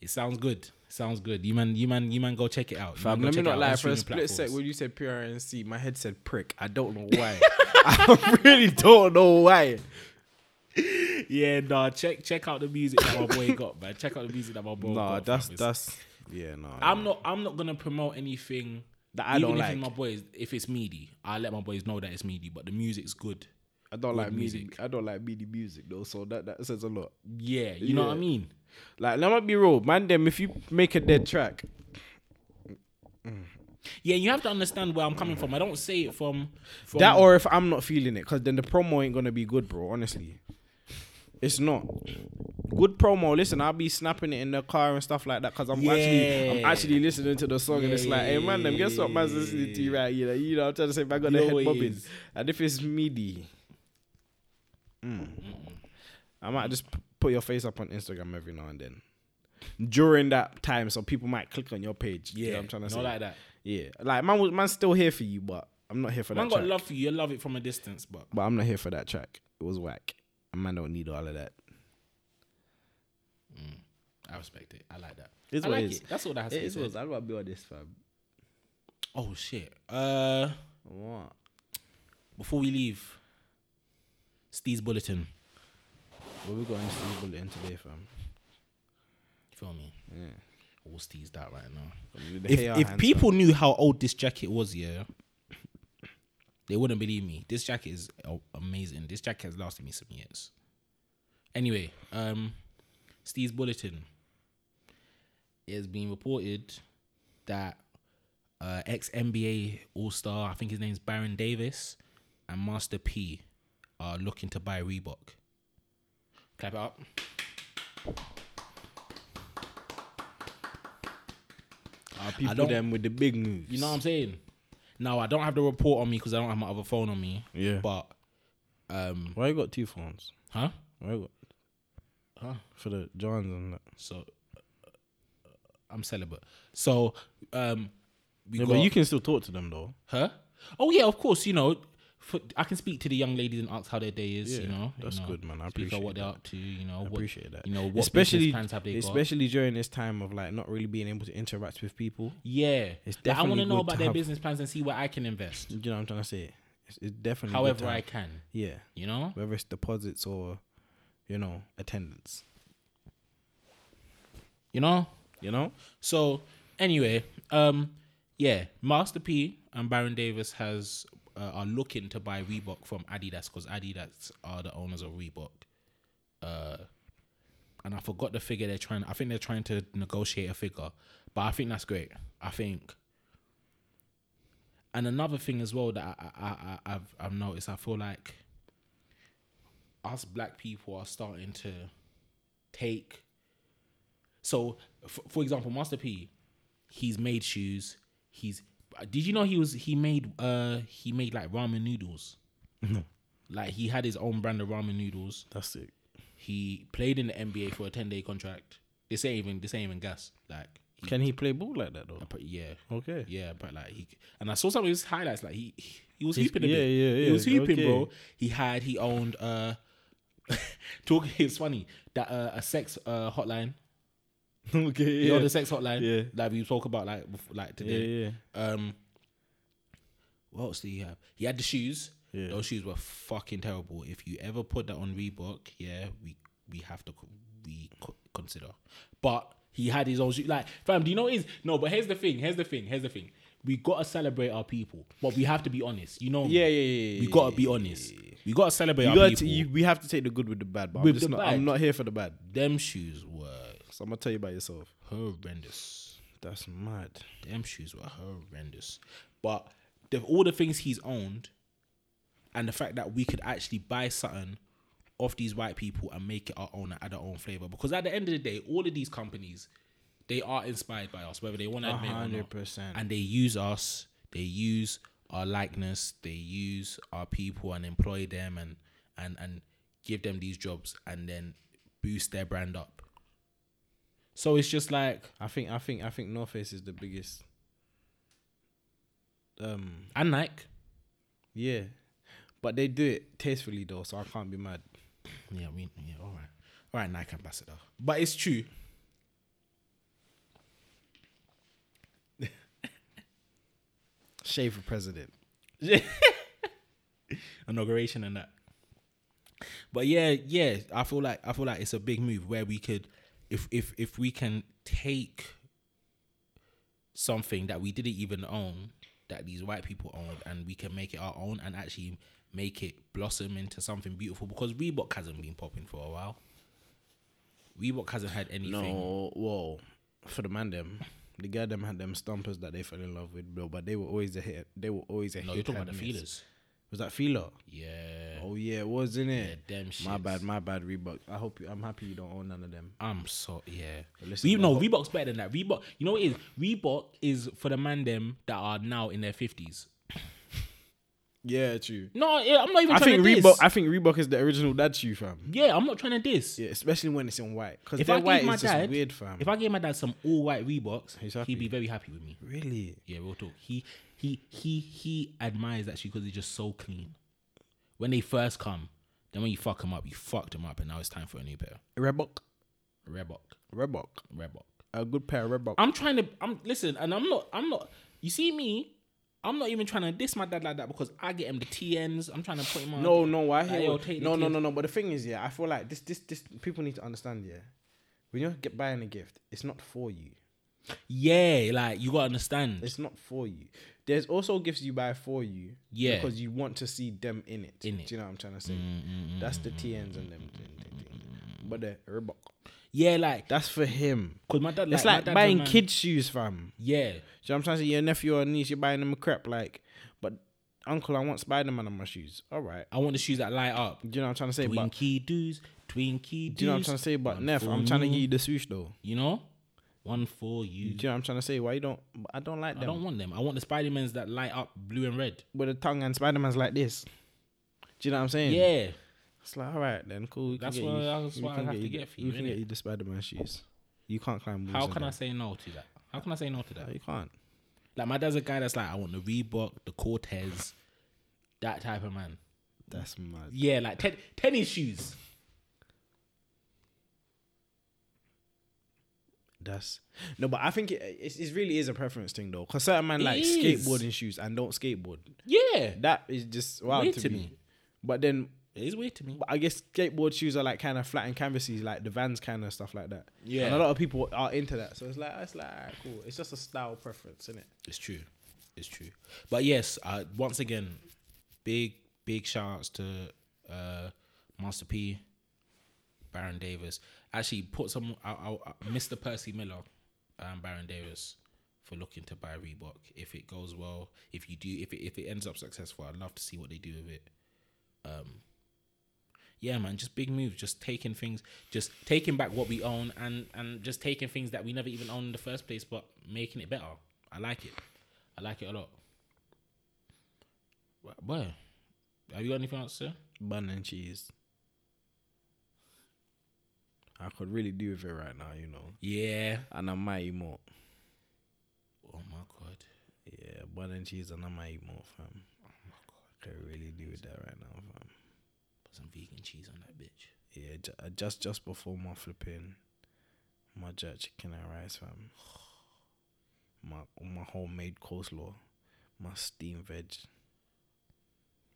[SPEAKER 1] It sounds good. Sounds good. You man, you man, you man, go check it out. You
[SPEAKER 2] Fam,
[SPEAKER 1] man
[SPEAKER 2] let
[SPEAKER 1] go
[SPEAKER 2] me
[SPEAKER 1] check it out
[SPEAKER 2] not
[SPEAKER 1] on
[SPEAKER 2] lie. For
[SPEAKER 1] streaming
[SPEAKER 2] a split sec,
[SPEAKER 1] platforms.
[SPEAKER 2] when you said PRNC, my head said prick. I don't know why. I really don't know why.
[SPEAKER 1] Yeah, nah. Check check out the music that my boy got, man. Check out the music that my boy
[SPEAKER 2] Nah,
[SPEAKER 1] got.
[SPEAKER 2] that's
[SPEAKER 1] fam. It's-
[SPEAKER 2] that's yeah, no.
[SPEAKER 1] I'm not I'm not gonna promote anything
[SPEAKER 2] That I
[SPEAKER 1] even
[SPEAKER 2] don't
[SPEAKER 1] if
[SPEAKER 2] like.
[SPEAKER 1] it's my boys if it's meaty. I let my boys know that it's meaty, but the music's good.
[SPEAKER 2] I don't like music.
[SPEAKER 1] music.
[SPEAKER 2] I don't like BD music though, so that that says a lot.
[SPEAKER 1] Yeah, you know what I
[SPEAKER 2] Yeah.
[SPEAKER 1] mean.
[SPEAKER 2] Like, let me be real, man. Them, if you make a dead track,
[SPEAKER 1] Yeah, you have to understand where I'm coming from. I don't say it from, from
[SPEAKER 2] That or if I'm not feeling it, because then the promo ain't gonna be good, bro. Honestly, it's not good promo. Listen, I'll be snapping it in the car and stuff like that because I'm actually I'm
[SPEAKER 1] Yeah.
[SPEAKER 2] actually listening to the song and it's
[SPEAKER 1] Yeah,
[SPEAKER 2] like,
[SPEAKER 1] yeah,
[SPEAKER 2] hey man, them, guess what man's
[SPEAKER 1] yeah,
[SPEAKER 2] listening to right here? Like, you know, I'm trying to say if I got the
[SPEAKER 1] You know
[SPEAKER 2] head
[SPEAKER 1] what it
[SPEAKER 2] bobbing,
[SPEAKER 1] is.
[SPEAKER 2] and if it's midi, mm, I might just p- put your face up on Instagram every now and then. During that time, so people might click on your page. Yeah,
[SPEAKER 1] yeah,
[SPEAKER 2] you know what I'm trying to
[SPEAKER 1] not
[SPEAKER 2] say.
[SPEAKER 1] like that.
[SPEAKER 2] yeah, like man, was- man's still here for you, but I'm not here for
[SPEAKER 1] Man
[SPEAKER 2] that.
[SPEAKER 1] got
[SPEAKER 2] track.
[SPEAKER 1] love for you. You love it from a distance, but
[SPEAKER 2] But I'm not here for that track. It was whack. And man don't need all of that.
[SPEAKER 1] I respect it. I like that.
[SPEAKER 2] It's
[SPEAKER 1] I
[SPEAKER 2] what
[SPEAKER 1] like
[SPEAKER 2] it is.
[SPEAKER 1] That's all that has to be said.
[SPEAKER 2] I'm about to be honest, fam.
[SPEAKER 1] Oh shit. Uh,
[SPEAKER 2] What?
[SPEAKER 1] before we leave, Steve's bulletin.
[SPEAKER 2] What we got in the bulletin today, fam?
[SPEAKER 1] You feel me? Yeah. All Steve's that right now.
[SPEAKER 2] The
[SPEAKER 1] If,
[SPEAKER 2] hair
[SPEAKER 1] if
[SPEAKER 2] hands,
[SPEAKER 1] people knew how old this jacket was, yeah, they wouldn't believe me. This jacket is a- amazing. This jacket has lasted me some years. Anyway, um, Steve's bulletin. It has been reported that uh, ex NBA All Star, I think his name's Baron Davis, and Master P are looking to buy Reebok. Clap it up.
[SPEAKER 2] fam. Our people
[SPEAKER 1] don't-
[SPEAKER 2] them with the big moves.
[SPEAKER 1] You know what I'm saying? Now I don't have the report on me because I don't have my other phone on me.
[SPEAKER 2] Yeah.
[SPEAKER 1] But um
[SPEAKER 2] Why you got two phones?
[SPEAKER 1] huh?
[SPEAKER 2] Why you got
[SPEAKER 1] Huh?
[SPEAKER 2] for the Johns and that?
[SPEAKER 1] So uh, I'm celibate. So um, we
[SPEAKER 2] Yeah,
[SPEAKER 1] got
[SPEAKER 2] but you can still talk to them though.
[SPEAKER 1] her. Oh yeah, of course. You know, for, I can speak to the young ladies and ask how their day is. you
[SPEAKER 2] Yeah,
[SPEAKER 1] know,
[SPEAKER 2] that's
[SPEAKER 1] you know,
[SPEAKER 2] good, man. I
[SPEAKER 1] speak out
[SPEAKER 2] appreciate
[SPEAKER 1] what they're up to. You know,
[SPEAKER 2] I
[SPEAKER 1] what,
[SPEAKER 2] appreciate that.
[SPEAKER 1] You know, what
[SPEAKER 2] especially
[SPEAKER 1] business plans have they got?
[SPEAKER 2] especially during this time of like not really being able to interact with people.
[SPEAKER 1] Yeah,
[SPEAKER 2] It's
[SPEAKER 1] Like, I want
[SPEAKER 2] definitely
[SPEAKER 1] to know
[SPEAKER 2] good
[SPEAKER 1] about
[SPEAKER 2] to
[SPEAKER 1] their
[SPEAKER 2] have-
[SPEAKER 1] business plans and see where I can invest,
[SPEAKER 2] Do you know what I'm trying to say? It's, it's definitely good
[SPEAKER 1] however
[SPEAKER 2] to
[SPEAKER 1] I
[SPEAKER 2] have-
[SPEAKER 1] can.
[SPEAKER 2] yeah,
[SPEAKER 1] You know,
[SPEAKER 2] whether it's deposits or you know attendance.
[SPEAKER 1] you know.
[SPEAKER 2] You know,
[SPEAKER 1] So anyway, um, yeah, Master P and Baron Davis has uh, are looking to buy Reebok from Adidas because Adidas are the owners of Reebok. Uh, and I forgot the figure they're trying. I think they're trying to negotiate a figure, but I think that's great. I think. And another thing as well that I, I, I I've I've noticed, I feel like us black people are starting to take so, f- for example, Master P, he's made shoes. He's did you know he was he made uh he made like ramen noodles. Like he had his own brand of ramen noodles.
[SPEAKER 2] that's it.
[SPEAKER 1] He played in the NBA for a ten day contract. This ain't even this ain't even gas. Like he,
[SPEAKER 2] Can he play ball like that though?
[SPEAKER 1] but yeah,
[SPEAKER 2] Okay.
[SPEAKER 1] yeah, but like he and I saw some of his highlights. Like he he, he was hooping a
[SPEAKER 2] yeah,
[SPEAKER 1] bit.
[SPEAKER 2] yeah,
[SPEAKER 1] He was
[SPEAKER 2] yeah,
[SPEAKER 1] hooping, bro.
[SPEAKER 2] okay.
[SPEAKER 1] He had he owned uh talking. It's funny that uh, a sex uh hotline
[SPEAKER 2] okay.
[SPEAKER 1] you
[SPEAKER 2] yeah.
[SPEAKER 1] know the sex hotline
[SPEAKER 2] Yeah.
[SPEAKER 1] that we spoke about like bef- like
[SPEAKER 2] yeah,
[SPEAKER 1] today.
[SPEAKER 2] yeah.
[SPEAKER 1] Um, what else did he have? He had the shoes.
[SPEAKER 2] Yeah.
[SPEAKER 1] Those shoes were fucking terrible. If you ever put that on Reebok, yeah, we we have to co- we co- consider. But he had his own shoes. Like, fam, do you know what it is no? But here's the thing. Here's the thing. Here's the thing. We gotta celebrate our people, but we have to be honest. You know, me.
[SPEAKER 2] Yeah, yeah, yeah, yeah,
[SPEAKER 1] We
[SPEAKER 2] yeah,
[SPEAKER 1] gotta
[SPEAKER 2] yeah,
[SPEAKER 1] be
[SPEAKER 2] yeah,
[SPEAKER 1] honest. We gotta celebrate
[SPEAKER 2] You
[SPEAKER 1] our
[SPEAKER 2] gotta
[SPEAKER 1] people.
[SPEAKER 2] t- you, we have to take the good with the bad, but I'm,
[SPEAKER 1] With
[SPEAKER 2] just
[SPEAKER 1] the
[SPEAKER 2] not, I'm
[SPEAKER 1] bad.
[SPEAKER 2] not here for the bad.
[SPEAKER 1] Them shoes were
[SPEAKER 2] So I'm gonna tell you about yourself.
[SPEAKER 1] horrendous.
[SPEAKER 2] That's mad.
[SPEAKER 1] Them shoes were horrendous. But the, all the things he's owned, and the fact that we could actually buy something off these white people and make it our own and add our own flavor. Because at the end of the day, all of these companies, they are inspired by us, whether they want to admit it or not.
[SPEAKER 2] 100%.
[SPEAKER 1] And they use us. They use our likeness. They use our people and employ them and and and give them these jobs and then boost their brand up. So it's just like
[SPEAKER 2] I think I think I think North Face is the biggest. Um.
[SPEAKER 1] and Nike.
[SPEAKER 2] Yeah, but they do it tastefully though, so I can't be mad.
[SPEAKER 1] Yeah, we yeah, all right. All right, Nike ambassador. But it's true.
[SPEAKER 2] Shave for president.
[SPEAKER 1] Inauguration and that. But yeah, yeah, I feel like I feel like it's a big move where we could if if if we can take something that we didn't even own, that these white people owned, and we can make it our own and actually make it blossom into something beautiful because Reebok hasn't been popping for a while. Reebok hasn't had anything.
[SPEAKER 2] No, well, for the man them, the guy them had them stompers that they fell in love with, bro. But they were always a hit. They were always a
[SPEAKER 1] No,
[SPEAKER 2] hit.
[SPEAKER 1] you're talking about the
[SPEAKER 2] and miss.
[SPEAKER 1] feelers.
[SPEAKER 2] Was that feeler?
[SPEAKER 1] Yeah.
[SPEAKER 2] Oh yeah, it was in
[SPEAKER 1] Yeah,
[SPEAKER 2] it.
[SPEAKER 1] them
[SPEAKER 2] my
[SPEAKER 1] shits.
[SPEAKER 2] bad, my bad. Reebok. I hope you. I'm happy you don't own none of them.
[SPEAKER 1] I'm so yeah.
[SPEAKER 2] listen,
[SPEAKER 1] we,
[SPEAKER 2] man,
[SPEAKER 1] no,
[SPEAKER 2] ho-
[SPEAKER 1] Reebok's better than that. Reebok, you know what it is? Reebok is for the man them that are now in their fifties.
[SPEAKER 2] Yeah, true.
[SPEAKER 1] No, yeah, I'm not even.
[SPEAKER 2] I
[SPEAKER 1] trying
[SPEAKER 2] think
[SPEAKER 1] to diss.
[SPEAKER 2] Reebok. I think Reebok is the original dad shoe, fam.
[SPEAKER 1] yeah, I'm not trying to diss.
[SPEAKER 2] Yeah, especially when it's in white. Because
[SPEAKER 1] if I
[SPEAKER 2] their
[SPEAKER 1] gave
[SPEAKER 2] white
[SPEAKER 1] my
[SPEAKER 2] is just
[SPEAKER 1] dad,
[SPEAKER 2] weird, fam.
[SPEAKER 1] if I gave my dad some all white Reeboks,
[SPEAKER 2] He's happy.
[SPEAKER 1] he'd be very happy with me.
[SPEAKER 2] really,
[SPEAKER 1] Yeah, real talk. He he he he admires that shoe because it's just so clean. When they first come, then when you fuck them up, you fucked them up, and now it's time for a new pair.
[SPEAKER 2] Reebok,
[SPEAKER 1] Reebok,
[SPEAKER 2] Reebok,
[SPEAKER 1] Reebok.
[SPEAKER 2] a good pair of Reebok.
[SPEAKER 1] I'm trying to. I'm listen, and I'm not. I'm not. You see me. I'm not even trying to diss my dad like that because I get him the TNs. I'm trying to put him on.
[SPEAKER 2] No, no, I hear.
[SPEAKER 1] Like, yo,
[SPEAKER 2] what-
[SPEAKER 1] take the
[SPEAKER 2] no, no,
[SPEAKER 1] kids.
[SPEAKER 2] no, no. But the thing is, yeah, I feel like this, this, this. People need to understand, yeah. When you're get buying a gift, it's not for you.
[SPEAKER 1] Yeah, like you gotta understand.
[SPEAKER 2] It's not for you. There's also gifts you buy for you,
[SPEAKER 1] Yeah.
[SPEAKER 2] because you want to see them in it.
[SPEAKER 1] In it. Mm,
[SPEAKER 2] Do you know what I'm trying to say? That's the TNs and them. thing, thing, thing. But the Reebok,
[SPEAKER 1] yeah, like
[SPEAKER 2] that's for him.
[SPEAKER 1] because my dad. Like,
[SPEAKER 2] It's
[SPEAKER 1] my
[SPEAKER 2] like
[SPEAKER 1] dad's a
[SPEAKER 2] buying
[SPEAKER 1] man-
[SPEAKER 2] kid shoes, fam.
[SPEAKER 1] Yeah,
[SPEAKER 2] Do you know what I'm trying to say? Your nephew or niece, you're buying them a crap. Like, but uncle, I want Spider Man on my shoes. All right.
[SPEAKER 1] I want the shoes that light up.
[SPEAKER 2] Do you know what I'm trying to say? But
[SPEAKER 1] Twinkie doos, Twinkie doos.
[SPEAKER 2] do you know what I'm trying to say? But
[SPEAKER 1] One
[SPEAKER 2] Neff,
[SPEAKER 1] for
[SPEAKER 2] I'm trying to
[SPEAKER 1] me,
[SPEAKER 2] give you the swoosh though.
[SPEAKER 1] You know, one for you.
[SPEAKER 2] Do you know what I'm trying to say? Why you don't? but I don't like
[SPEAKER 1] I
[SPEAKER 2] them.
[SPEAKER 1] don't want them. I want the Spider Mans that light up blue and red.
[SPEAKER 2] With a tongue and Spider Man's like this. Do you know what I'm saying?
[SPEAKER 1] Yeah,
[SPEAKER 2] It's like all right then, cool. we can
[SPEAKER 1] That's
[SPEAKER 2] get
[SPEAKER 1] what-
[SPEAKER 2] you-
[SPEAKER 1] that's
[SPEAKER 2] we
[SPEAKER 1] what I
[SPEAKER 2] can
[SPEAKER 1] have to
[SPEAKER 2] you-
[SPEAKER 1] get for
[SPEAKER 2] We
[SPEAKER 1] you,
[SPEAKER 2] can
[SPEAKER 1] innit?
[SPEAKER 2] get you the Spider Man shoes. You can't climb walls.
[SPEAKER 1] How
[SPEAKER 2] in
[SPEAKER 1] can I
[SPEAKER 2] them.
[SPEAKER 1] say no to that? How can I say no to that?
[SPEAKER 2] You can't.
[SPEAKER 1] Like my dad's a guy that's like, I want the Reebok, the Cortez, that type of man.
[SPEAKER 2] That's mad.
[SPEAKER 1] Yeah, like ten- tennis shoes.
[SPEAKER 2] That's no, but I think it, it's it really is a preference thing though, because certain man
[SPEAKER 1] It
[SPEAKER 2] like
[SPEAKER 1] is.
[SPEAKER 2] skateboarding shoes and don't skateboard.
[SPEAKER 1] Yeah,
[SPEAKER 2] That is just wild
[SPEAKER 1] Weird
[SPEAKER 2] to,
[SPEAKER 1] to
[SPEAKER 2] me.
[SPEAKER 1] me.
[SPEAKER 2] But then
[SPEAKER 1] it is weird to me.
[SPEAKER 2] I guess skateboard shoes are like kind of flat and canvases, like the Vans kind of stuff like that.
[SPEAKER 1] Yeah.
[SPEAKER 2] and a lot of people are into that, so it's like it's like alright, cool. It's just a style preference, isn't it?
[SPEAKER 1] It's true. It's true. But yes, uh, once again, big, big shout outs to uh, Master P, Baron Davis. Actually, put some, I, I, I- Mr. Percy Miller and Baron Davis for looking to buy Reebok. If it goes well, if you do, if it, if it ends up successful, I'd love to see what they do with it. Um, yeah, man, just big moves, just taking things, just taking back what we own, and and just taking things that we never even owned in the first place, but making it better. I like it. I like it a lot. Wha- Well, have you got anything else, sir?
[SPEAKER 2] Bun and cheese. I could really do with it right now, you know,
[SPEAKER 1] Yeah.
[SPEAKER 2] and I might eat more.
[SPEAKER 1] Oh my god.
[SPEAKER 2] Yeah, bun and cheese, and I might eat more, fam. Could really do with that right now, fam.
[SPEAKER 1] Put some vegan cheese on that bitch.
[SPEAKER 2] Yeah, ju- uh, just just before my flipping, my jerk chicken and rice, fam. My my homemade coleslaw, my steamed veg,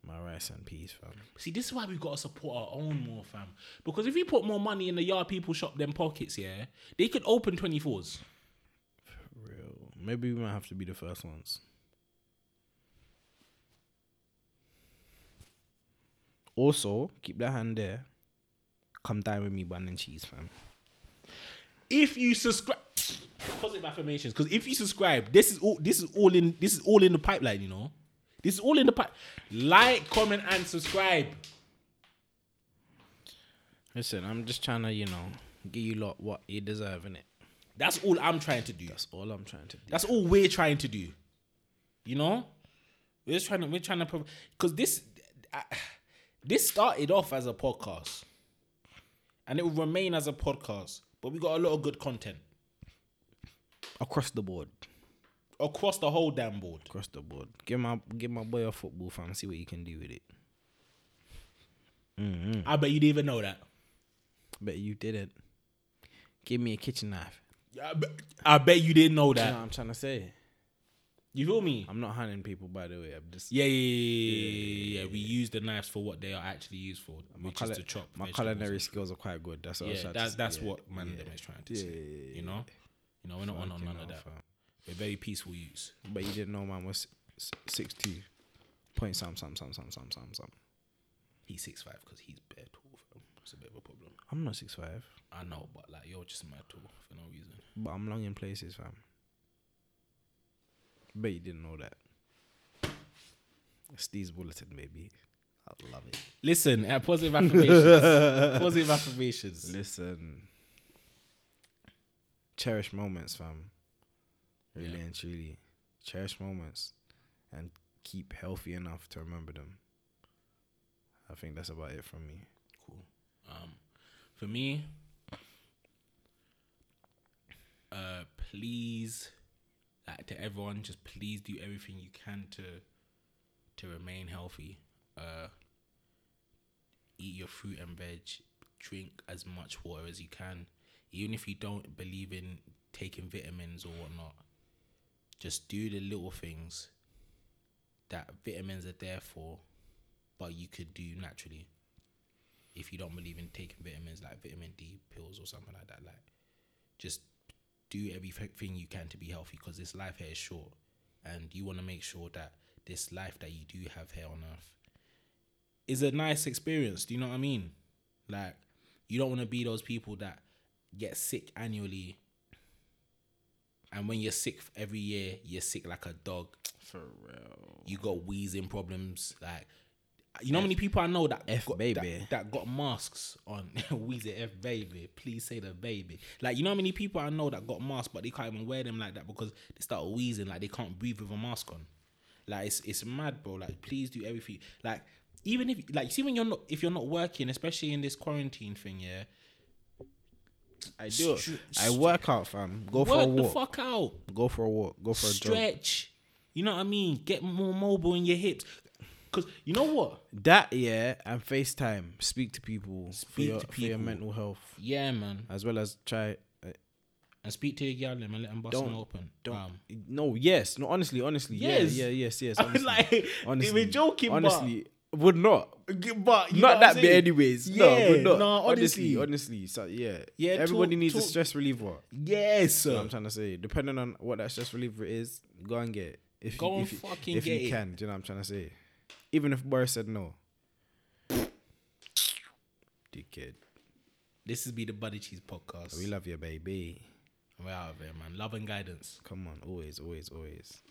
[SPEAKER 2] my rice and peas, fam.
[SPEAKER 1] See, this is why we've got to support our own more, fam. Because if you put more money in the yard people shop them pockets, yeah, they could open 24s.
[SPEAKER 2] Real. Maybe we might have to be the first ones. Also, keep that hand there. Come dine with me, bun and cheese, fam.
[SPEAKER 1] If you subscribe positive affirmations, because if you subscribe, this is all this is all in this is all in the pipeline, you know. This is all in the pipe. Like, comment, and subscribe.
[SPEAKER 2] Listen, I'm just trying to, you know, give you lot what you deserve, innit?
[SPEAKER 1] That's all I'm trying to do.
[SPEAKER 2] That's all I'm trying to do.
[SPEAKER 1] That's all we're trying to do. You know, we're just trying to we're trying to because this I, this started off as a podcast, and it will remain as a podcast. But we got a lot of good content
[SPEAKER 2] Across the board.
[SPEAKER 1] across the whole damn board.
[SPEAKER 2] Across the board. Give my give my boy a football fam, see what you can do with it.
[SPEAKER 1] I bet you didn't even know that.
[SPEAKER 2] But you didn't. Give me a kitchen knife.
[SPEAKER 1] I bet, I bet you didn't know
[SPEAKER 2] You
[SPEAKER 1] that.
[SPEAKER 2] know what I'm trying to say?
[SPEAKER 1] You feel me?
[SPEAKER 2] I'm not hunting people by the way. I'm just
[SPEAKER 1] Yeah, yeah, yeah, yeah, yeah, yeah. We use the knives for what they are actually used for, which
[SPEAKER 2] culi-
[SPEAKER 1] is to chop.
[SPEAKER 2] my
[SPEAKER 1] vegetables.
[SPEAKER 2] culinary skills are quite good. That's what I was
[SPEAKER 1] Yeah,
[SPEAKER 2] trying
[SPEAKER 1] that's
[SPEAKER 2] to
[SPEAKER 1] that's
[SPEAKER 2] yeah.
[SPEAKER 1] what man them is trying to say. you know, you know, we're not on, on none of that.
[SPEAKER 2] fam.
[SPEAKER 1] We're very peaceful use.
[SPEAKER 2] But you didn't know man was s- six two point some some some some some some some.
[SPEAKER 1] He's six five because he's bare tall. Fam. It's a bit of a problem.
[SPEAKER 2] I'm not six five,
[SPEAKER 1] I know, but like you're just mad tall for no reason.
[SPEAKER 2] but I'm long in places, fam. But you didn't know that. Steve's bulletin, baby. I love it.
[SPEAKER 1] Listen, uh, positive affirmations. positive affirmations.
[SPEAKER 2] Listen, cherish moments, fam. Really
[SPEAKER 1] Yeah.
[SPEAKER 2] and truly, cherish moments, and keep healthy enough to remember them. I think that's about it from me.
[SPEAKER 1] Cool. Um, for me, uh, please, like to everyone, just please do everything you can to to remain healthy. Uh, eat your fruit and veg. Drink as much water as you can, even if you don't believe in taking vitamins or whatnot. Just do the little things that vitamins are there for, but you could do naturally if you don't believe in taking vitamins like vitamin D pills or something like that, like just do everything you can to be healthy because this life here is short, and you want to make sure that this life that you do have here on earth is a nice experience. Do you know what I mean? Like, you don't want to be those people that get sick annually, and when you're sick every year, you're sick like a dog.
[SPEAKER 2] For real.
[SPEAKER 1] You got wheezing problems, like. You know how many people I know that
[SPEAKER 2] F
[SPEAKER 1] got,
[SPEAKER 2] baby.
[SPEAKER 1] that, that got masks on Weezy F baby. Please say the baby. Like you know how many people I know that got masks but they can't even wear them like that because they start wheezing like they can't breathe with a mask on. Like it's it's mad, bro. Like please do everything. Like even if like you see when you're not if you're not working, especially in this quarantine thing, yeah.
[SPEAKER 3] I do.
[SPEAKER 1] Stre-
[SPEAKER 3] I work out, fam. Go for a
[SPEAKER 1] Work the
[SPEAKER 3] walk.
[SPEAKER 1] fuck out.
[SPEAKER 3] Go for a walk. Go for a jog.
[SPEAKER 1] Stretch. You know what I mean? Get more mobile in your hips. Cause you know what?
[SPEAKER 2] That yeah, and FaceTime. Speak to people. for
[SPEAKER 1] Speak
[SPEAKER 2] your,
[SPEAKER 1] to
[SPEAKER 2] for your
[SPEAKER 1] people.
[SPEAKER 2] mental health
[SPEAKER 1] Yeah, man.
[SPEAKER 2] as well as try. Uh,
[SPEAKER 1] And speak to your gal and let them bust
[SPEAKER 2] Don't-
[SPEAKER 1] them open.
[SPEAKER 2] don't.
[SPEAKER 1] Um,
[SPEAKER 2] no. Yes. No. Honestly. Honestly.
[SPEAKER 1] Yes.
[SPEAKER 2] Yes. Yeah. Yeah. Yes. Yes.
[SPEAKER 1] I was
[SPEAKER 2] Honestly.
[SPEAKER 1] like, they
[SPEAKER 2] honestly.
[SPEAKER 1] were joking, but-
[SPEAKER 2] Honestly, would not.
[SPEAKER 1] but you know
[SPEAKER 2] not
[SPEAKER 1] what I'm
[SPEAKER 2] that bit,
[SPEAKER 1] saying?
[SPEAKER 2] anyways.
[SPEAKER 1] Yeah,
[SPEAKER 2] no, would not.
[SPEAKER 1] no,
[SPEAKER 2] honestly,
[SPEAKER 1] honestly.
[SPEAKER 2] honestly, so yeah,
[SPEAKER 1] Yeah,
[SPEAKER 2] Everybody
[SPEAKER 1] talk-
[SPEAKER 2] needs a
[SPEAKER 1] talk-
[SPEAKER 2] stress reliever.
[SPEAKER 1] Yes,
[SPEAKER 2] That's what
[SPEAKER 1] sir.
[SPEAKER 2] I'm trying to say. Depending on what that stress reliever is, go and get it. If
[SPEAKER 1] Go
[SPEAKER 2] you,
[SPEAKER 1] and
[SPEAKER 2] if you-
[SPEAKER 1] fucking
[SPEAKER 2] if
[SPEAKER 1] get
[SPEAKER 2] you
[SPEAKER 1] it.
[SPEAKER 2] can. Do you know what I'm trying to say? Even if Boris said no, dickhead,
[SPEAKER 1] This is be the Buddy Cheese podcast.
[SPEAKER 2] we love you, baby.
[SPEAKER 1] We're out of here, man. Love and guidance.
[SPEAKER 2] Come on, always, always, always.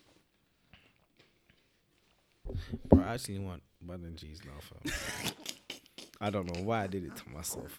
[SPEAKER 2] Bro, I actually want bun and cheese now, fam. I don't know why I did it to myself.